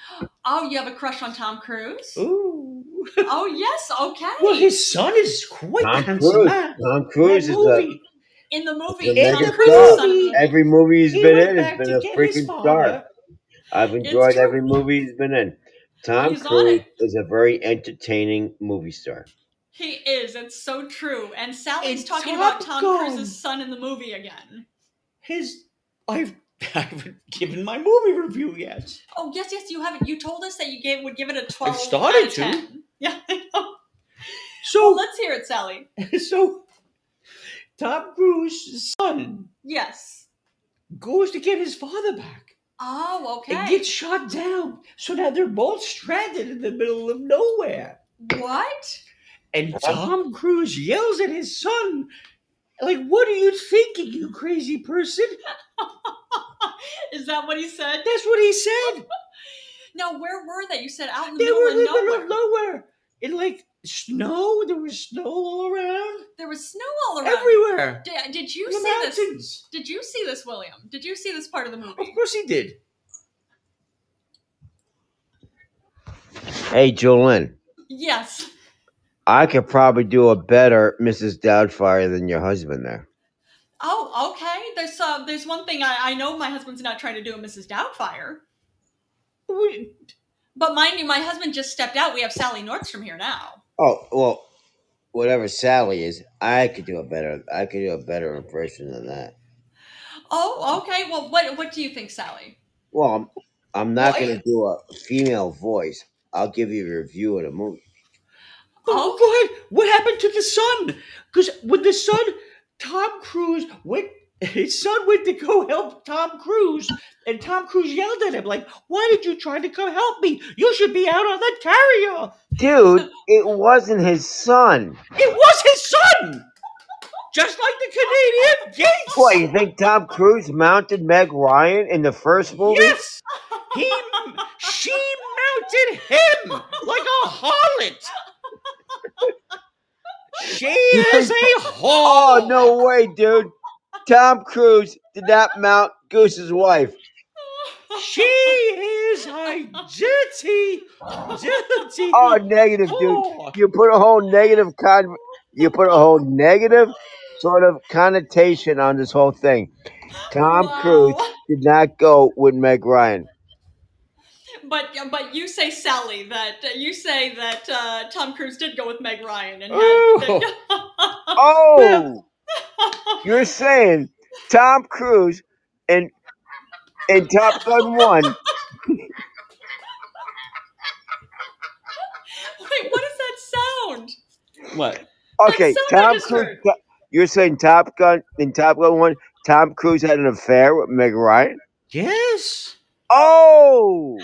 S2: oh, you have a crush on Tom Cruise?
S1: Oh.
S2: Oh, yes. Okay.
S1: Well, his son is quite the
S7: Tom
S1: handsome
S7: Cruise.
S1: man.
S7: Tom
S1: That
S7: Cruise is a
S1: movie.
S2: in the
S7: a
S2: movie,
S7: mega
S2: Tom Cruise
S7: star.
S2: is son of a bitch.
S7: Every movie he's
S1: He
S7: been
S1: went
S7: in has
S1: back
S7: been
S1: to
S7: a
S1: get his
S7: freaking star.
S1: father.
S7: I've
S2: It's
S7: enjoyed
S2: true.
S7: every movie he's been in. Tom
S2: He's on
S7: Cruise
S2: it.
S7: is a very entertaining movie star.
S2: He is. It's so true. And Sally's
S1: In
S2: talking
S1: Top
S2: about Tom
S1: Gun.
S2: Cruise's son in the movie again.
S1: His. I've, I haven't given my movie review yet.
S2: Oh yes, yes, you haven't. You told us that you gave would give it a twelve.
S1: I've started
S2: out of 10. Yeah.
S1: So,
S2: Let's hear it, Sally.
S1: so Tom Cruise's son
S2: Yes.
S1: goes to get his father back
S2: Oh,
S1: and
S2: okay.
S1: gets shot down. So now they're both stranded in the middle of nowhere.
S2: What?
S1: And
S7: Uh-huh.
S1: Tom Cruise yells at his son, like, what are you thinking, you crazy person?
S2: Is that what he said?
S1: That's what he said.
S2: Now, where were they? You said out in the
S1: They
S2: middle
S1: were in
S2: of
S1: the
S2: nowhere.
S1: middle of nowhere. In like snow, there was snow all around.
S2: There was snow all around.
S1: Everywhere.
S2: Did, did you
S1: In the
S2: see this?
S1: mountains.
S2: Did you see this, William? Did you see this part of the
S1: Of
S2: movie?
S1: course he did.
S7: Hey, Jolene,
S2: Yes.
S7: I could probably do a better Mrs. Doubtfire than your husband there.
S2: Oh, okay. There's uh, there's one thing I, I know my husband's not trying to do a Mrs. Doubtfire.
S1: We-
S2: But mind you, my husband just stepped out. We have Sally Nordstrom here now.
S7: Oh well, whatever Sally is, I could do a better. I could do a better impression than that.
S2: Oh, okay. Well, what what do you think, Sally?
S7: Well, I'm, I'm
S1: Well,
S7: not
S1: I,
S7: going to do a female voice. I'll give you a review of the movie.
S1: But
S2: Oh.
S1: go ahead. What happened to the son? Because with the son, Tom Cruise went. His son went to go help Tom Cruise, and Tom Cruise yelled at him like, "Why did you try to come help me? You should be out on that carrier."
S7: Dude, it wasn't his son.
S1: It was his son, just like the Canadian
S7: What,
S1: Gates.
S7: you think Tom Cruise mounted Meg Ryan in the first movie?
S1: Yes, he, she mounted him like a harlot. She
S7: You
S1: is
S7: think?
S1: a
S7: Oh,
S1: whore.
S7: no way, dude. Tom Cruise did not mount Goose's wife.
S1: She is a dirty, dirty
S7: Oh, negative, dude.
S1: whore.
S7: You put a whole negative con- you put a whole negative sort of connotation on this whole thing. Tom Cruise
S2: wow.
S7: did not go with Meg Ryan.
S2: But but you say Sally that you say that uh, Tom Cruise did go with Meg Ryan and had.
S1: Oh, well,
S7: Oh, you're saying Tom Cruise in in Top Gun One?
S2: Wait, what is that sound?
S1: what?
S2: That
S7: Okay,
S2: sound I
S7: Tom
S2: just
S7: Cruise.
S2: heard.
S7: to- You're saying Top Gun in Top Gun One? Tom Cruise had an affair with Meg Ryan?
S1: Yes,
S7: Oh,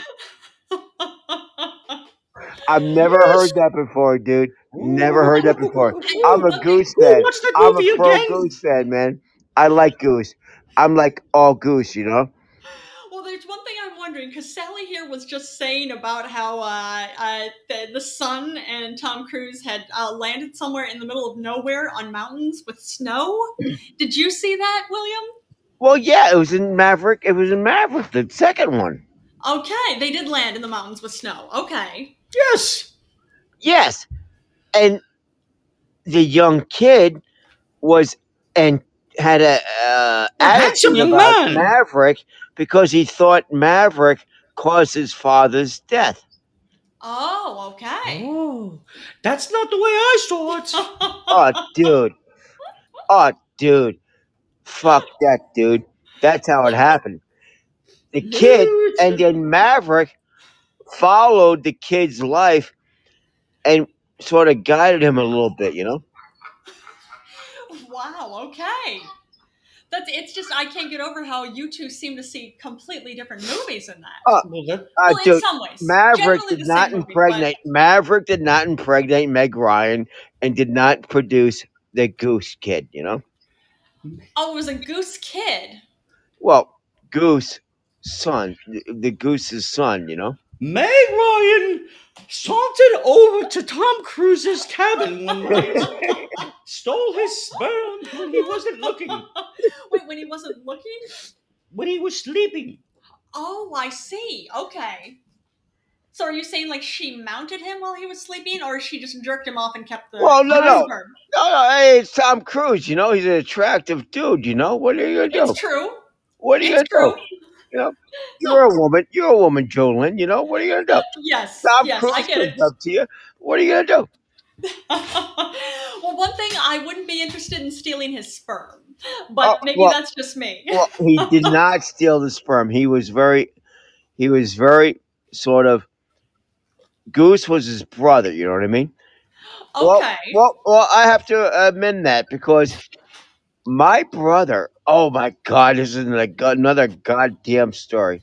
S7: I've never
S1: yes.
S7: heard that before, dude. Never heard that before. I'm
S1: Ooh,
S7: a Goose
S1: Who
S7: fan.
S1: watched that
S7: I'm a
S1: movie
S7: pro Goose
S1: again?
S7: fan, man. I like Goose. I'm like all Goose, you know.
S2: Well, there's one thing I'm wondering because Sally here was just saying about how uh, uh, the, the sun and Tom Cruise had uh, landed somewhere in the middle of nowhere on mountains with snow. Did you see that, William?
S7: Well, yeah, it was in Maverick. It was in Maverick, the second one.
S2: Okay, they did land in the mountains with snow. Okay.
S1: Yes,
S7: Yes, and the young kid was and had a uh,
S1: a handsome
S7: attitude
S1: young
S7: about
S1: man.
S7: Maverick because he thought Maverick caused his father's death.
S2: Oh, okay.
S8: Oh, that's not the way I saw it.
S7: Oh, dude. Oh, dude. Fuck that, dude. That's how it happened. The kid and then Maverick followed the kid's life and sort of guided him a little bit, you know?
S2: Wow, okay. That's it's just I can't get over how you two seem to see completely different movies in that.
S7: Oh,
S8: well, that,
S7: Uh,
S2: well, in
S7: dude,
S2: some ways.
S7: Maverick
S2: Generally
S7: did
S2: the
S7: not
S2: same movie, but
S7: impregnate Maverick did not impregnate Meg Ryan and did not produce the Goose Kid, you know?
S2: oh, it was a Goose Kid.
S7: Well, Goose son, the, the goose's son, you know?
S8: Meg Ryan sauntered over to Tom Cruise's cabin one night, stole his sperm when he wasn't looking,
S2: Wait, when he wasn't looking?
S8: when he was sleeping.
S2: Oh, I see. Okay. So are you saying like she mounted him while he was sleeping, or she just jerked him off and kept the
S7: Well, no, no.
S2: sperm?
S7: No, no, hey, it's Tom Cruise, you know? He's an attractive dude, you know? What are you going to do?
S2: It's true.
S7: What are you
S2: It's
S7: going
S2: true.
S7: to do? You know? You're a woman. You're a woman, Jolene, you know? What are you going to do?
S2: Yes,
S7: Tom
S2: yes, I
S7: Cruise
S2: get
S7: comes
S2: it.
S7: up to you. What are you going to do?
S2: well, one thing I wouldn't be interested in stealing his sperm, but
S7: Oh,
S2: maybe
S7: well,
S2: that's just me.
S7: Well, he did not steal the sperm. He was very, he was very sort of Goose was his brother. You know what I mean? Well,
S2: okay.
S7: well, well. I have to amend that because my brother. Oh my God! This is another, go- another goddamn story.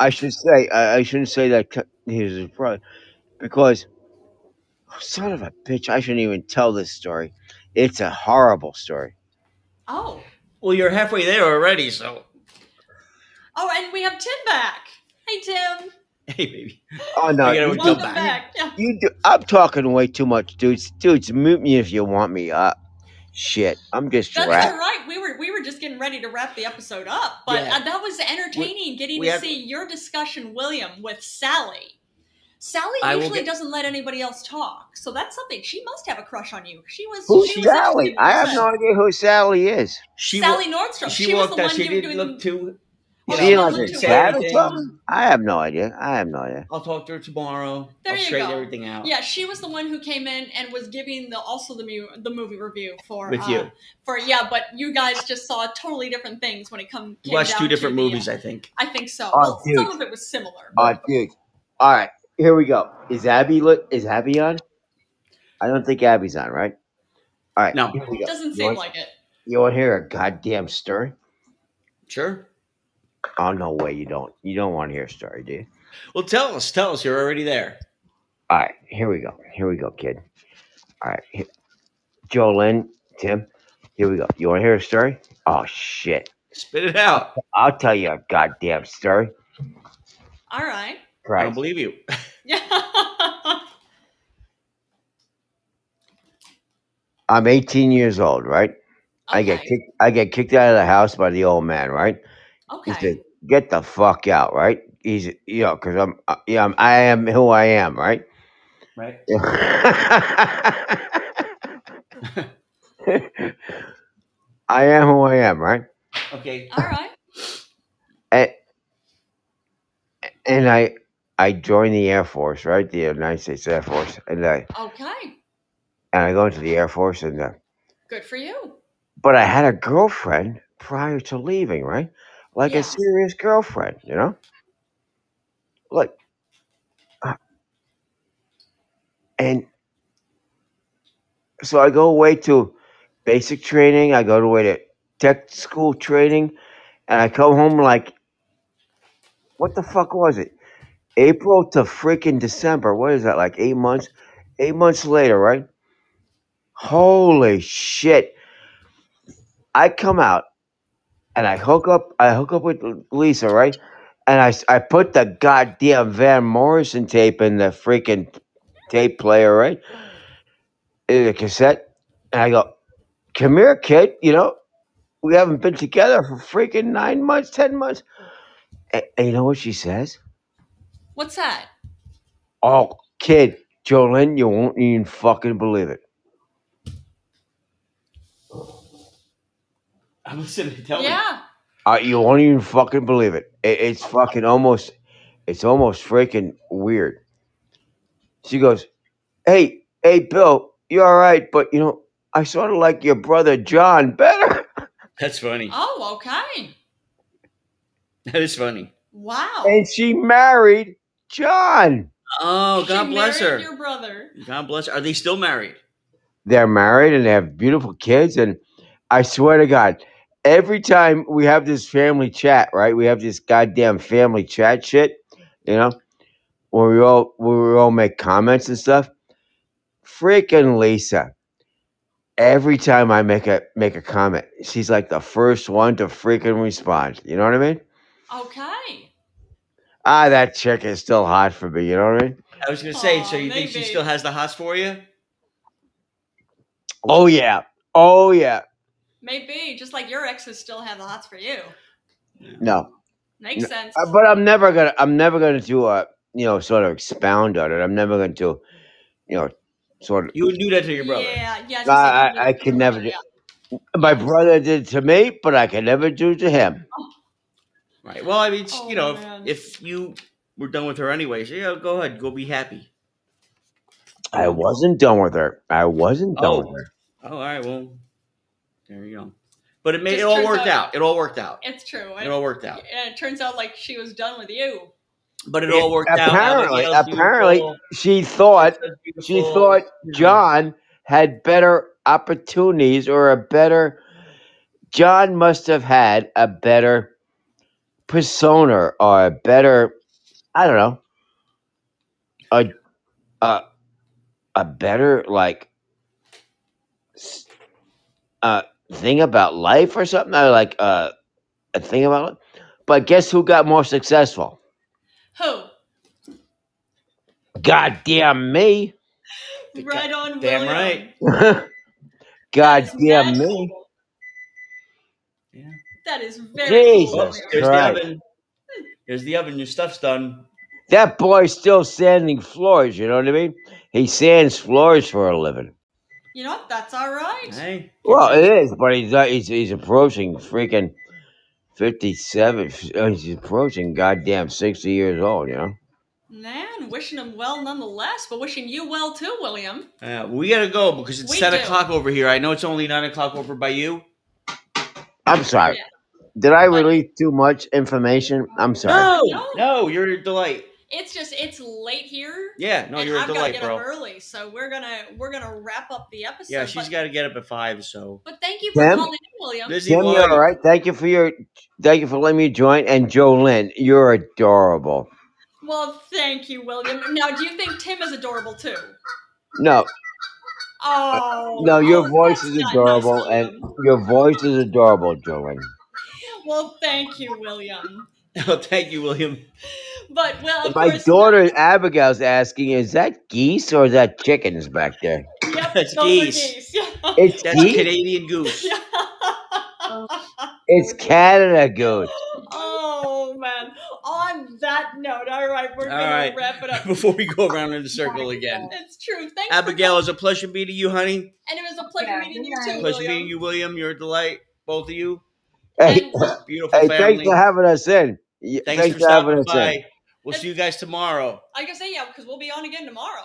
S7: I should say I, I shouldn't say that c- he was his brother because oh, son of a bitch. I shouldn't even tell this story. It's a horrible story.
S2: Oh.
S1: Well, you're halfway there already, so
S2: Oh, and we have Tim back. Hey, Tim.
S1: hey, baby,
S7: Oh no!
S1: I gotta
S7: You,
S1: come
S7: you,
S2: Welcome
S1: back.
S7: you,
S2: back. Yeah.
S7: you do, I'm talking way too much, dudes. Dudes, mute me if you want me. Uh, shit. I'm just
S2: That's
S7: rat.
S2: all right. We were we were just getting ready to wrap the episode up, but
S1: Yeah,
S2: uh, that was entertaining getting
S1: we
S2: to
S1: have.
S2: see your discussion, William, with Sally. Sally
S1: I will
S2: usually
S1: get.
S2: doesn't let anybody else talk, so that's something. She must have a crush on you. She was
S7: Who's
S2: she was interested
S7: Sally?
S2: in what
S7: I
S2: you
S7: have
S2: said.
S7: no idea who Sally is.
S1: She
S2: Sally
S1: wa-
S2: Nordstrom.
S1: She
S2: She was the
S1: walked out.
S2: one
S1: She
S2: you were
S1: didn't look
S2: doing.
S1: too. You
S2: Oh,
S7: She
S2: she
S1: know,
S2: didn't look
S7: like a
S1: didn't
S2: too
S1: say
S7: rat
S2: well.
S7: or
S1: anything.
S7: something? I have no idea. I have no idea.
S1: I'll talk to her tomorrow.
S2: There
S1: I'll
S2: you
S1: straighten
S2: go.
S1: everything out
S2: Yeah, she was the one who came in and was giving the also the mu- the movie review for
S1: with
S2: uh
S1: you.
S2: for yeah, but you guys just saw totally different things when it come
S1: You
S2: came
S1: watched two
S2: down to
S1: different
S2: the. Uh,
S1: movies, I think.
S2: I think so.
S7: Oh,
S2: Well,
S7: dude.
S2: some of it was similar,
S7: Oh,
S1: But
S7: dude. All right. Here we go. Is Abby li- Is Abby on? I don't think Abby's on, right? All right.
S1: no,
S7: Here we go.
S2: Doesn't
S7: You
S2: seem
S7: want,
S2: like it.
S7: you want to hear a goddamn story?
S1: sure.
S7: Oh, no way you don't. You don't want to hear a story, do you?
S1: Well, tell us. Tell us. You're already there.
S7: All right. Here we go. Here we go, kid. All right. Here, Jolene, Tim, here we go. You want to hear a story? Oh, shit.
S1: Spit it out.
S7: I'll tell you a goddamn story.
S2: All
S1: I
S2: right.
S1: don't
S7: Christ.
S1: believe you.
S2: Yeah.
S7: I'm 18 years old, right? I get
S2: okay.
S7: kicked. I get kicked out of the house by the old man, right? He
S2: Okay.
S7: said, "Get the fuck out," right? He's, you know, because I'm, uh, yeah, I'm, I am who I am, right?
S1: Right.
S7: I am who I am, right?
S1: Okay.
S2: All right.
S7: And, and I, I joined the Air Force, right? The United States Air Force, and I,
S2: Okay.
S7: and I go into the Air Force, and uh,
S2: Good for you.
S7: but I had a girlfriend prior to leaving, right? Like a
S2: Yeah.
S7: serious girlfriend, you know? Like, uh, and so I go away to basic training, I go to away to tech school training, and I come home like, what the fuck was it? April to freaking December. What is that, like eight months? Eight months later, right? Holy shit. I come out and I hook up, I hook up with Lisa, right? And I, s- I put the goddamn Van Morrison tape in the freaking tape player, right? In the cassette. And I go, come here, kid. You know, we haven't been together for freaking nine months, 10 months. And, and you know what she says?
S2: What's that?
S7: Oh, kid, Jolene, you won't even fucking believe it.
S1: I'm listening. Tell me.
S2: Yeah.
S7: Uh, you won't even fucking believe it. it. It's fucking almost, it's almost freaking weird. She goes, "Hey, hey, Bill, you're all right, but you know, I sort of like your brother John better."
S1: That's funny.
S2: Oh, okay.
S1: That is funny.
S2: Wow.
S7: And she married John.
S1: Oh,
S2: She
S1: God bless
S2: married
S1: her.
S2: Your brother.
S1: God bless her. Are they still married?
S7: They're married and they have beautiful kids. And I swear to God, every time we have this family chat, right? We have this goddamn family chat shit, you know, where we all where we all make comments and stuff. Freaking Lisa. every time I make a make a comment, she's like the first one to freaking respond. You know what I mean?
S2: Okay.
S7: Ah, that chick is still hot for me. You know what I mean?
S1: I was gonna say. so
S2: Aw,
S1: you think she
S2: maybe.
S1: still has the hots for you?
S7: Oh yeah, oh yeah.
S2: Maybe just like your exes still have the hots for you.
S7: No,
S2: Makes
S7: No,
S2: sense.
S7: Uh, but I'm never gonna. I'm never gonna do a you know sort of expound on it. I'm never gonna do you know sort of.
S1: You would do that to your brother.
S2: Yeah, yeah. I was
S7: I
S2: gonna say, you
S7: I, I
S2: need
S7: could
S2: your
S7: never.
S2: brother.
S7: Do,
S2: Yeah,
S7: my
S2: yeah.
S7: brother did to me, but I could never do to him.
S1: Right. Well, I mean, it's- you know,
S2: Oh, man.
S1: if, if you were done with her anyways, yeah, go ahead, go be happy. You
S7: I
S1: know.
S7: wasn't done with her. I wasn't done with
S1: Oh.
S7: her.
S1: Oh, all right. Well, there you go. But it made it
S2: Just
S1: all
S2: turns
S1: worked
S2: out-
S1: out. It all worked out.
S2: It's true.
S1: It
S2: It,
S1: all worked out.
S2: and it turns out like she was done with you.
S1: But it
S7: It,
S1: all worked out. I was like,
S7: apparently,
S1: yeah, I was
S7: apparently,
S1: beautiful.
S7: she
S1: I
S7: thought
S1: was
S7: she
S1: beautiful.
S7: thought
S1: You know.
S7: John had better opportunities or a better John must have had a better persona or a better I don't know a a, a better like s- uh thing about life or something or like uh, a thing about it. But guess who got more successful?
S2: Who?
S7: Goddamn me!
S1: They got-
S2: Right on,
S1: Damn
S2: William.
S1: right.
S2: That is
S7: Goddamn
S2: mad
S7: me!
S2: cool.
S1: Yeah.
S2: That is very cool,
S7: Jesus
S1: Oh,
S2: William.
S1: there's the
S7: Christ!
S1: oven. There's the oven. Your stuff's done.
S7: That boy's still sanding floors. You know what I mean? He sands floors for a living.
S2: You know what? That's all right.
S1: Hey, gets
S7: Well,
S1: in.
S7: it is, but he's not, he's he's approaching freaking fifty-seven. Uh, He's approaching goddamn sixty years old. You know.
S2: Man, wishing him well nonetheless, but wishing you well too, William.
S1: Uh, we gotta go because it's
S2: We
S1: seven
S2: do.
S1: o'clock over here. I know it's only nine o'clock over by you.
S7: I'm sorry.
S2: Yeah.
S7: Did I
S2: But
S7: release too much information? I'm sorry.
S1: No,
S2: no,
S1: no, you're a delight.
S2: it's just it's late here.
S1: Yeah, no,
S2: and
S1: you're a
S2: I've got to
S1: delight,
S2: get up
S1: bro.
S2: early, so we're gonna we're gonna wrap up the episode.
S1: Yeah, she's
S2: but,
S1: got to get up at five. So
S2: but thank you for
S7: Tim,
S2: calling in, William.
S1: Lizzie,
S7: Tim, you're
S1: why?
S7: all right. Thank you for your, thank you for letting me join. And Jolynn, you're adorable.
S2: Well, thank you, William. Now, do you think Tim is adorable too?
S7: No,
S2: Oh,
S7: no, your
S2: oh,
S7: voice
S2: that's
S7: is
S2: not nice,
S7: adorable, and
S2: William.
S7: your voice is adorable, Jolynn.
S2: Well, thank you, William.
S1: Oh, thank you, William.
S2: But well, of
S7: My
S2: course, you know,
S7: daughter Abigail's asking, is that geese or is that chickens back there?
S2: yep,
S1: That's
S2: those are
S1: geese.
S2: geese. Yeah.
S7: It's
S1: That's
S7: geese.
S1: Canadian goose.
S2: Yeah.
S7: It's Canada goose.
S2: oh man. On that note, all right, we're
S1: All
S2: gonna
S1: right.
S2: wrap it up.
S1: Before we go around in the circle again,
S2: It's true. Thanks for
S1: Abigail,
S2: calling.
S1: it's a pleasure meeting you, honey.
S2: And it was a pleasure
S6: Yeah,
S2: meeting
S6: good
S2: you
S6: night.
S2: too,
S1: Pleasure meeting
S2: William.
S1: you, William. You're a delight, both of you.
S7: Hey,
S2: And
S1: Beautiful
S7: hey, thanks for
S1: family.
S7: having us in. Y-
S1: Thanks
S7: Thanks
S1: for
S7: for having
S1: stopping
S7: us in.
S1: by. We'll see you guys tomorrow.
S2: I can say yeah, because we'll be on again tomorrow.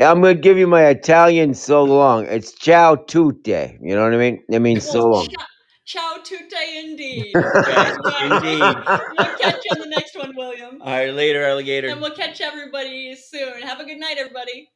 S7: I'm gonna give you my Italian so long. It's ciao tutte. You know what I mean? It means so
S2: Well,
S7: long.
S2: ciao, ciao tutte indeed.
S1: Okay,
S2: Right, right.
S1: indeed.
S2: We'll catch you on the next one, William.
S1: All right, later, alligator.
S2: And we'll catch everybody soon. Have a good night, everybody.